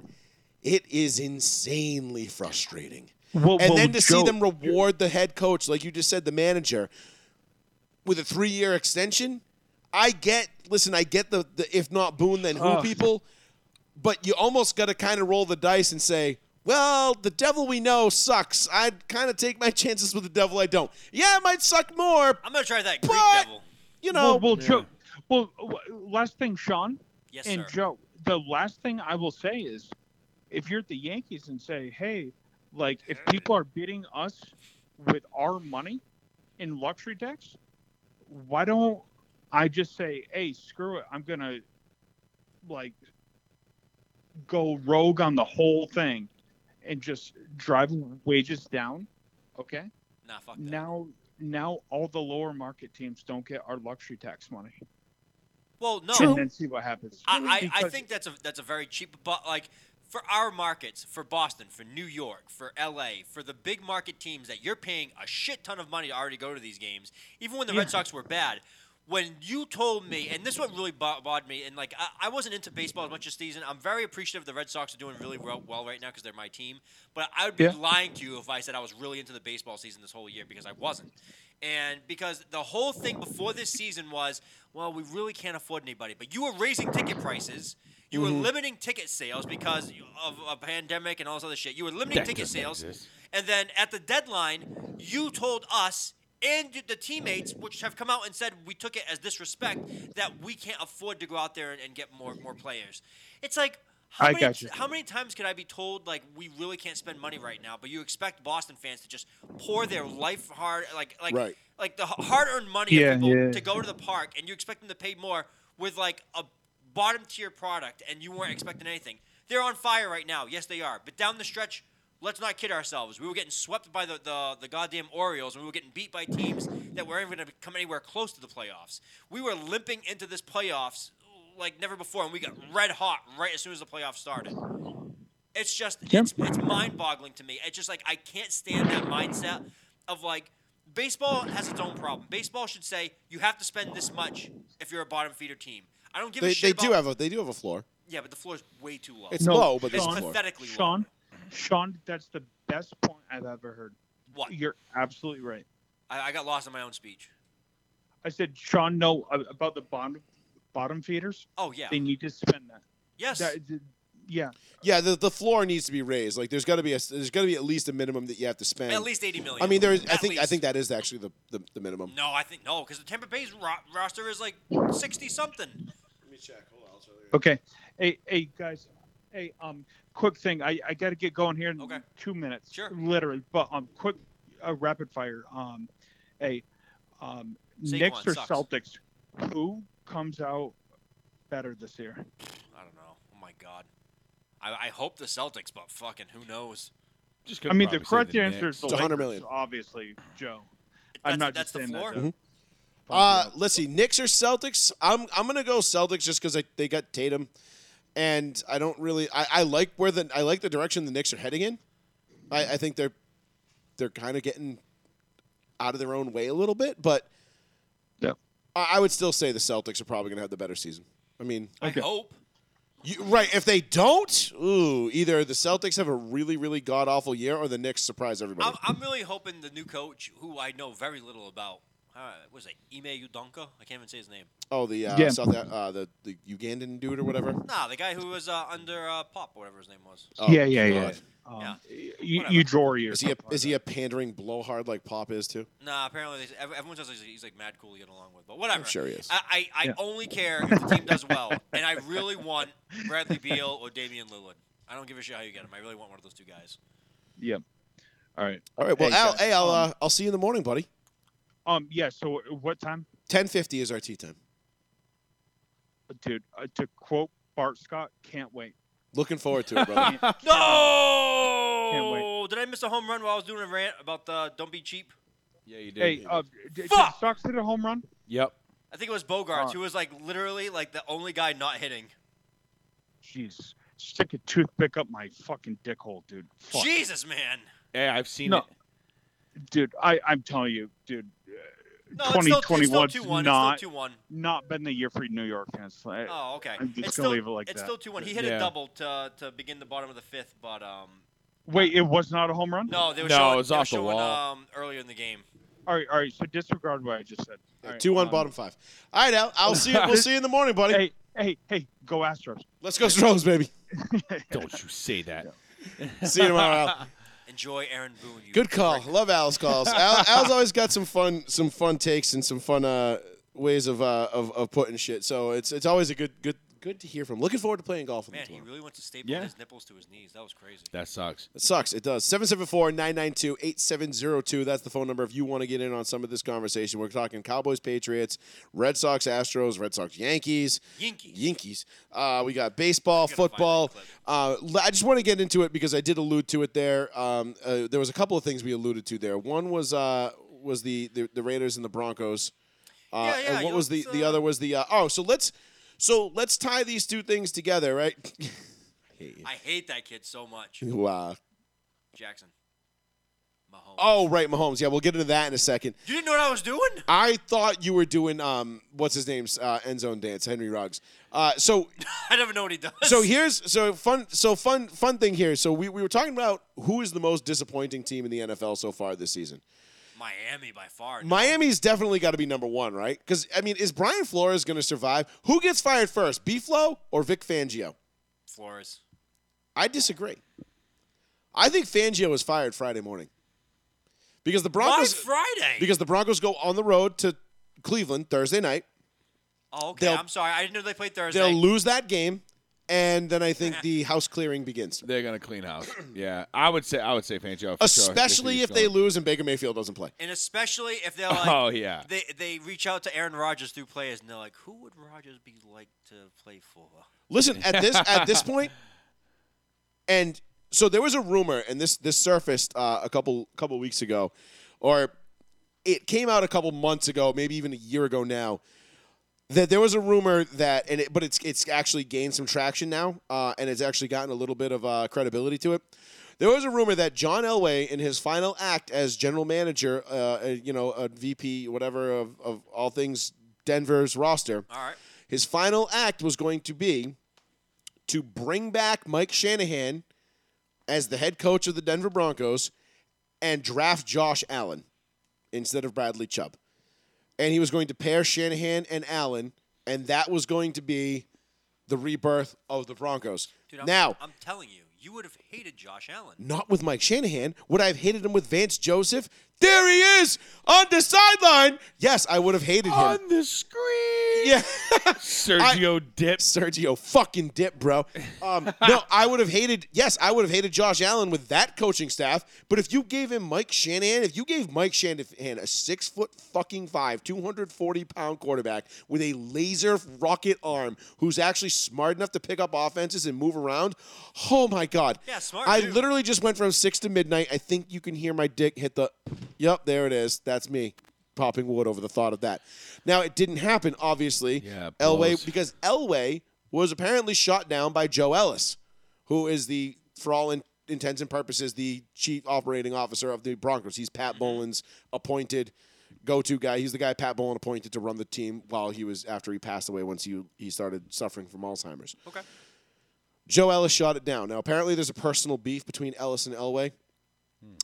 S1: it is insanely frustrating.
S4: Well,
S1: and
S4: well,
S1: then to see
S4: Joe,
S1: them reward the head coach, like you just said, the manager, with a three year extension, I get, listen, I get the, the if not Boone, then who
S4: Ugh.
S1: people, but you almost got to kind of roll the dice and say, well, the devil we know sucks. I'd kind of take my *laughs* chances with the devil I don't. Yeah, it might suck more,
S3: I'm going to try that Greek
S1: But-
S3: devil.
S1: you know.
S4: Well, well, Joe. Well, w- last thing, Sean.
S3: Yes,
S4: and
S3: sir.
S4: Joe, the last thing I will say is, if you're at the Yankees and say, "Hey, like if people are bidding us with our money in luxury decks, why don't I just say, "Hey, screw it, I'm gonna like go rogue on the whole thing and just drive wages down." Okay,
S3: nah, fuck that.
S4: now now all the lower market teams don't get our luxury tax money,
S3: Well, no.
S4: and then see what happens.
S3: I, I, I
S4: Because-
S3: think that's a that's a very cheap, but like for our markets, for Boston, for New York, for L.A., for the big market teams that you're paying a shit ton of money to already go to these games, even when the Red Sox were bad. When you told me, and this one really bo- bothered me, and like I, I wasn't into baseball as much this season. I'm very appreciative the Red Sox are doing really well, well right now because they're my team. But I would be
S4: Yeah.
S3: lying to you if I said I was really into the baseball season this whole year because I wasn't. And because the whole thing before this season was, well, we really can't afford anybody. But you were raising ticket prices. You
S2: Mm-hmm.
S3: were limiting ticket sales because you- of a pandemic and all this other shit. You were limiting
S2: That
S3: ticket
S2: doesn't
S3: sales,
S2: exist.
S3: and then at the deadline, you told us and the teammates, which have come out and said we took it as disrespect, that we can't afford to go out there and, and get more more players. It's like. How
S4: I
S3: many,
S4: got you.
S3: how many times can I be told like we really can't spend money right now, but you expect Boston fans to just pour their life hard like like
S1: Right.
S3: like the hard earned money of
S4: Yeah,
S3: people
S4: yeah.
S3: to go to the park and you expect them to pay more with like a bottom tier product and you weren't expecting anything. They're on fire right now. Yes, they are. But down the stretch, let's not kid ourselves. We were getting swept by the, the, the goddamn Orioles and we were getting beat by teams that weren't even going to come anywhere close to the playoffs. We were limping into this playoffs like never before and we got red hot right as soon as the playoffs started. It's just it's, it's mind boggling to me. It's just like I can't stand that mindset of like baseball has its own problem. Baseball should say you have to spend this much if you're a bottom feeder team. I don't give
S1: They,
S3: a
S1: they
S3: shit.
S1: do
S3: about-
S1: have a they do have a floor.
S3: yeah, but the floor is way too low.
S1: It's
S4: No,
S1: low, but
S3: it's
S1: there's
S4: Sean-
S1: a floor.
S3: pathetically
S4: Sean, Sean, that's the best point I've ever heard.
S3: low. What?
S4: You're absolutely right.
S3: I, I got lost in my own speech.
S4: I said, Sean, no, a- about the bottom bottom feeders.
S3: Oh yeah.
S4: They need to spend that.
S3: yes.
S4: that yeah,
S1: Yeah, the, the floor needs to be raised. Like there's got to be a there's got to be at least a minimum that you have to spend.
S3: at least eighty million.
S1: I mean, there is. I
S3: At
S1: think I
S3: least.
S1: think that is actually the the, the minimum.
S3: No, I think no, because the Tampa Bay's ro- roster is like sixty something.
S1: Let me check. Hold on.
S4: Okay. Hey, hey, guys. Hey, um, quick thing. I, I got to get going here in
S3: Okay.
S4: two minutes.
S3: Sure.
S4: Literally, but um, quick, uh, rapid fire. Um, hey, um,
S3: Saquon
S4: Knicks or
S3: sucks.
S4: Celtics? Who comes out better this year?
S3: I don't know. Oh my god. I, I hope the Celtics, but fucking who knows?
S2: Just
S4: I
S2: gonna
S4: mean, the
S2: probably say
S4: correct
S2: the
S4: answer
S2: Knicks.
S4: is the
S1: It's 100
S4: Lakers,
S1: million. Mm-hmm.
S4: obviously, Joe.
S3: That's,
S4: I'm not
S3: that's
S4: just
S3: the
S4: saying
S3: floor.
S4: That, Joe.
S1: Uh, let's see. Knicks or Celtics? I'm I'm gonna go Celtics just because they got Tatum, and I don't really I, I like where the I like the direction the Knicks are heading in. I, I think they're they're kind of getting out of their own way a little bit, but
S4: Yeah.
S1: I, I would still say the Celtics are probably gonna have the better season. I mean,
S4: Okay.
S3: I hope.
S1: you, right? If they don't, ooh, either the Celtics have a really really god awful year, or the Knicks surprise everybody.
S3: I'm, I'm really hoping the new coach, who I know very little about, uh, was it Ime Udonka? I can't even say his name.
S1: Oh, the uh,
S4: Yeah.
S1: South uh, the the Ugandan dude or whatever.
S3: Nah, the guy who was uh, under uh, Pop, whatever his name was.
S1: Oh,
S4: yeah, yeah, yeah.
S1: God.
S4: Um,
S3: Yeah.
S4: You,
S3: Whatever.
S4: you draw your.
S1: Is he a, is he a pandering blowhard like Pop is too?
S3: Nah, apparently they, ev- everyone says he's, he's like mad cool to get along with, but whatever.
S1: I'm sure he is.
S3: I, I, I
S4: Yeah.
S3: only care if the team does well, and I really want Bradley Beal or Damian Lillard. I don't give a shit how you get him. I really want one of those two guys.
S4: Yep. All right.
S1: All right. Well,
S4: Hey,
S1: Al,
S4: guys,
S1: hey, I'll
S4: um,
S1: uh, I'll see you in the morning, buddy.
S4: Um. Yeah. So what time?
S1: Ten fifty is our tea time.
S4: dude. Uh, to quote Bart Scott, can't
S3: *laughs*
S4: wait.
S1: Looking forward to it,
S4: *laughs*
S1: brother.
S3: No! Did I miss a home run while I was doing a rant about the don't be cheap?
S2: Yeah, you did.
S4: Hey, uh, d- did
S3: Fuck!
S4: Sox hit a home run?
S2: yep.
S3: I think it was Bogarts,
S4: Uh.
S3: who was like literally like the only guy not hitting.
S4: Jeez, stick a toothpick up my fucking dick hole, dude. Fuck.
S3: Jesus, man.
S2: Hey, I've seen
S4: No.
S2: it.
S4: Dude, I I'm telling you, dude. uh,
S3: No, it's still, it's still
S4: 2021's
S3: 2 1.
S4: not-
S3: It's still 2 1.
S4: Not been the year for New York fans. Uh, I-
S3: Oh, okay.
S4: I'm just
S3: it's
S4: gonna
S3: still,
S4: leave it like
S3: it's
S4: that.
S3: still 2 1. He hit
S2: Yeah.
S3: a double to, to begin the bottom of the fifth, but um,
S4: Wait, it was not a home run.
S3: no, they were
S2: No,
S3: showing,
S2: it was
S3: they were
S2: off the
S3: showing
S2: wall.
S3: Um, earlier in the game.
S4: All right, all right. So disregard what I just said. All right,
S1: Two one,
S4: um,
S1: bottom five. All right, Al. I'll see you. We'll see you in the morning, buddy.
S4: Hey, hey, hey, go Astros.
S1: Let's go Stros, baby.
S2: Don't you say that.
S1: See you tomorrow.
S4: *laughs*
S1: Al.
S3: Enjoy Aaron Boone. You
S1: Good call.
S3: prick.
S1: Love Al's calls.
S4: *laughs*
S1: Al, Al's always got some fun some fun takes and some fun uh, ways of, uh, of of putting shit. So it's it's always a good good good to hear from. Looking forward to playing golf with
S3: Man,
S1: him
S3: he
S1: tomorrow.
S3: really wants to staple
S2: Yeah.
S3: his nipples to his knees. That was crazy.
S2: That sucks.
S1: It sucks. It does. 774 992 8702. That's the phone number if you want to get in on some of this conversation. We're talking Cowboys, Patriots, Red Sox, Astros, Red Sox, Yankees,
S3: Yankees.
S1: Yankees. Uh, we got baseball,
S3: gotta find that
S1: football.
S3: clip.
S1: Uh, l- I just want to get into it because I did allude to it there. Um, uh, there was a couple of things we alluded to there. One was uh, was the, the the Raiders and the Broncos. Uh,
S3: Yeah, yeah,
S1: and what
S3: you-
S1: was the
S3: it's,
S1: the
S3: uh,
S1: other was the uh, oh so let's so let's tie these two things together right *laughs*
S3: I hate that kid so much.
S1: wow
S3: Jackson. Mahomes.
S1: oh right Mahomes yeah we'll get into that in a second
S3: You didn't know what I was doing? *laughs*
S1: I thought you were doing um what's his name's uh, end zone dance, Henry Ruggs. Uh, so
S3: I never know what he does.
S1: so here's so fun so fun fun thing here. So we, we were talking about who is the most disappointing team in the NFL so far this season.
S3: Miami by far. dude.
S1: Miami's definitely got to be number one, right? Because I mean, is Brian Flores going to survive? Who gets fired first, Flo or Vic Fangio?
S3: Flores.
S1: I disagree. I think Fangio was fired Friday morning because the
S3: Why
S1: Broncos
S3: Friday?
S1: because the Broncos go on the road to Cleveland Thursday night.
S3: oh, okay.
S1: they'll-
S3: I'm sorry. I didn't know they played Thursday.
S1: They'll lose that game, and then I think the house clearing begins.
S2: They're gonna clean house. *clears throat* Yeah, I would say I would say Fangio, for sure,
S1: Especially
S2: he's
S1: if they
S2: going.
S1: lose and Baker Mayfield doesn't play.
S3: and especially if they're like,
S2: Oh yeah,
S3: they they reach out to Aaron Rodgers through players, and they're like, who would Rodgers be like to play for?
S1: Listen, at this at this point, and so there was a rumor, and this this surfaced uh, a couple couple weeks ago, or it came out a couple months ago, maybe even a year ago now, that there was a rumor that, and it, but it's it's actually gained some traction now, uh, and it's actually gotten a little bit of uh, credibility to it. There was a rumor that John Elway, in his final act as general manager, uh, uh, you know, a VP, whatever of, of all things Denver's roster,
S3: All right.
S1: his final act was going to be to bring back Mike Shanahan as the head coach of the Denver Broncos and draft Josh Allen instead of Bradley Chubb. And he was going to pair Shanahan and Allen, and that was going to be the rebirth of the Broncos.
S3: Dude, I'm,
S1: now,
S3: I'm telling you, you would have hated Josh Allen.
S1: not with Mike Shanahan. Would I have hated him with Vance Joseph? There he is on the sideline. Yes, I would have hated him.
S2: on the screen.
S1: Yeah.
S2: Sergio dips.
S1: Sergio fucking dip, bro. Um, no, I would have hated. Yes, I would have hated Josh Allen with that coaching staff. But if you gave him Mike Shanahan, if you gave Mike Shanahan a six foot fucking five, two hundred forty pound quarterback with a laser rocket arm, who's actually smart enough to pick up offenses and move around, oh my god.
S3: Yeah, smart
S1: I
S3: dude.
S1: literally just went from six to midnight. I think you can hear my dick hit the. Yep, there it is. That's me. Popping wood over the thought of that. Now it didn't happen, obviously.
S2: Yeah,
S1: Elway
S2: blows.
S1: because Elway was apparently shot down by Joe Ellis, who is the, for all in, intents and purposes, the chief operating officer of the Broncos. He's Pat
S2: Mm-hmm.
S1: Bolin's appointed go-to guy. He's the guy Pat Bolin appointed to run the team while he was after he passed away once he he started suffering from Alzheimer's.
S3: Okay.
S1: Joe Ellis shot it down. Now apparently there's a personal beef between Ellis and Elway.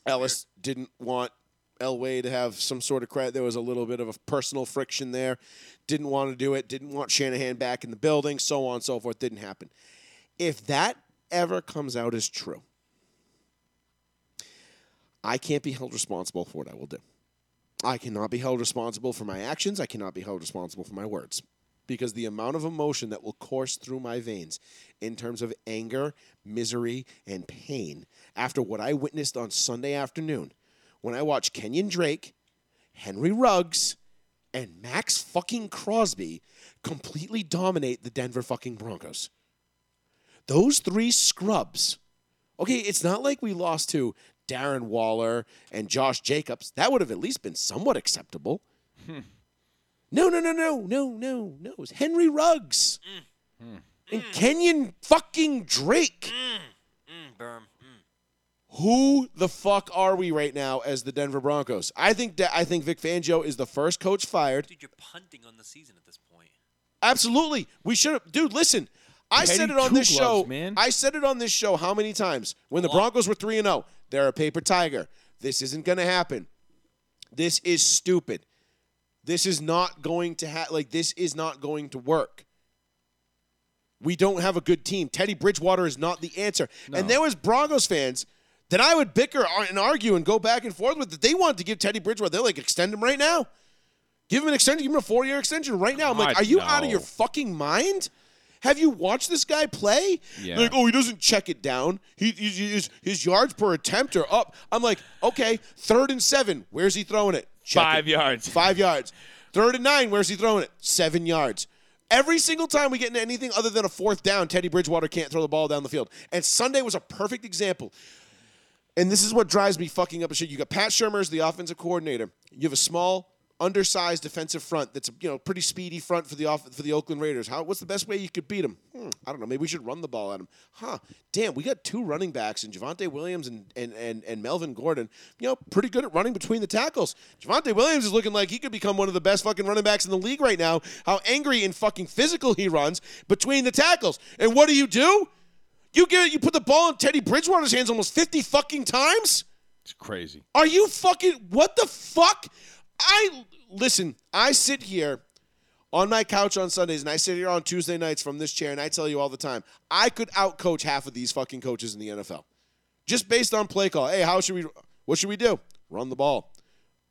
S1: Ellis didn't want Elway to have some sort of credit. There was a little bit of a personal friction there. Didn't want to do it. Didn't want Shanahan back in the building. So on and so forth. Didn't happen. If that ever comes out as true, I can't be held responsible for what I will do. I cannot be held responsible for my actions. I cannot be held responsible for my words. Because the amount of emotion that will course through my veins in terms of anger, misery, and pain after what I witnessed on Sunday afternoon when I watched Kenyon Drake, Henry Ruggs, and Max fucking Crosby completely dominate the Denver fucking Broncos. Those three scrubs. Okay, it's not like we lost to Darren Waller and Josh Jacobs. That would have at least been somewhat acceptable. No, no, no, no, no, no, no. It was Henry Ruggs and Kenyon fucking Drake.
S3: Mm, Berm. Mm.
S1: Who the fuck are we right now as the Denver Broncos? I think that I think Vic Fangio is the first coach fired.
S3: Dude, you're punting on the season at this point.
S1: Absolutely. We should have dude, listen. I
S2: Petty
S1: said it on
S2: two
S1: this
S2: gloves,
S1: show.
S2: man.
S1: I said it on this show how many times? When the
S3: lot.
S1: Broncos were 3 and 0, they're a paper tiger. This isn't going to happen. This is stupid. This is not going to ha- like this is not going to work. We don't have a good team. Teddy Bridgewater is not the answer. And there was Broncos fans that I would bicker ar- and argue and go back and forth with that they wanted to give Teddy Bridgewater. They're like, extend him right now. Give him an extension. Give him a four-year extension right now. I'm like,
S2: God,
S1: are you out of
S2: no.
S1: your fucking mind? Have you watched this guy play?
S2: Yeah.
S1: Like, oh, he doesn't check it down. He, he's, he's- his yards per attempt are up. I'm like, okay, third and seven. Where's he throwing it? Check
S2: Five
S1: it.
S2: yards.
S1: Five yards. Third and nine. Where's he throwing it? Seven yards. Every single time we get into anything other than a fourth down, Teddy Bridgewater can't throw the ball down the field. And Sunday was a perfect example. And this is what drives me fucking up a shit. You got Pat Shermer as the offensive coordinator. You have a small, undersized defensive front that's a you know pretty speedy front for the off- for the Oakland Raiders. How what's the best way you could beat them? Hmm, I don't know. Maybe we should run the ball at them. Huh? Damn, we got two running backs and Javante Williams and and and, and Melvin Gordon. You know, pretty good at running between the tackles. Javante Williams is looking like he could become one of the best fucking running backs in the league right now. How angry and fucking physical he runs between the tackles. And what do you do? You get you put the ball in Teddy Bridgewater's hands almost 50 fucking times?
S2: It's crazy.
S1: Are you fucking what the fuck? I listen, I sit here on my couch on Sundays and I sit here on Tuesday nights from this chair and I tell you all the time, I could outcoach half of these fucking coaches in the NFL. Just based on play call. Hey, how should we what should we do? Run the ball.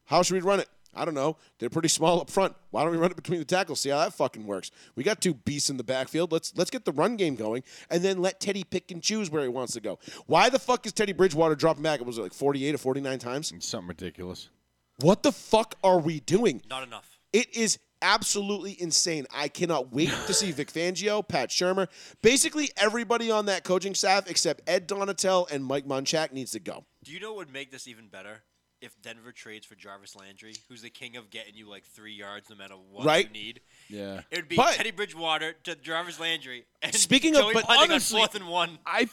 S1: How should we run it? I don't know. They're pretty small up front. Why don't we run it between the tackles? See how that fucking works. We got two beasts in the backfield. Let's let's get the run game going, and then let Teddy pick and choose where he wants to go. Why the fuck is Teddy Bridgewater dropping back? It was like forty-eight or forty-nine times.
S2: It's something ridiculous.
S1: What the fuck are we doing?
S3: Not enough.
S1: It is absolutely insane. I cannot wait to see Vic Fangio, Pat Shermer, basically everybody on that coaching staff except Ed Donatel and Mike Munchak needs to go.
S3: Do you know what would make this even better? If Denver trades for Jarvis Landry, who's the king of getting you like three yards no matter what
S1: Right.
S3: you need,
S2: Yeah.
S3: it would be
S1: But-
S3: Teddy Bridgewater to Jarvis Landry. And
S1: Speaking of-
S3: Joey
S1: but
S3: Pundit on
S2: honestly-
S3: fourth and one.
S2: I,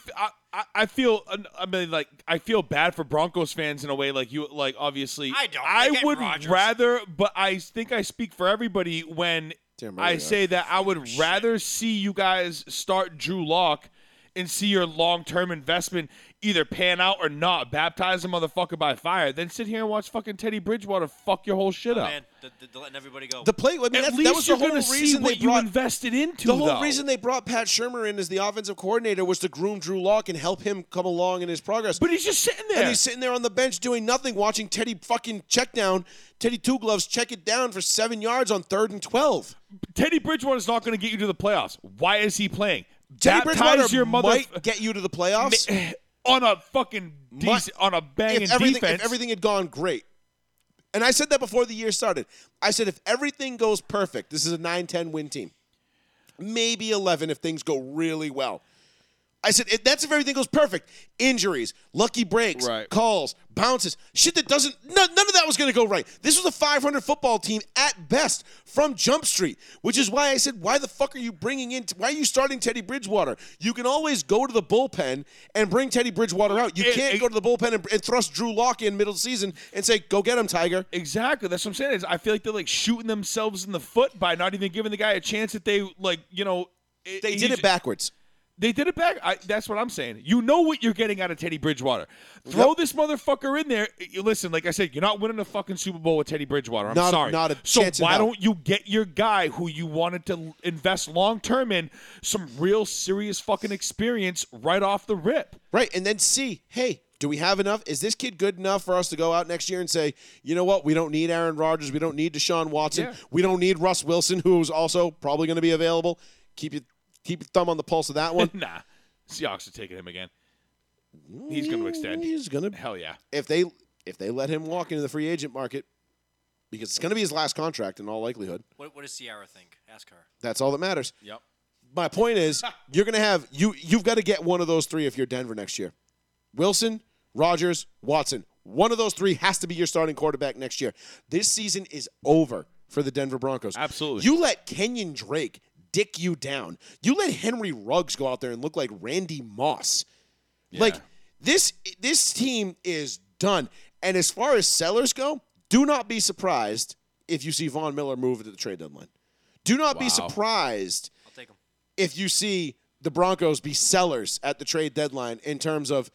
S2: I, I feel I mean like I feel bad for Broncos fans in a way like you like obviously
S3: I don't. They
S2: I
S3: get
S2: would
S3: Rodgers.
S2: rather but I think I speak for everybody when
S1: Damn right
S2: I
S1: we are.
S2: say that I would rather see you guys start Drew Lock and see your long-term investment either pan out or not baptize a motherfucker by fire than sit here and watch fucking Teddy Bridgewater fuck your whole shit up.
S3: Oh, Man, th- th- they're letting everybody go.
S1: The play, I mean,
S2: At
S1: that,
S2: least
S1: that was
S2: you're
S1: the whole
S2: gonna see
S1: reason they
S2: what you
S1: brought
S2: invested into.
S1: The whole
S2: though.
S1: reason they brought Pat Shermer in as the offensive coordinator was to groom Drew Lock and help him come along in his progress.
S2: but he's just sitting there.
S1: and he's sitting there on the bench doing nothing, watching Teddy fucking check down, Teddy Two Gloves check it down for seven yards on third and 12.
S2: Teddy Bridgewater's not going to get you to the playoffs. Why is he playing?
S1: Teddy
S2: Baptize
S1: Bridgewater
S2: your mother
S1: might get you to the playoffs *laughs*
S2: *laughs* on a fucking decent, on a banging
S1: if, everything,
S2: defense.
S1: if everything had gone great. And I said that before the year started. I said if everything goes perfect, this is a 9 10 win team. Maybe 11 if things go really well. I said, if that's if everything goes perfect. Injuries, lucky breaks,
S2: Right.
S1: calls, bounces, shit that doesn't, no, none of that was going to go right. This was a 500 football team at best from Jump Street, which is why I said, why the fuck are you bringing in, why are you starting Teddy Bridgewater? You can always go to the bullpen and bring Teddy Bridgewater out. You
S2: It-
S1: can't
S2: it-
S1: go to the bullpen and, and thrust Drew Lock in middle of the season and say, go get him, Tiger.
S2: exactly. That's what I'm saying. Is I feel like they're like shooting themselves in the foot by not even giving the guy a chance that they like. You know, it-
S1: They
S2: he's-
S1: did it backwards.
S2: They did it back. I, that's what I'm saying. You know what you're getting out of Teddy Bridgewater. Throw this motherfucker in there. You listen, like I said, you're not winning a fucking Super Bowl with Teddy Bridgewater. I'm
S1: Not a-
S2: sorry.
S1: not a
S2: so
S1: chance in
S2: why
S1: hell.
S2: don't you get your guy who you wanted to invest long term in some real serious fucking experience right off the rip? *laughs*
S1: Right, and then see, hey, do we have enough? Is this kid good enough for us to go out next year and say, you know what, we don't need Aaron Rodgers, we don't need Deshaun Watson,
S2: Yeah.
S1: we don't need Russ Wilson, who's also probably going to be available. Keep your keep your thumb on the pulse of that one.
S2: nah, Seahawks are taking him again. *laughs* He's going to extend.
S1: He's going to
S2: Hell yeah.
S1: if they if they let him walk into the free agent market because it's going to be his last contract in all likelihood.
S3: what, what does Ciara think? Ask her.
S1: That's all that matters.
S2: Yep.
S1: My point is, you're going to have you you've got to get one of those three if you're Denver next year. Wilson, Rogers, Watson. One of those three has to be your starting quarterback next year. This season is over for the Denver Broncos.
S2: Absolutely.
S1: You let Kenyon Drake dick you down. You let Henry Ruggs go out there and look like Randy Moss. Like this this team is done. And as far as sellers go, do not be surprised if you see Von Miller move to the trade deadline. Do not be
S2: Wow.
S1: surprised
S3: I'll take him.
S1: if you see the Broncos be sellers at the trade deadline in terms of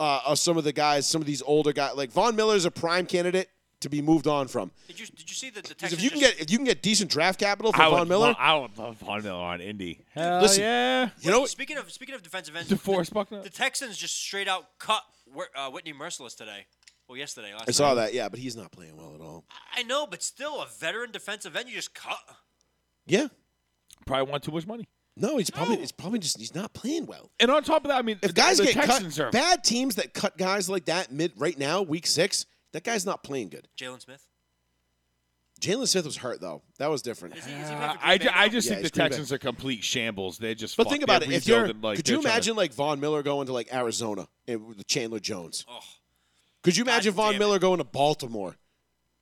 S1: uh, of some of the guys, some of these older guys. Like Von Miller is a prime candidate to be moved on from.
S3: Did you did you see the, the
S1: Because if
S3: Texans?
S1: you can
S3: just-
S1: get if you can get decent draft capital for
S2: I
S1: Von
S2: would
S1: Miller,
S2: lo- I would love Von Miller on Indy. Hell
S1: Listen.
S2: yeah.
S1: you know
S3: speaking of speaking of defensive ends,
S2: DeForest
S3: the,
S2: Buckner.
S3: the Texans just straight out cut Whit- uh, Whitney Merciless today. Well, yesterday, last
S1: I saw
S3: night.
S1: that. Yeah, but he's not playing well at all.
S3: I know, but still, a veteran defensive end you just cut.
S1: Yeah,
S2: Probably want too much money.
S1: no, he's probably it's probably just he's not playing well.
S2: And on top of that, I mean,
S1: If guys
S2: the
S1: get
S2: Texans
S1: cut,
S2: are
S1: bad teams that cut guys like that mid right now, week six, that guy's not playing good.
S3: Jalen Smith.
S1: Jalen Smith was hurt though. That was different.
S3: Is he, is he playing
S2: Uh,
S3: for Green
S2: I,
S3: Bay
S2: ju- I
S3: now?
S2: just
S1: Yeah,
S2: think the
S1: it's Green Bay.
S2: Texans are complete shambles. They're just.
S1: But
S2: fucked.
S1: think about
S2: They're
S1: it. If you're,
S2: rebuilding, like,
S1: could
S2: they're
S1: you
S2: trying to-
S1: imagine like Von Miller going to like Arizona and with Chandler Jones?
S3: Oh.
S1: Could you imagine
S3: God damn
S1: Von
S3: it.
S1: Miller going to Baltimore,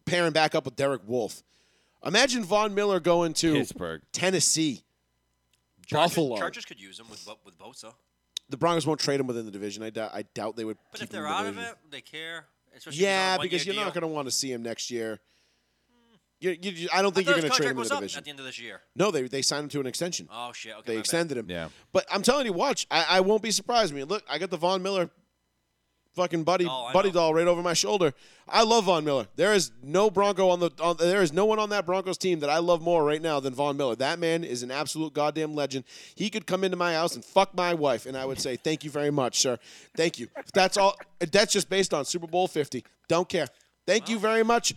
S1: pairing back up with Derek Wolf? Imagine Von Miller going to
S2: Pittsburgh?
S1: Tennessee,
S3: Chargers,
S1: Buffalo.
S3: Chargers could use him with Bo- with Bosa,
S1: The Broncos won't trade him within the division. I doubt. I doubt they would.
S3: but
S1: keep
S3: if
S1: him in
S3: they're
S1: the
S3: out of
S1: division.
S3: it, they care. Especially
S1: yeah, because you're not
S3: going
S1: going to want to see him next year. You, you, you- I don't think
S3: I
S1: you're
S3: thought
S1: going
S3: his
S1: to trade
S3: contract
S1: him in
S3: was
S1: the
S3: up
S1: division.
S3: at the end of this year.
S1: No, they they signed him to an extension.
S3: Oh shit! Okay,
S1: they
S3: my bad.
S1: extended him.
S2: Yeah.
S1: But I'm telling you, watch. I, I won't be surprised. I mean, look, I got the Von Miller fucking buddy
S3: Oh, I
S1: buddy
S3: know.
S1: doll right over my shoulder. I love Von Miller. There is no Bronco on the on, there is no one on that Broncos team that I love more right now than Von Miller. That man is an absolute goddamn legend. He could come into my house and fuck my wife, and I would say thank you very much, sir. Thank you. That's all. That's just based on Super Bowl Fifty. Don't care. Thank you very much.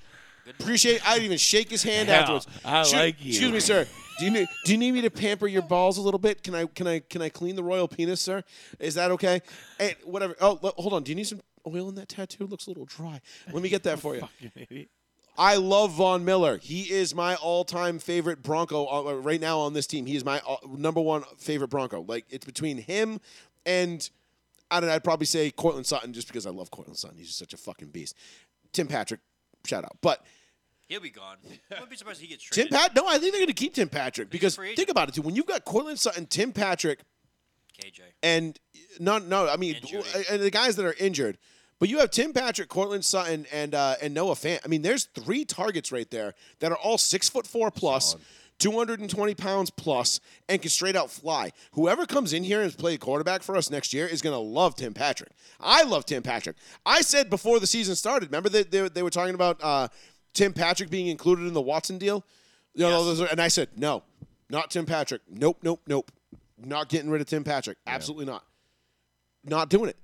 S1: Appreciate. I'd even shake his hand
S2: Hell,
S1: afterwards.
S2: I
S1: Shoot-
S2: like you.
S1: Excuse me, sir. Do you need Do you need me to pamper your balls a little bit? Can I Can I Can I clean the royal penis, sir? Is that okay? Hey, whatever. Oh, lo- hold on. Do you need some oil in that tattoo? It looks a little dry. Let me get that
S2: *laughs*
S1: for you. I love Von Miller. He is my all-time favorite Bronco uh, uh, right now on this team. He is my uh, number one favorite Bronco. Like it's between him and I don't know, I'd probably say Cortland Sutton just because I love Cortland Sutton. He's just such a fucking beast. Tim Patrick, shout out. But
S3: He'll
S1: *laughs*
S3: be gone. I wouldn't be surprised if he gets
S1: Tim
S3: traded.
S1: Pat, no, I think they're going to keep Tim Patrick because
S3: free agent.
S1: think about it too. When you've got Cortland Sutton, Tim Patrick,
S3: KJ.
S1: and uh, no, no, I mean,
S3: And Judy.
S1: and the guys that are injured, but you have Tim Patrick, Cortland Sutton, and uh, and Noah Fant. I mean, there's three targets right there that are all six foot four plus. 220 pounds plus and can straight out fly. Whoever comes in here and play quarterback for us next year is going to love Tim Patrick. I love Tim Patrick. I said before the season started, remember that they, they were talking about uh, Tim Patrick being included in the Watson deal? You know,
S3: Yes.
S1: those are- and I said, no, not Tim Patrick. Nope, nope, nope. Not getting rid of Tim Patrick. Absolutely not not doing it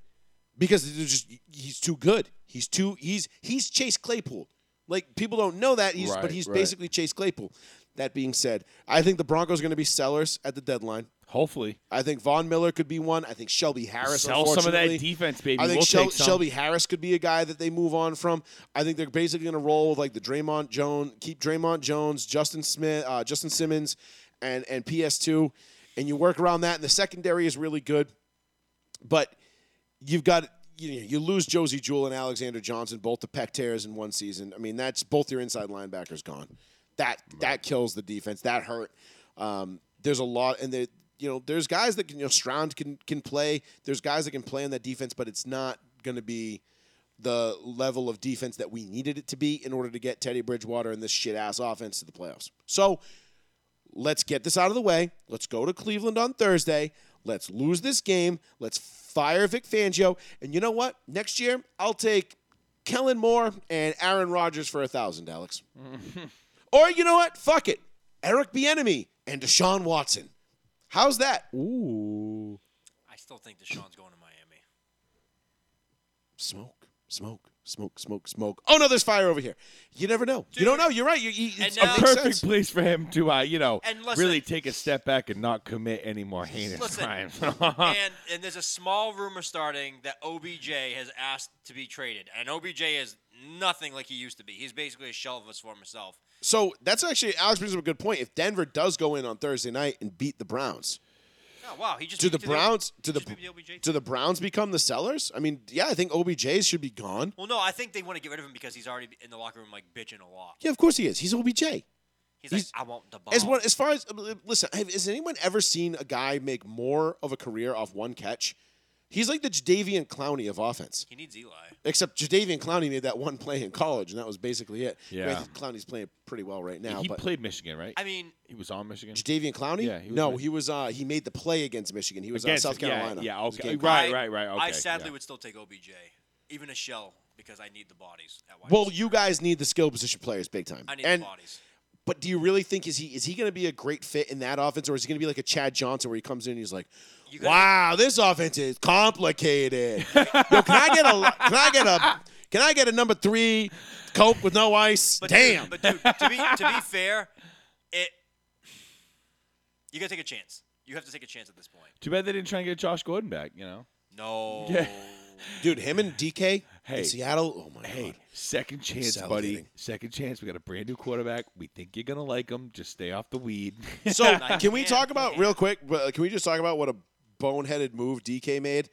S1: because it's just he's too good. He's too he's he's Chase Claypool. Like people don't know that he's but
S2: Right,
S1: he's
S2: right.
S1: basically Chase Claypool. That being said, I think the Broncos are going to be sellers at the deadline.
S2: Hopefully,
S1: I think Von Miller could be one. I think Shelby Harris.
S2: sell some of that
S1: unfortunately-
S2: defense, baby.
S1: I think
S2: we'll
S1: Shel-
S2: take some.
S1: Shelby Harris could be a guy that they move on from. I think they're basically going to roll with like the Draymond Jones, keep Draymond Jones, Justin Smith, uh, Justin Simmons, and and PS2, and you work around that. And the secondary is really good, but you've got you, know, you lose Josie Jewell and Alexander Johnson both to pec tears in one season. I mean that's both your inside linebackers gone. That that kills the defense. That hurt. Um, there's a lot, and they, you know there's guys that can you know Stroud can can play. There's guys that can play in that defense, but it's not going to be the level of defense that we needed it to be in order to get Teddy Bridgewater and this shit ass offense to the playoffs. So let's get this out of the way. Let's go to Cleveland on Thursday. Let's lose this game. Let's fire Vic Fangio. And you know what? Next year, I'll take Kellen Moore and Aaron Rodgers for a thousand,
S3: *laughs*
S1: Alex. or you know what? Fuck it. Eric Bieniemy and Deshaun Watson. How's that?
S2: Ooh.
S3: I still think Deshaun's going to Miami.
S1: Smoke, smoke, smoke, smoke, smoke. Oh no, there's fire over here. You never know. you don't know. You're right. You, you,
S3: And
S1: it's-
S3: now-
S2: A
S1: it makes
S2: perfect
S1: sense.
S2: place for him to, uh, you know,
S3: And listen-
S2: really take a step back and not commit any more heinous
S3: Listen.
S2: crimes. *laughs*
S3: and and there's a small rumor starting that OBJ has asked to be traded, and OBJ is nothing like he used to be. He's basically a shell of his former self.
S1: So that's actually Alex brings up a good point. If Denver does go in on Thursday night and beat the Browns,
S3: Oh wow, he just
S1: do the
S3: beat
S1: Browns do the
S3: just beat the OBJ.
S1: do the Browns become the sellers? I mean, yeah, I think OBJ should be gone.
S3: well, no, I think they want to get rid of him because he's already in the locker room like bitching a lot.
S1: Yeah, of course he is. He's OBJ.
S3: He's,
S1: He's-
S3: like, I want the ball.
S1: As one, as far as uh, listen, have, has anyone ever seen a guy make more of a career off one catch? He's like the Jadavian Clowney of offense.
S3: he needs Eli.
S1: Except Jadavian Clowney made that one play in college, and that was basically it.
S2: Yeah.
S1: Granted, Clowney's playing pretty well right now.
S2: he
S1: but
S2: played Michigan, right?
S3: I mean,
S2: he was on Michigan.
S1: Jadavian Clowney?
S2: Yeah, he was
S1: no,
S2: right.
S1: he was. Uh, he made the play against Michigan. He was on
S2: Against-
S1: South
S2: yeah,
S1: Carolina.
S2: yeah,
S1: It was a
S2: okay.
S1: game-
S2: Right,
S3: I-
S2: right, right,
S3: I
S2: okay,
S3: sadly
S2: yeah.
S3: would still take OBJ, even a shell, because I need the bodies. At wide
S1: Well,
S3: receiver.
S1: you guys need the skill position players big time.
S3: I need
S1: and
S3: the bodies.
S1: but do you really think is he is he going to be a great fit in that offense, or is he going to be like a Chad Johnson where he comes in and he's like,
S3: You gotta-
S1: "Wow, this offense is complicated. *laughs* Yo, can I get a can I get a can I get a number three Coke with no ice?
S3: But
S1: Damn."
S3: Dude, but dude, to be to be fair, it you gotta take a chance. You have to take a chance at this point.
S2: Too bad they didn't try and get Josh Gordon back. You know,
S3: No.
S1: *laughs*
S2: Yeah.
S1: Dude, him and DK
S2: Hey.
S1: in Seattle. Oh my
S2: hey,
S1: god.
S2: second chance, buddy. Second chance. We got a brand new quarterback. We think you're gonna like him. Just stay off
S1: *laughs*
S2: the weed. *laughs*
S1: So
S3: Nice
S1: can we
S3: hand,
S1: talk
S3: good
S1: about
S3: hand.
S1: real quick? but, uh, Can we just talk about what a boneheaded move DK made?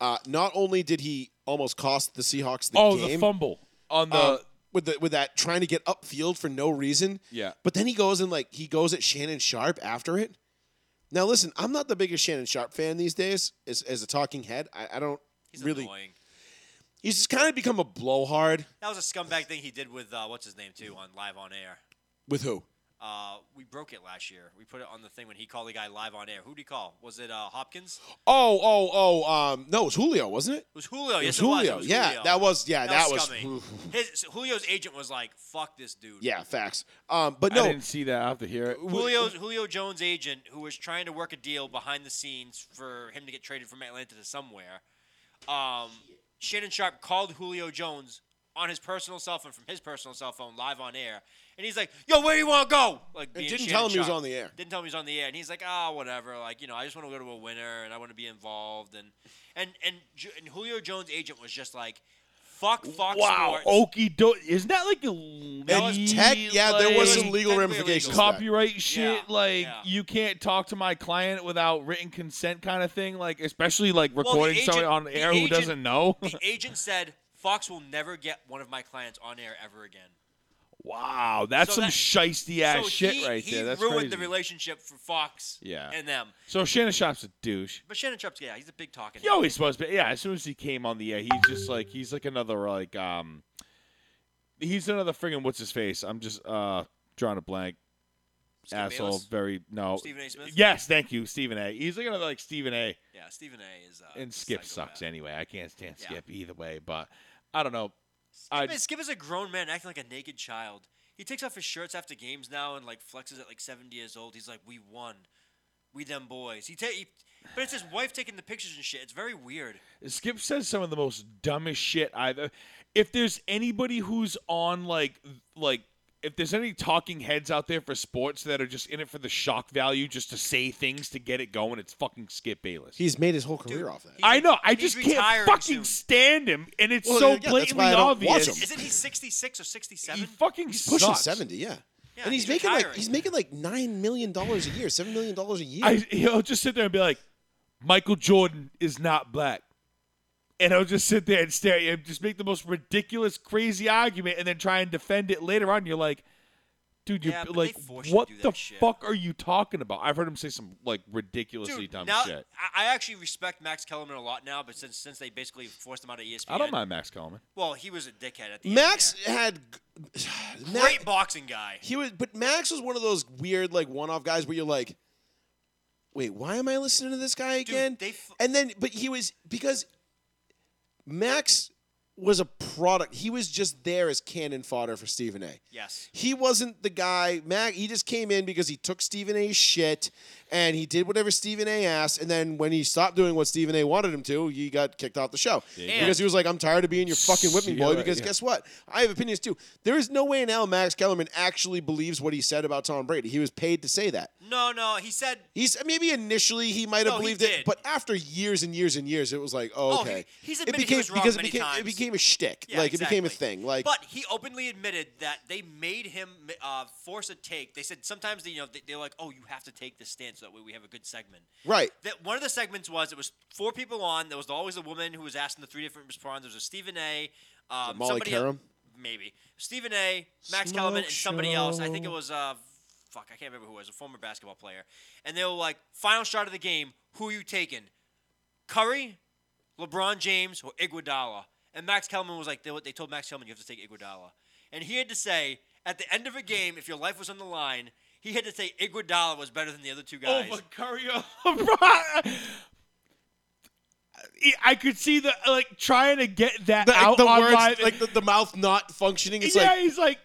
S1: Uh, not only did he almost cost the Seahawks the
S2: oh, the
S1: game
S2: fumble on the.
S1: um, with the with that trying to get upfield for no reason,
S2: yeah.
S1: but then he goes and like he goes at Shannon Sharp after it. Now listen, I'm not the biggest Shannon Sharp fan these days. As, as a talking head, I, I don't
S3: He's
S1: really.
S3: annoying.
S1: He's just kind of become a blowhard
S3: That was a scumbag thing he did with uh, what's his name too on live on air.
S1: with who?
S3: Uh, we broke it last year. We put it on the thing when he called the guy live on air. Who'd he call? Was it uh, Hopkins? It
S1: Oh, oh, oh. Um, no, it was Julio, wasn't it?
S3: was Julio.
S1: It was
S3: yes, it was.
S1: Julio.
S3: It was
S1: yeah,
S3: Julio.
S1: that was. Yeah, that, was.
S3: scummy. His, Julio's agent was like, "Fuck this dude."
S1: Yeah, facts. Um, but
S2: I
S1: no,
S2: didn't see that. I have to hear it.
S3: Julio's Julio Jones' agent, who was trying to work a deal behind the scenes for him to get traded from Atlanta to somewhere, um, Shannon Sharp called Julio Jones on his personal cell phone from his personal cell phone live on air, and he's like, "Yo, where do you want to go?" Like,
S1: it
S3: being
S1: didn't
S3: Shannon
S1: tell him he was
S3: Sharp.
S1: on the air.
S3: Didn't tell him he was on the air, and he's like, "Ah, whatever. Like, you know, I just want to go to a winner, and I want to be involved." And and and, Ju- and Julio Jones' agent was just like, "Fuck Fox
S2: Wow,
S3: Sports."
S2: okie doke. Isn't that like a
S3: That was
S1: tech. Yeah, there was
S3: like-
S1: some legal
S3: Technically
S1: ramifications.
S3: legal.
S1: to that.
S2: copyright shit like
S3: yeah.
S2: you can't talk to my client without written consent kind of thing like especially like
S3: the
S2: recording someone
S3: agent-
S2: on
S3: the
S2: air
S3: agent-
S2: who
S3: *laughs*
S2: doesn't know
S3: The agent said, "Fox will never get one of my clients on air ever again."
S2: *laughs* wow that's
S3: So
S2: some
S3: that-
S2: shisty ass
S3: so
S2: shit
S3: he,
S2: right
S3: he
S2: there that's
S3: ruined
S2: crazy
S3: the relationship for Fox
S2: Yeah.
S3: and them.
S2: so Shannon Sharp's a douche
S3: But Shannon Sharp's yeah, he's a big talking.
S2: he
S3: head.
S2: always was but yeah as soon as he came on the air he's just like he's like another like um he's another friggin what's his face I'm just uh drawing a blank
S3: Skip
S2: asshole
S3: Bayless?
S2: very no
S3: Stephen A. Smith.
S2: yes thank you Stephen A he's like another like Stephen A
S3: yeah. Stephen A. is uh,
S2: and Skip
S3: psychopath.
S2: sucks anyway. I can't stand
S3: Yeah.
S2: Skip either way, but I don't know. I
S3: Skip, is, Skip is a grown man acting like a naked child. He takes off his shirts after games now and like flexes at like 70 years old. He's like, "We won, we them boys." He, ta- he but it's his wife taking the pictures and shit. It's very weird.
S2: Skip says some of the most dumbest shit I've. If there's anybody who's on like like if there's any talking heads out there for sports that are just in it for the shock value, just to say things to get it going, it's fucking Skip Bayless.
S1: He's made his whole career off that.
S2: I know. I
S3: He's
S2: just can't
S3: retiring
S2: fucking
S3: soon.
S2: stand him, and it's
S1: Well,
S2: so
S1: yeah, that's
S2: blatantly
S1: why I don't
S2: obvious.
S1: watch him.
S3: Isn't he 66 or
S2: He
S3: 67?
S2: fucking
S1: Pushing
S2: sucks.
S1: seventy, yeah.
S3: Yeah,
S1: and he's,
S3: he's
S1: making like
S3: retiring.
S1: he's making like nine million dollars a year, seven million dollars a year.
S2: I he'll just sit there and be like, Michael Jordan is not black. And I'll just sit there and stare at you and just make the most ridiculous, crazy argument and then try and defend it later on. You're like, dude, you're
S3: Yeah, but they
S2: like,
S3: force you to
S2: what
S3: do
S2: the
S3: that shit.
S2: fuck are you talking about? I've heard him say some like ridiculously dumb
S3: now,
S2: shit.
S3: I, I actually respect Max Kellerman a lot now, but since since they basically forced him out of E ESPN,
S2: I don't mind Max Coleman.
S3: Well, he was a dickhead at the end
S1: Max
S3: there.
S1: had Ma-
S3: great boxing guy.
S1: He was, but Max was one of those weird like one-off guys where you're like, wait, why am I listening to this guy again?
S3: they f-
S1: and then, but he was because Max was a product. He was just there as cannon fodder for Stephen A.
S3: Yes.
S1: He wasn't the guy. Mac. He just came in because he took Stephen A's shit, and he did whatever Stephen A. asked. And then when he stopped doing what Stephen A. wanted him to, he got kicked off the show
S3: go.
S1: because he was like, "I'm tired of being your fucking
S3: *laughs*
S1: whipping
S2: See,
S1: boy."
S2: right,
S1: Because
S2: yeah.
S1: guess what? I have opinions too. There is no way in hell Max Kellerman actually believes what he said about Tom Brady. He was paid to say that.
S3: No, no, he said.
S1: He's maybe initially he might have
S3: No, he
S1: believed it,
S3: did.
S1: but after years and years and years, it was like, oh,
S3: Oh,
S1: okay.
S3: he- he's
S1: It
S3: admitted he
S1: became-
S3: was wrong
S1: because it
S3: many
S1: became, It
S3: times.
S1: became a shtick.
S3: Yeah,
S1: like it became a
S3: exactly.
S1: thing. Like
S3: but he openly admitted that they made him uh, force a take. They said sometimes they, you know they, they're like, oh, you have to take this stance so that way we have a good segment.
S1: right.
S3: That one of the segments was it was four people on. There was always a woman who was asking the three different responses. There was a Stephen A. Um,
S1: Molly
S3: somebody el-
S1: Karam?
S3: maybe Stephen A. Max
S1: Smoke
S3: Kellerman and somebody else. I think it
S1: show.
S3: was uh, fuck, I can't remember who it was. A former basketball player, and they were like, final shot of the game. Who you taking? Curry, LeBron James, or Iguodala? And Max Kellerman was like, they, they told Max Kellerman you have to take Iguodala, and he had to say at the end of a game, if your life was on the line, he had to say Iguodala was better than the other two
S1: Oh,
S3: guys.
S2: Over Curry *laughs* LeBron. I could see the like trying to get that
S1: The,
S2: out
S1: the
S2: on
S1: words,
S2: live.
S1: like the, the mouth not functioning. It's
S2: yeah,
S1: like,
S2: he's like,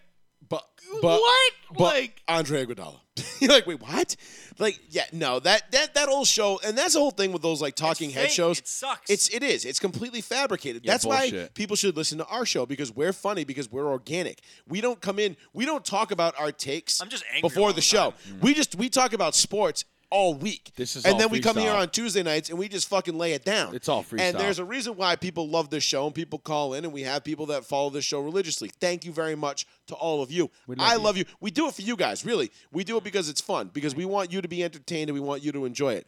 S1: but, but
S2: what?
S1: but
S2: like,
S1: Andre Iguodala. *laughs* You're like, wait, what? Like, yeah, no, that that that whole show, and that's the whole thing with those like talking
S3: It's
S1: head
S3: fake.
S1: shows.
S3: It sucks.
S1: It's it is. It's completely fabricated.
S2: Yeah,
S1: that's why
S2: bullshit.
S1: people should listen to our show because we're funny because we're organic. We don't come in. We don't talk about our takes.
S3: I'm just angry
S1: before
S3: all
S1: the,
S3: the
S1: show.
S3: time.
S1: We just we talk about sports all week.
S2: This is
S1: and
S2: all
S1: then we come here
S2: freestyle.
S1: on Tuesday nights and we just fucking lay it down.
S2: It's all
S1: And
S2: freestyle.
S1: there's a reason why people love this show and people call in and we have people that follow this show religiously. Thank you very much to all of you.
S2: We love
S1: I
S2: you.
S1: love you. We do it for you guys, really. We do it because it's fun, because we want you to be entertained and we want you to enjoy it.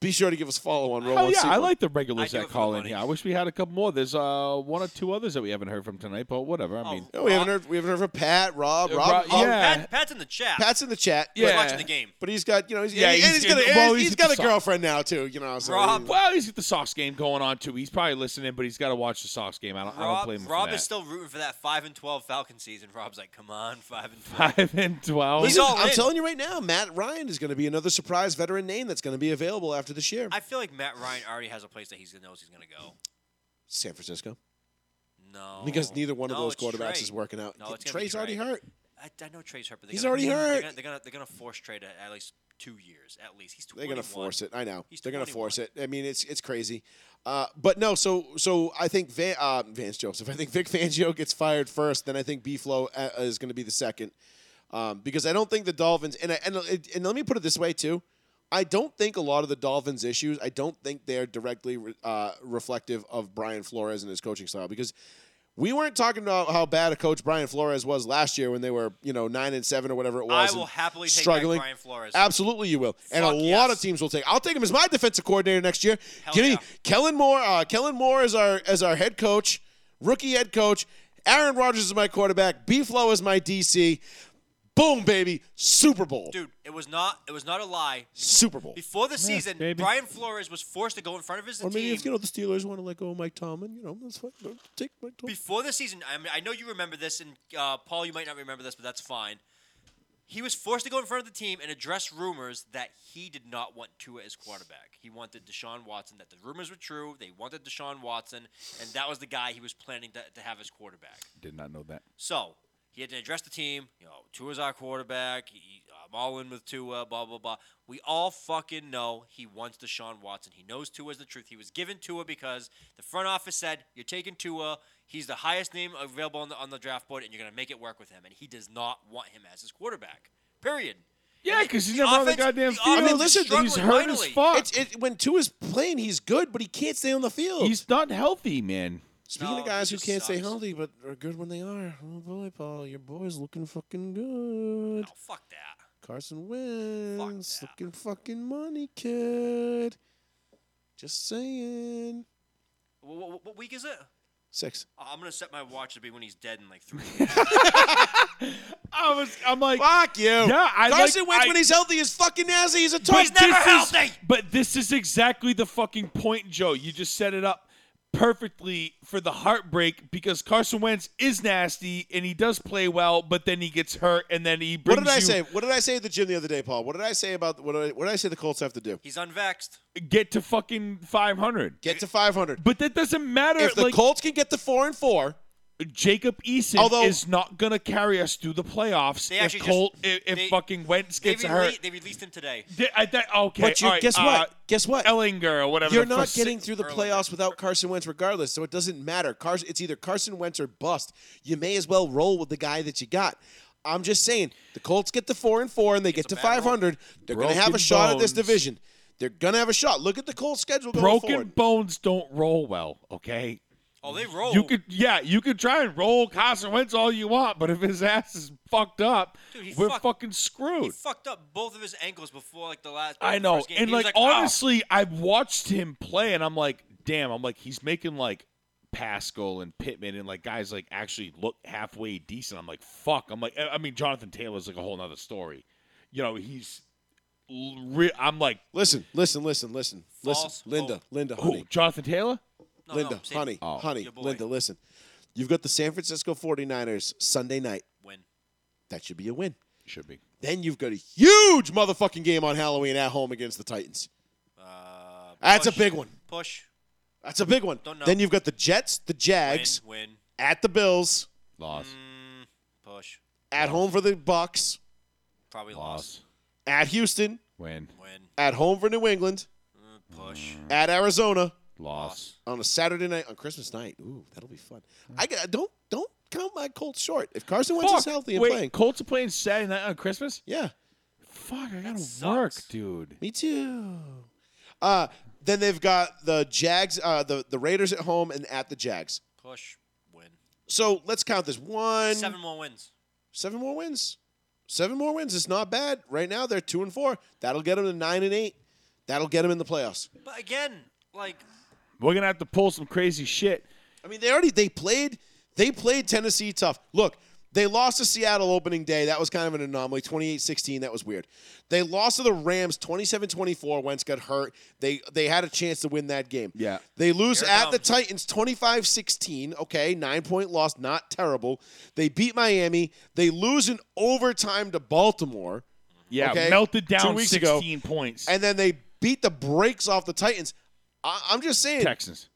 S1: Be sure to give us a follow on Roll
S2: Oh
S1: One
S2: yeah,
S1: Sequel.
S2: I like the
S3: I
S2: regulars
S3: do it
S2: that
S3: for
S2: call
S3: the
S2: in
S3: money.
S2: here. I wish we had a couple more. There's uh, one or two others that we haven't heard from tonight, but whatever.
S3: Oh.
S2: I mean,
S1: No, we haven't heard. We haven't heard from Pat, Rob,
S2: Uh,
S1: Rob.
S2: Rob-
S1: oh,
S2: yeah.
S3: Pat, Pat's in the chat.
S1: Pat's in the chat.
S2: Yeah.
S3: He's watching the game.
S1: But he's got, you know, he's,
S2: Yeah,
S1: and,
S2: he's-
S1: he's got, a,
S2: well,
S1: and
S2: he's
S1: he's got a
S2: the soft.
S1: girlfriend now too. You know, so
S3: Rob-
S2: well, he's got the Sox game going on too. He's probably listening, but he's got to watch the Sox game. I don't, I don't
S3: Rob,
S2: blame him.
S3: Rob
S2: for
S3: is still rooting for that five and twelve Falcon season. Rob's like, come on, five and twelve.
S2: that. *laughs* five and twelve.
S3: He's
S1: Listen,
S3: all
S1: I'm
S3: in.
S1: telling you right now, Matt Ryan is going to be another surprise veteran name that's going to be available after this year.
S3: I feel like Matt Ryan already has a place that he knows he's gonna go.
S1: San Francisco,
S3: No,
S1: because neither one of
S3: Oh. No,
S1: those
S3: it's
S1: quarterbacks
S3: Trey.
S1: is working out.
S3: No, it's gonna
S1: Trey's
S3: be Trey.
S1: already hurt.
S3: I, I know Trey's hurt, but they're
S1: He's
S3: gonna,
S1: already
S3: they're
S1: hurt.
S3: Gonna, they're gonna they're gonna force Trey to at least two years at least. He's
S1: They're
S3: 21.
S1: going to force it. I know.
S3: He's
S1: They're going to force
S3: 21.
S1: it. I mean, it's it's crazy. Uh, but no, so so I think Van, uh, Vance Joseph. *laughs* I think Vic Fangio gets fired first. Then I think B Flow uh, is going to be the second. Um, because I don't think the Dolphins and I, and it- and let me put it this way too. I don't think a lot of the Dolphins' issues. I don't think they're directly re- uh, reflective of Brian Flores and his coaching style because we weren't talking about how bad a coach Brian Flores was last year when they were you know nine and seven or whatever it
S3: I
S1: was.
S3: will
S1: and
S3: happily take
S1: struggling.
S3: back Brian Flores.
S1: Absolutely, you will. and a
S3: Fuck
S1: lot of
S3: yes.
S1: teams will take. I'll take him as my defensive coordinator next year.
S3: Hell
S1: Give me
S3: yeah.
S1: Kellen Moore. Uh, Kellen Moore is our as our head coach, rookie head coach. Aaron Rodgers is my quarterback. B. Flow is my DC. Boom, baby, Super Bowl.
S3: Dude, it was not it was not a lie.
S1: Super Bowl.
S3: Before the season,
S4: baby.
S3: Brian Flores was forced to go in front of his
S1: Or maybe
S3: team.
S1: if you know the Steelers want to let go of Mike Tomlin, you know that's fine. Take Mike Tomlin.
S3: Before the season, I, mean, I know you remember this, and uh, Paul, you might not remember this, but that's fine. He was forced to go in front of the team and address rumors that he did not want Tua as quarterback. He wanted Deshaun Watson. That the rumors were true. They wanted Deshaun Watson, and that was the guy he was planning to, to have as quarterback.
S2: Did not know that.
S3: So he had to address the team. You know, Tua's our quarterback. He, I'm all in with Tua. Blah blah blah. We all fucking know he wants Deshaun Watson. He knows Tua's the truth. He was given Tua because the front office said you're taking Tua. He's the highest name available on the on the draft board, and you're gonna make it work with him. And he does not want him as his quarterback. Period.
S2: Yeah, because he's
S3: The
S2: never on the
S3: offense-
S2: goddamn
S3: the
S1: offense
S2: field.
S1: I mean, listen, is
S2: he's
S3: struggling
S2: hurt as
S3: mightily.
S2: fuck.
S1: It's, it, when Tua's playing, he's good, but he can't stay on the field.
S2: he's not healthy, man.
S1: Speaking
S3: No,
S1: of guys
S3: he
S1: who
S3: just
S1: can't stay
S3: sucks.
S1: healthy but are good when they are, oh boy, Paul, your boy's looking fucking good.
S3: No, Oh, fuck that.
S1: Carson Wentz,
S3: that.
S1: looking fucking money, kid. Just saying.
S3: What, what, what week is it?
S1: Six.
S3: Oh, I'm gonna set my watch to be when he's dead in like three. *laughs* weeks.
S2: I was. I'm like.
S1: Fuck you.
S2: Yeah, I
S1: Carson
S2: like-
S1: Wentz
S2: I-
S1: when he's healthy is fucking nasty. He's a toy.
S3: He's never
S2: this is-
S3: healthy!
S2: but this is exactly the fucking point, Joe. You just set it up perfectly for the heartbreak because Carson Wentz is nasty and he does play well, but then he gets hurt and then he
S1: What
S2: brings
S1: did I
S2: you-
S1: say? What did I say at the gym the other day, Paul? What did I say about what did I, what did I say the Colts have to do?
S3: He's unvexed.
S2: get to fucking 500.
S1: Get to 500.
S2: But that doesn't matter.
S1: If the
S2: like
S1: Colts can get to four and four,
S2: Jacob Eason
S1: Although-
S2: is not gonna carry us through the playoffs.
S3: They
S2: if
S3: actually just-
S2: Colt, if, if
S3: they-
S2: fucking Wentz
S3: They,
S2: gets
S3: rele-
S2: hurt,
S3: they released him today.
S2: Did- I, that, okay.
S1: but you,
S2: all right,
S1: guess
S2: uh,
S1: what? Guess what?
S2: Ellinger or whatever.
S1: You're
S2: the
S1: not
S2: fuck-
S1: getting through the
S3: Erlander.
S1: playoffs without Carson Wentz, regardless. So it doesn't matter. Carson, it's either Carson Wentz or bust. You may as well roll with the guy that you got. I'm just saying, the Colts get to four and four, and they get to
S3: a bad roll.
S1: 500. They're going to have a
S2: Broken
S1: shot at this
S2: bones.
S1: division. They're going to have a shot. Look at the Colts' schedule going
S2: broken
S1: forward.
S2: bones don't roll well. Okay,
S3: Oh, they rolled.
S2: You could, yeah, you could try and roll Carson Wentz all you want, but if his ass is fucked up,
S3: Dude, he
S2: we're
S3: fucked-
S2: fucking
S3: He
S2: screwed.
S3: fucked up both of his ankles before like the last.
S2: I
S3: the
S2: know,
S3: first game.
S2: and
S3: He was
S2: like,
S3: "Ah."
S2: honestly, I've watched him play, and I'm like, damn, I'm like, he's making like Pascal and Pittman and like guys like actually look halfway decent. I'm like, fuck, I'm like, I I mean, Jonathan Taylor's like a whole nother story. You know, he's, l- re- I'm like,
S1: Listen, listen, listen, listen,
S3: False
S1: listen. Linda,
S3: hope.
S1: Linda,
S2: who,
S1: honey.
S2: Jonathan Taylor?
S3: No,
S1: Linda,
S3: no, see,
S1: honey,
S2: Oh.
S1: honey,
S3: Your boy.
S1: Linda, listen. You've got the San Francisco 49ers Sunday night.
S3: Win.
S1: That should be a win.
S2: Should be.
S1: Then you've got a huge motherfucking game on Halloween at home against the Titans.
S3: Uh,
S1: That's a
S3: push,
S1: big one.
S3: Push.
S1: That's a big one.
S3: Don't know.
S1: Then you've got the Jets, the Jags,
S3: Win.
S1: at the Bills,
S2: Loss.
S3: Win. Push.
S1: at home for the Bucks,
S3: Probably lost.
S2: Loss.
S1: at Houston,
S2: Win.
S3: Win.
S1: at home for New England,
S3: Mm, Push.
S1: at Arizona
S2: Loss.
S1: on a Saturday night on Christmas night. Ooh, that'll be fun. I got, don't don't count my Colts short. If Carson Wentz is
S2: Fuck,
S1: healthy and
S2: Wait,
S1: playing,
S2: Colts are playing Saturday night on Christmas?
S1: yeah,
S2: Fuck, I gotta
S3: sucks.
S2: work, dude.
S1: me too. Uh, then they've got the Jags, uh, the the Raiders at home and at the Jags.
S3: Push. Win.
S1: So let's count this one,
S3: Seven more wins.
S1: seven more wins. Seven more wins. It's not bad. Right now they're two and four. That'll get them to nine and eight. That'll get him in the playoffs.
S3: But again, like
S2: We're gonna have to pull some crazy shit.
S1: I mean, they already they played they played Tennessee tough. Look, they lost to Seattle opening day. That was kind of an anomaly. 28-16, that was weird. They lost to the Rams 27-24. Wentz got hurt. They they had a chance to win that game.
S2: Yeah.
S1: They lose
S3: Here it
S1: at the
S3: comes.
S1: Titans 25-16. Okay, 9-point loss, not terrible. They beat Miami. They lose in overtime to Baltimore.
S2: Yeah,
S1: Okay,
S2: melted
S1: two
S2: down
S1: weeks ago,
S2: sixteen points.
S1: and then they beat the brakes off the Titans. I, I'm just saying,
S2: Texans.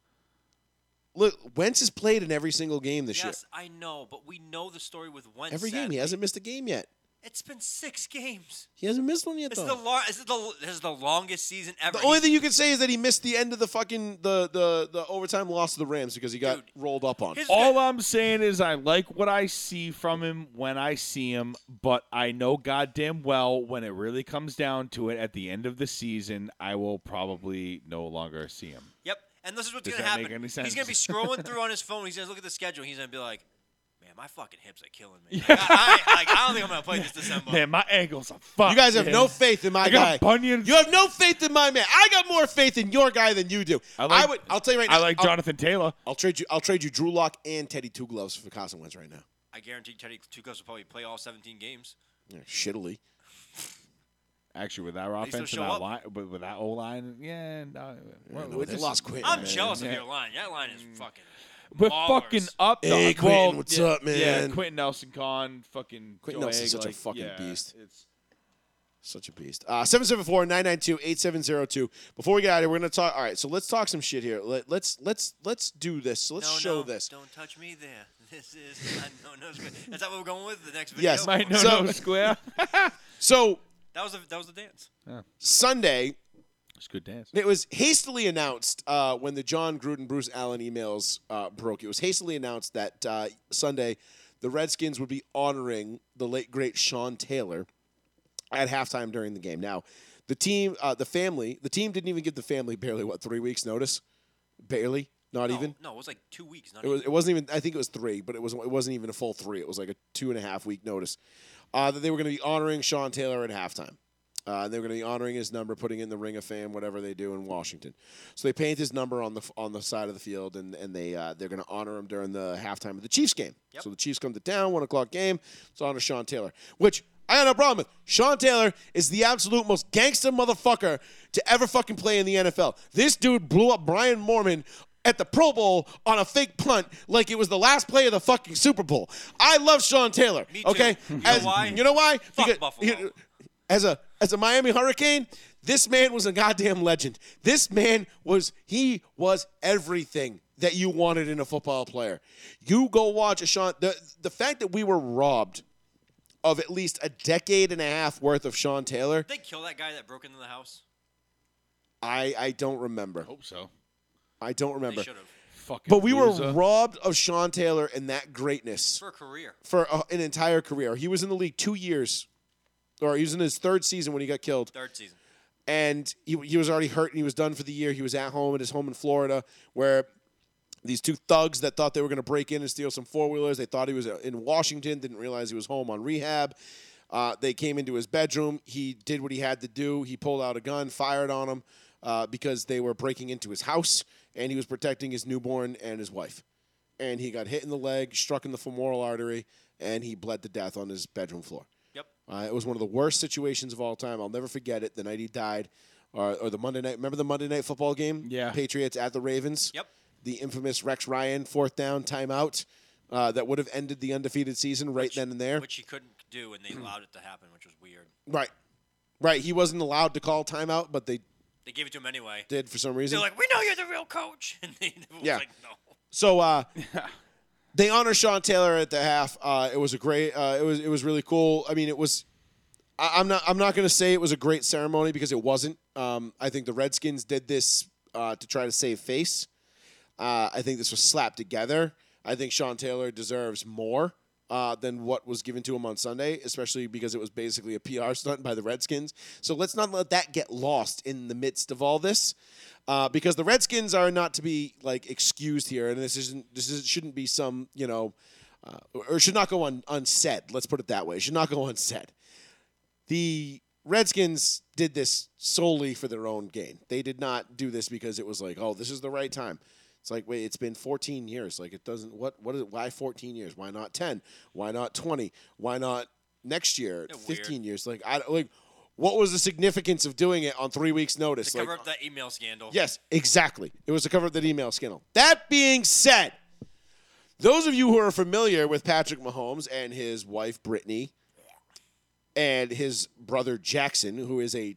S1: look, Wentz has played in every single game this year.
S3: yes, I know, but we know the story with Wentz.
S1: Every game, he
S3: sadly.
S1: hasn't missed a game yet.
S3: It's been six games.
S1: He hasn't missed one yet.
S3: This
S1: Though.
S3: is the long. This is the this is the longest season ever.
S1: The only
S3: He's-
S1: thing you can say is that he missed the end of the fucking the the, the overtime loss to the Rams because he got
S3: Dude,
S1: rolled up on.
S3: here's-
S2: All I'm saying is I like what I see from him when I see him, but I know goddamn well when it really comes down to it at the end of the season, I will probably no longer see him.
S3: Yep. And this is what's
S2: Does
S3: gonna
S2: that
S3: happen.
S2: make any
S3: He's gonna be
S2: sense?
S3: scrolling through on his phone. He's gonna look at the schedule. He's gonna be like, "Man, my fucking hips are killing me. Like, I, I, like, I don't think I'm gonna play this December."
S2: Man, my ankles are fucked.
S1: you guys have
S2: man.
S1: no faith in my
S2: I
S1: guy.
S2: got bunions.
S1: you have no faith in my man. I got more faith in your guy than you do.
S2: I
S1: I,
S2: like-
S1: would. I'll tell you right now.
S2: I like
S1: I'll-
S2: Jonathan Taylor.
S1: I'll, trade you. I'll trade you Drew Lock and Teddy Two Gloves for Carson Wentz right now.
S3: I guarantee Teddy Tucos will probably play all 17 games.
S1: Yeah, shittily.
S2: Actually, with our
S3: least they'll
S2: offense
S3: show
S2: and our
S3: up.
S2: line, with, with that O line, yeah, no,
S3: Oh,
S2: we're,
S1: No,
S2: we're
S1: they
S2: just-
S1: lost quick.
S3: I'm
S1: man.
S3: jealous
S2: yeah.
S3: of your line. That line is fucking.
S2: We're
S3: Ballers.
S2: fucking up. The,
S1: Hey,
S2: well,
S1: Quentin, what's
S2: yeah,
S1: up,
S2: Yeah,
S1: man?
S2: Quentin Nelson Con, fucking.
S1: Quentin
S2: Joe
S1: Nelson's
S2: Egg,
S1: such a
S2: like,
S1: fucking
S2: yeah,
S1: beast.
S2: It's,
S1: Such a beast. Uh, 774-992-8702. Before we get out of here, we're gonna talk. All right, so let's talk some shit here. Let, let's let's let's do this. So let's
S3: no,
S1: show
S3: no,
S1: this.
S3: Don't touch me there. *laughs* This is my no no. square. Is that what we're going with the next video?
S1: Yes.
S2: my no
S1: So-
S2: no *laughs* square.
S1: So
S3: That was the, that was the dance.
S1: Sunday,
S2: It's good dance.
S1: It was hastily announced uh, when the John Gruden Bruce Allen emails uh, broke. It was hastily announced that uh, Sunday the Redskins would be honoring the late great Sean Taylor at halftime during the game. Now, the team, uh, the family, the team didn't even give the family barely what three weeks notice, barely, not
S3: No,
S1: even.
S3: no, it was like two weeks. Not
S1: It was. It wasn't even. I think it was three, but it was. It wasn't even a full three. It was like a two and a half week notice uh, that they were going to be honoring Sean Taylor at halftime. Uh, and they were going to be honoring his number, putting it in the Ring of Fame, whatever they do in Washington. So they paint his number on the f- on the side of the field, and and they uh, they're going to honor him during the halftime of the Chiefs game.
S3: Yep.
S1: So the Chiefs come to town, one o'clock game. It's honor Sean Taylor, which I got no problem with. Sean Taylor is the absolute most gangster motherfucker to ever fucking play in the NFL. This dude blew up Brian Mormon at the Pro Bowl on a fake punt like it was the last play of the fucking Super Bowl. I love Sean Taylor.
S3: Me too.
S1: Okay,
S3: *laughs* You know why?
S1: You know why?
S3: Buffalo.
S1: as a as a Miami Hurricane, this man was a goddamn legend. This man was he was everything that you wanted in a football player. You go watch a Sean. The the fact that we were robbed of at least a decade and a half worth of Sean Taylor,
S3: Did they kill that guy that broke into the house?
S1: I I don't remember.
S2: Hope so.
S1: I don't
S3: They
S1: remember.
S3: should have
S2: Fucking.
S1: But we
S2: loser.
S1: were robbed of Sean Taylor and that greatness.
S3: for a career.
S1: for uh, an entire career. He was in the league two years, or he was in his third season when he got killed,
S3: Third season.
S1: and he, he was already hurt and he was done for the year. He was at home at his home in Florida, where these two thugs that thought they were going to break in and steal some four wheelers. They thought he was uh, in Washington, didn't realize he was home on rehab. Uh, they came into his bedroom. He did what he had to do. He pulled out a gun, fired on them uh, because they were breaking into his house, and he was protecting his newborn and his wife and he got hit in the leg, struck in the femoral artery, and he bled to death on his bedroom floor.
S3: Yep.
S1: Uh, it was one of the worst situations of all time. I'll never forget it. The night he died, or, or the Monday night. Remember the Monday night football game?
S2: Yeah.
S1: Patriots at the Ravens.
S3: Yep.
S1: The infamous Rex Ryan fourth down timeout uh, that would have ended the undefeated season right then and there.
S3: Which he couldn't do, and they allowed it to happen, which was weird.
S1: right. Right. He wasn't allowed to call timeout, but they
S3: They gave it to him anyway.
S1: did for some reason.
S3: They're like, we know you're the real coach. *laughs* And they was
S1: Yeah.
S3: like, no.
S1: So uh, they honor Sean Taylor at the half. Uh, it was a great. Uh, it was it was really cool. I mean, it was. I, I'm not. I'm not going to say it was a great ceremony because it wasn't. Um, I think the Redskins did this uh, to try to save face. Uh, I think this was slapped together. I think Sean Taylor deserves more uh, than what was given to him on Sunday, especially because it was basically a PR stunt by the Redskins. So let's not let that get lost in the midst of all this, uh, because the Redskins are not to be like excused here, and this isn't this is, shouldn't be some you know, *laughs* uh, or should not go un, unsaid. Let's put it that way. It should not go unsaid the Redskins did this solely for their own gain. They did not do this because it was like, oh, this is the right time. It's like, wait, it's been 14 years. Like, it doesn't. What? What is? it? Why 14 years? Why not 10? Why not 20? Why not next year?
S3: Yeah, weird.
S1: 15 years? Like, I like. What was the significance of doing it on three weeks' notice?
S3: to
S1: Like,
S3: cover up that email scandal.
S1: Yes, exactly. It was to cover up that email scandal. That being said, those of you who are familiar with Patrick Mahomes and his wife Brittany and his brother Jackson, who is a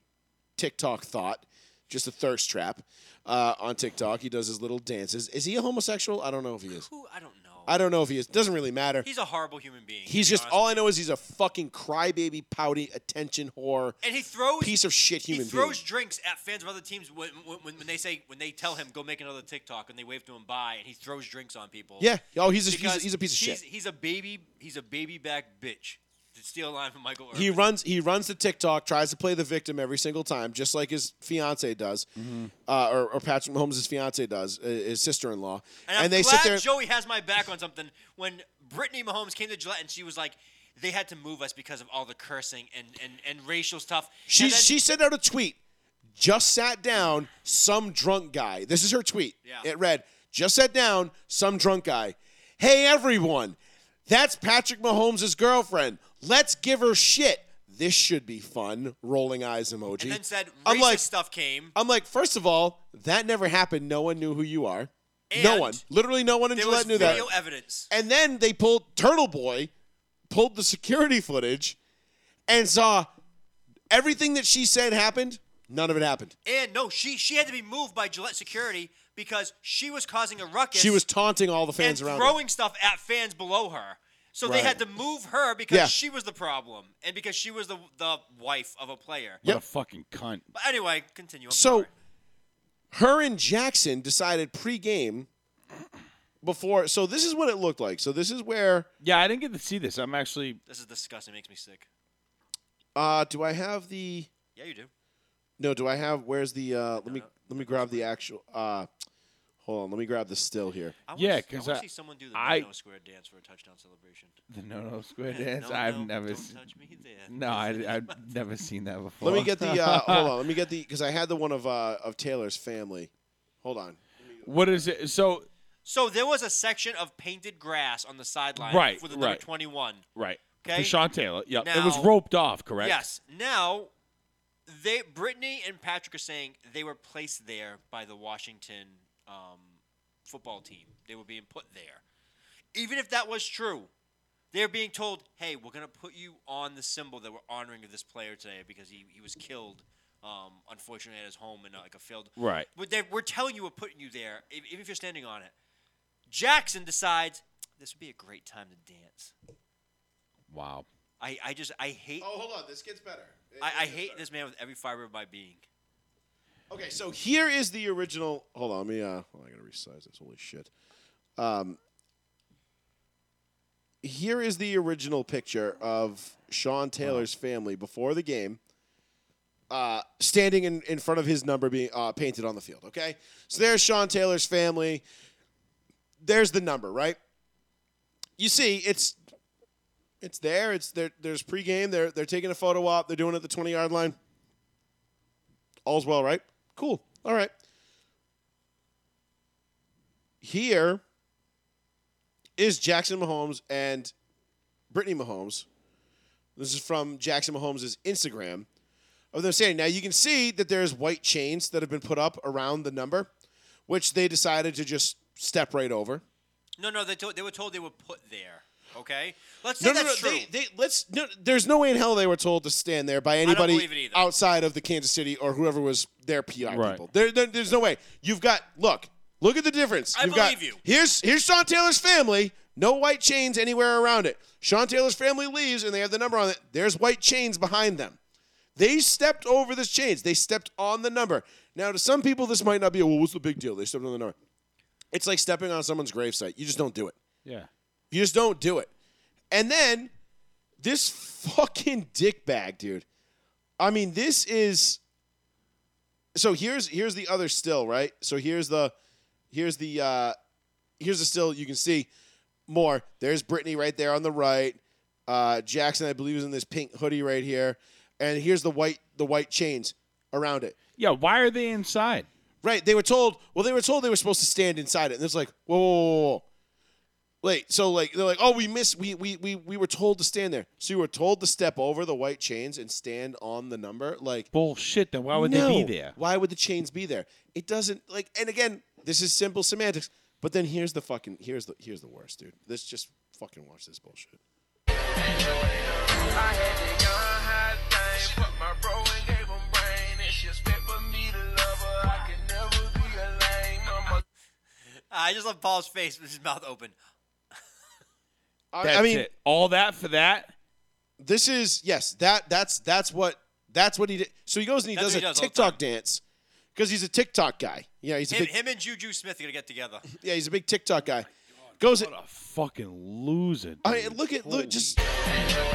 S1: TikTok thought, just a thirst trap uh, on TikTok. He does his little dances. Is he a homosexual? I don't know if he is.
S3: Who I don't know.
S1: I don't know if he is. Doesn't really matter.
S3: he's a horrible human being. to
S1: He's
S3: be
S1: just
S3: honest.
S1: all I know is he's a fucking crybaby, pouty, attention whore,
S3: and he throws
S1: piece of shit
S3: he
S1: human being.
S3: throws drinks at fans of other teams when, when, when they say when they tell him go make another TikTok and they wave to him bye and he throws drinks on people.
S1: Yeah. Oh, he's a, he's, a,
S3: Because
S1: he's a piece of
S3: he's,
S1: shit.
S3: He's a baby. He's a baby back bitch. To steal a line from Michael Irvin.
S1: he runs he runs the TikTok, tries to play the victim every single time, just like his fiance does,
S3: Mm-hmm.
S1: uh, or, or Patrick Mahomes' fiance does, uh, his sister in law,
S3: and I'm
S1: they
S3: glad
S1: sit there.
S3: Joey has my back on something. When Brittany Mahomes came to Gillette and she was like, they had to move us because of all the cursing and and, and racial stuff.
S1: she
S3: And then-
S1: she sent out a tweet. Just sat down, some drunk guy. This is her tweet.
S3: Yeah.
S1: It read, "Just sat down, some drunk guy." Hey everyone, that's Patrick Mahomes' girlfriend. Let's give her shit. This should be fun. Rolling eyes emoji.
S3: and then said racist
S1: I'm like, uh,
S3: stuff came.
S1: I'm like, first of all, that never happened. No one knew who you are. no
S3: And
S1: one, literally, no one in
S3: There
S1: Gillette
S3: was
S1: knew
S3: video
S1: that.
S3: evidence.
S1: And then they pulled Turtle Boy, pulled the security footage, and saw everything that she said happened. None of it happened.
S3: And no, she she had to be moved by Gillette security because she was causing a ruckus.
S1: She was taunting all the fans
S3: and
S1: around. her.
S3: throwing stuff at fans below her. So they
S1: Right.
S3: had to move her because
S1: Yeah.
S3: she was the problem and because she was the the wife of a player.
S2: What a fucking cunt.
S3: But anyway, continue. I'm
S1: So,
S3: sorry.
S1: her and Jackson decided pregame before. So this is what it looked like. So this is where.
S2: Yeah, I didn't get to see this. I'm actually.
S3: this is disgusting. It makes me sick.
S1: Uh, do I have the?
S3: Yeah, you do.
S1: No, do I have? Where's the? Uh, let me let me grab the actual. Uh, hold on, let me grab the still here.
S3: I wanna
S2: Yeah,
S3: s-
S2: 'cause
S3: I, wanna
S2: I-
S3: see someone do the
S2: I-
S3: no square dance for a touchdown celebration.
S2: The no no square
S3: *laughs*
S2: dance.
S3: No,
S2: I've
S3: no,
S2: never.
S3: Don't
S2: se-
S3: touch me there.
S2: no, I, I've never seen that before.
S1: Let me get the. Uh, hold on, let me get the because I had the one of uh, of Taylor's family. Hold on.
S2: What is it? So
S3: So there was a section of painted grass on the sideline
S2: Right,
S3: for the number
S2: right.
S3: 21.
S2: right.
S3: Okay.
S2: For Sean Taylor. Yeah. it was
S3: Now-
S2: roped off, correct?
S3: Yes. Now, they Brittany and Patrick are saying they were placed there by the Washington um, football team. They were being put there. Even if that was true, they're being told, "Hey, we're gonna put you on the symbol that we're honoring of this player today because he, he was killed, um, unfortunately, at his home in uh, like a field."
S2: Right.
S3: But they, we're telling you we're putting you there, e- even if you're standing on it. Jackson decides this would be a great time to dance.
S2: Wow.
S3: I, I just I hate
S1: Oh, hold on. This gets better.
S3: I, I hate this man with every fiber of my being.
S1: Okay, so here is the original. Hold on, let me. Uh, oh, I gotta resize this. Holy shit. Um. Here is the original picture of Sean Taylor's family before the game, uh, standing in, in front of his number being uh, painted on the field. Okay, so there's Sean Taylor's family. There's the number, right? You see, it's it's there. It's there. There's pregame. They're they're taking a photo op. They're doing it at the 20 yard line. All's well, right? Cool. All right. Here is Jackson Mahomes and Brittany Mahomes. This is from Jackson Mahomes' Instagram of them saying, now you can see that there's white chains that have been put up around the number, which they decided to just step right over.
S3: No, no, they told, they were told they were put there. Okay, let's say
S1: No, no, no.
S3: that's true.
S1: They, they, let's. No, there's no way in hell they were told to stand there by
S3: don't
S1: anybody
S3: believe it either.
S1: outside of the Kansas City or whoever was their PR
S2: Right.
S1: people. There, there- there's no way. You've got look, look at the difference.
S3: I
S1: You've got-
S3: believe you.
S1: Here's here's Sean Taylor's family. No white chains anywhere around it. Sean Taylor's family leaves and they have the number on it. There's white chains behind them. They stepped over this chains. They stepped on the number. Now, to some people, this might not be a well. What's the big deal? They stepped on the number. It's like stepping on someone's gravesite. You just don't do it.
S2: Yeah.
S1: You just don't do it. And then this fucking dickbag, dude. I mean, this is so here's here's the other still, right? So here's the here's the uh here's the still you can see more. There's Brittany right there on the right. Uh Jackson, I believe, is in this pink hoodie right here. and here's the white the white chains around it.
S2: Yeah, why are they inside?
S1: Right. They were told. Well, they were told they were supposed to stand inside it, and it's like, whoa, whoa, whoa, whoa. Wait. So like they're like, oh, we missed. We we we we were told to stand there. So you were told to step over the white chains and stand on the number. Like,
S2: Bullshit. Then why would they
S1: No.
S2: be there?
S1: Why would the chains be there? It doesn't like. And again, this is simple semantics. But then here's the fucking here's the here's the worst, dude. Let's just fucking watch this bullshit.
S5: I had the young hot thing, put my bro and gave him brain. And she expect for me to love her. I can never be a lame. I'm a
S3: I just love Paul's face with his mouth open.
S1: I,
S2: That's
S1: I mean,
S2: it. all that for that.
S1: this is yes. That that's that's what that's what he did. So he goes and he
S3: That's
S1: does
S3: what
S1: a
S3: he does all the
S1: TikTok dance because he's a TikTok guy. Yeah, he's a
S3: Him,
S1: big
S3: him and Juju Smith are gonna get together.
S1: yeah he's a big TikTok guy. Goes.
S2: What a fucking loser.
S1: I
S2: dude.
S1: mean, look at look just
S5: I had the young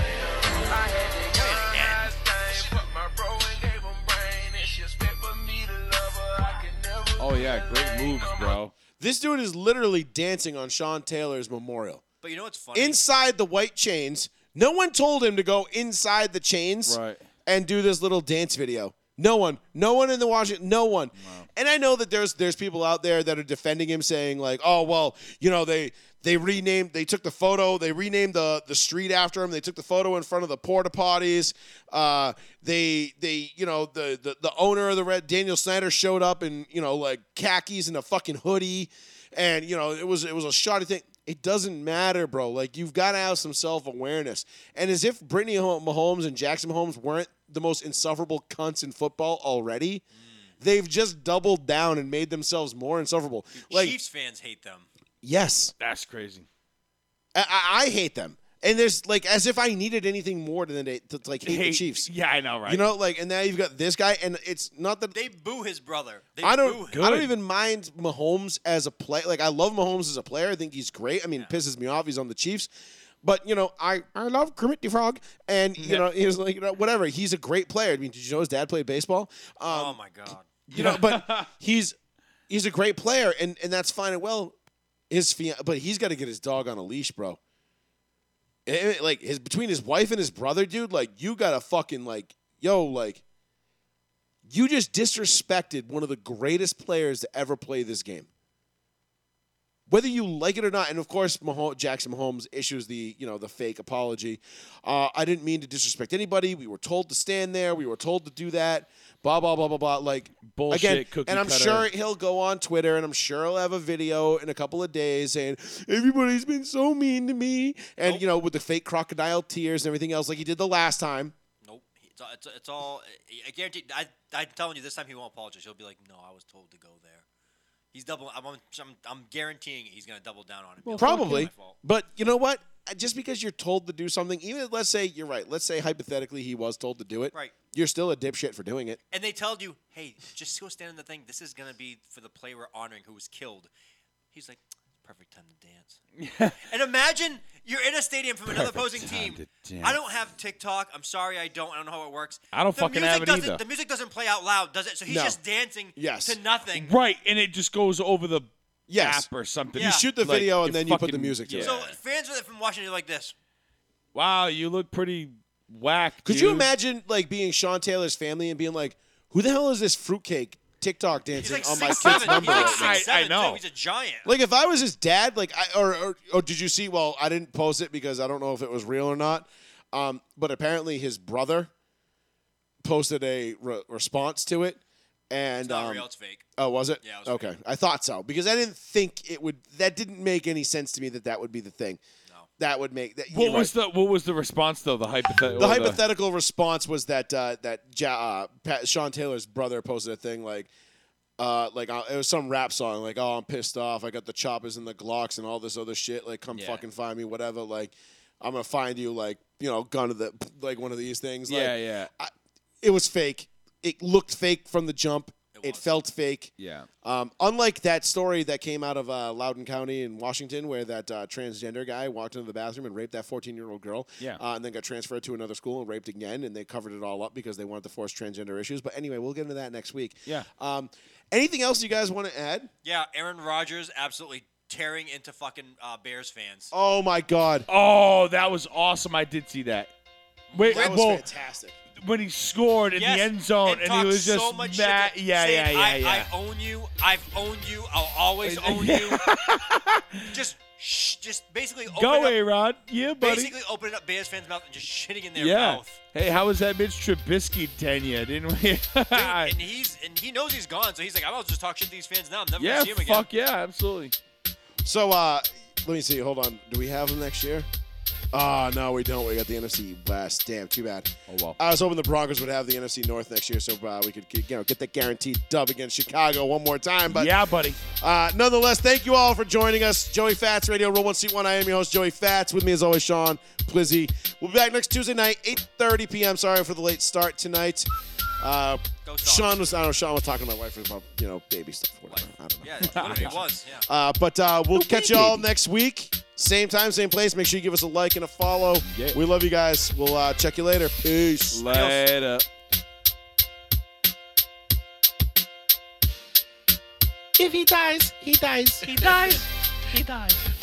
S5: hot thing, put my bro and gave him brain. And she expect for me to love her. I can never
S2: oh
S5: be
S2: yeah,
S5: a
S2: great
S5: lame.
S2: moves,
S5: I'm a
S2: bro.
S1: this dude is literally dancing on Sean Taylor's memorial.
S3: But you know what's funny?
S1: inside the white chains. No one told him to go inside the chains
S2: Right.
S1: and do this little dance video. No one, no one in the Washington, no one. And I know that there's there's people out there that are defending him, saying like, oh well, you know they they renamed, they took the photo, they renamed the the street after him, they took the photo in front of the porta potties. Uh, they they you know the, the the owner of the red Daniel Snyder showed up in you know like khakis and a fucking hoodie, and you know it was it was a shoddy thing. It doesn't matter, bro. Like you've got to have some self awareness. And as if Brittany Mahomes and Jackson Mahomes weren't the most insufferable cunts in football already, they've just doubled down and made themselves more insufferable. Like
S3: Chiefs fans hate them.
S1: yes,
S2: That's crazy.
S1: I- I, I hate them. And there's like as if I needed anything more than they to like hate,
S2: Hey,
S1: the Chiefs.
S2: Yeah, I know, right?
S1: You know, like and now you've got this guy, and it's not that
S3: They boo his brother. They
S1: I
S3: boo
S1: don't.
S3: him.
S1: I don't
S2: Good.
S1: even mind Mahomes as a play. Like I love Mahomes as a player. I think he's great. I mean, it pisses me off. He's on the Chiefs, but you know, I I love Kermit the Frog, and you know, he's like you know, whatever. He's a great player. I mean, did you know his dad played baseball? Um,
S3: oh my god.
S1: you know, but he's he's a great player, and and that's fine and well. His fian- but he's got to get his dog on a leash, bro. Eh, eh, like his between his wife and his brother, dude. Like you got to fucking like yo, like you just disrespected one of the greatest players to ever play this game. Whether you like it or not, and of course, Mahomes, Jackson Mahomes issues the you know the fake apology. Uh, I didn't mean to disrespect anybody. We were told to stand there. We were told to do that. Blah blah blah blah blah. Like
S2: Bullshit,
S1: again,
S2: cookie
S1: and I'm
S2: cutter.
S1: sure he'll go on Twitter, and I'm sure he'll have a video in a couple of days saying everybody's been so mean to me, and you know with the fake crocodile tears and everything else, like he did the last time.
S3: Nope. It's, all- it's, it's all. I- I guarantee. I, I'm telling you, this time he won't apologize. He'll be like, "No, I was told to go there." He's double. I'm. I'm. I'm, I'm guaranteeing he's gonna double down on it. Well,
S1: Probably. But you know what? Just because you're told to do something, even if- let's say you're right, let's say hypothetically he was told to do it,
S3: Right.
S1: You're still a dipshit for doing it.
S3: And they told you, "Hey, just go stand in the thing. This is gonna be for the player we're honoring who was killed." He's like, "Perfect time to dance."
S2: *laughs*
S3: And imagine you're in a stadium from another
S2: Perfect
S3: opposing
S2: time
S3: team.
S2: to dance.
S3: I don't have TikTok. I'm sorry, I don't. I don't know how it works.
S2: I don't
S3: the
S2: fucking
S3: music
S2: have it
S3: doesn't-
S2: either.
S3: The music doesn't play out loud, does it? So he's
S1: No.
S3: just dancing
S1: Yes.
S3: to nothing.
S2: right? And it just goes over the
S1: Yes.
S2: app or something.
S3: You Yeah.
S1: Shoot the
S2: Like,
S1: video and
S2: you
S1: then you put
S2: fucking-
S1: the music to
S2: yeah.
S1: it.
S3: So fans with it from Washington are like this.
S2: wow, you look pretty whack.
S1: Could you
S2: dude.
S1: imagine like being Sean Taylor's family and being like, "Who the hell is this fruitcake TikTok
S3: He's
S1: dancing
S3: like
S1: on my
S3: six
S1: kid's
S3: seven.
S1: number?" right
S3: He's like
S1: now?"
S2: I-
S3: six seven.
S2: I know.
S3: Too. He's a giant.
S1: Like if I was his dad, like I or, or or did you see? Well, I didn't post it because I don't know if it was real or not. Um, but apparently his brother posted a re- response to it, and
S3: it's not
S1: um,
S3: real. It's fake.
S1: Oh, was it?
S3: Yeah, it was
S1: okay, I thought so because I didn't think it would. That didn't make any sense to me that that would be the thing.
S3: No.
S1: That would make that.
S2: What
S1: you're
S2: was
S1: right.
S2: the What was the response though? The hypothetical.
S1: the hypothetical response was that uh, that ja- uh, Pat, Sean Taylor's brother posted a thing like. Uh, like uh, it was some rap song, like "Oh, I'm pissed off. I got the choppers and the Glocks and all this other shit. Like, come
S2: Yeah.
S1: fucking find me, whatever. Like, I'm gonna find you. Like, you know, gun to the like one of these things. Like,
S2: yeah, yeah,
S1: It was fake. It looked fake from the jump.
S3: It
S1: It
S3: was.
S1: felt fake.
S2: yeah.
S1: Um, unlike that story that came out of uh, Loudoun County in Washington, where that uh, transgender guy walked into the bathroom and raped that 14 year old girl,
S2: Yeah.
S1: uh, and then got transferred to another school and raped again, and they covered it all up because they wanted to force transgender issues. But anyway, we'll get into that next week.
S2: Yeah.
S1: Um, anything else you guys want to add?
S3: Yeah, Aaron Rodgers absolutely tearing into fucking uh, Bears fans.
S1: Oh my God,
S2: Oh, that was awesome. I did see that. Wait,
S1: that was
S2: well,
S1: fantastic.
S2: when he scored in
S3: Yes,
S2: the end zone,
S3: and,
S2: and, he
S3: talked
S2: was just
S3: so much
S2: mad.
S3: shit to-
S2: yeah, yeah,
S3: saying,
S2: yeah, yeah.
S3: I, I own you. I've owned you. I'll always own you.
S2: *laughs*
S3: just, shh, just basically open
S2: Go,
S3: up,
S2: A Rod. Yeah, buddy.
S3: basically opening up Bears fans' mouth and just shitting in their
S2: Yeah.
S3: mouth.
S2: Hey, how was that Mitch Trubisky tenure? Didn't we? *laughs*
S3: Dude, and he's and he knows he's gone, so he's like, I'll just talk shit to these fans now. I'm never
S2: yeah,
S3: gonna see him again.
S2: fuck yeah, absolutely.
S1: So uh, let me see. Hold on. Do we have them next year? Ah, no, we don't. We got the NFC West. Damn, too bad.
S2: Oh well.
S1: I was hoping the Broncos would have the NFC North next year, so uh, we could you know get that guaranteed dub against Chicago one more time. But
S2: yeah, buddy.
S1: uh, nonetheless, thank you all for joining us. Joey Fats Radio Roll One Seat One. I am your host Joey Fats. With me as always, Sean Plizzy. We'll be back next Tuesday night, 8:30 p.m. Sorry for the late start tonight. Uh,
S3: Go Sox.
S1: Sean was I don't know. Sean was talking to my wife about you know baby stuff. Whatever. I don't know.
S3: Yeah, what
S2: *laughs*
S3: if he was? Yeah.
S1: Uh, but uh, we'll catch you all next week. Same time, same place. Make sure you give us a like and a follow.
S2: Yeah.
S1: We love you guys. We'll uh, check you later. Peace.
S2: Later.
S6: If he dies, he dies. He dies. He dies.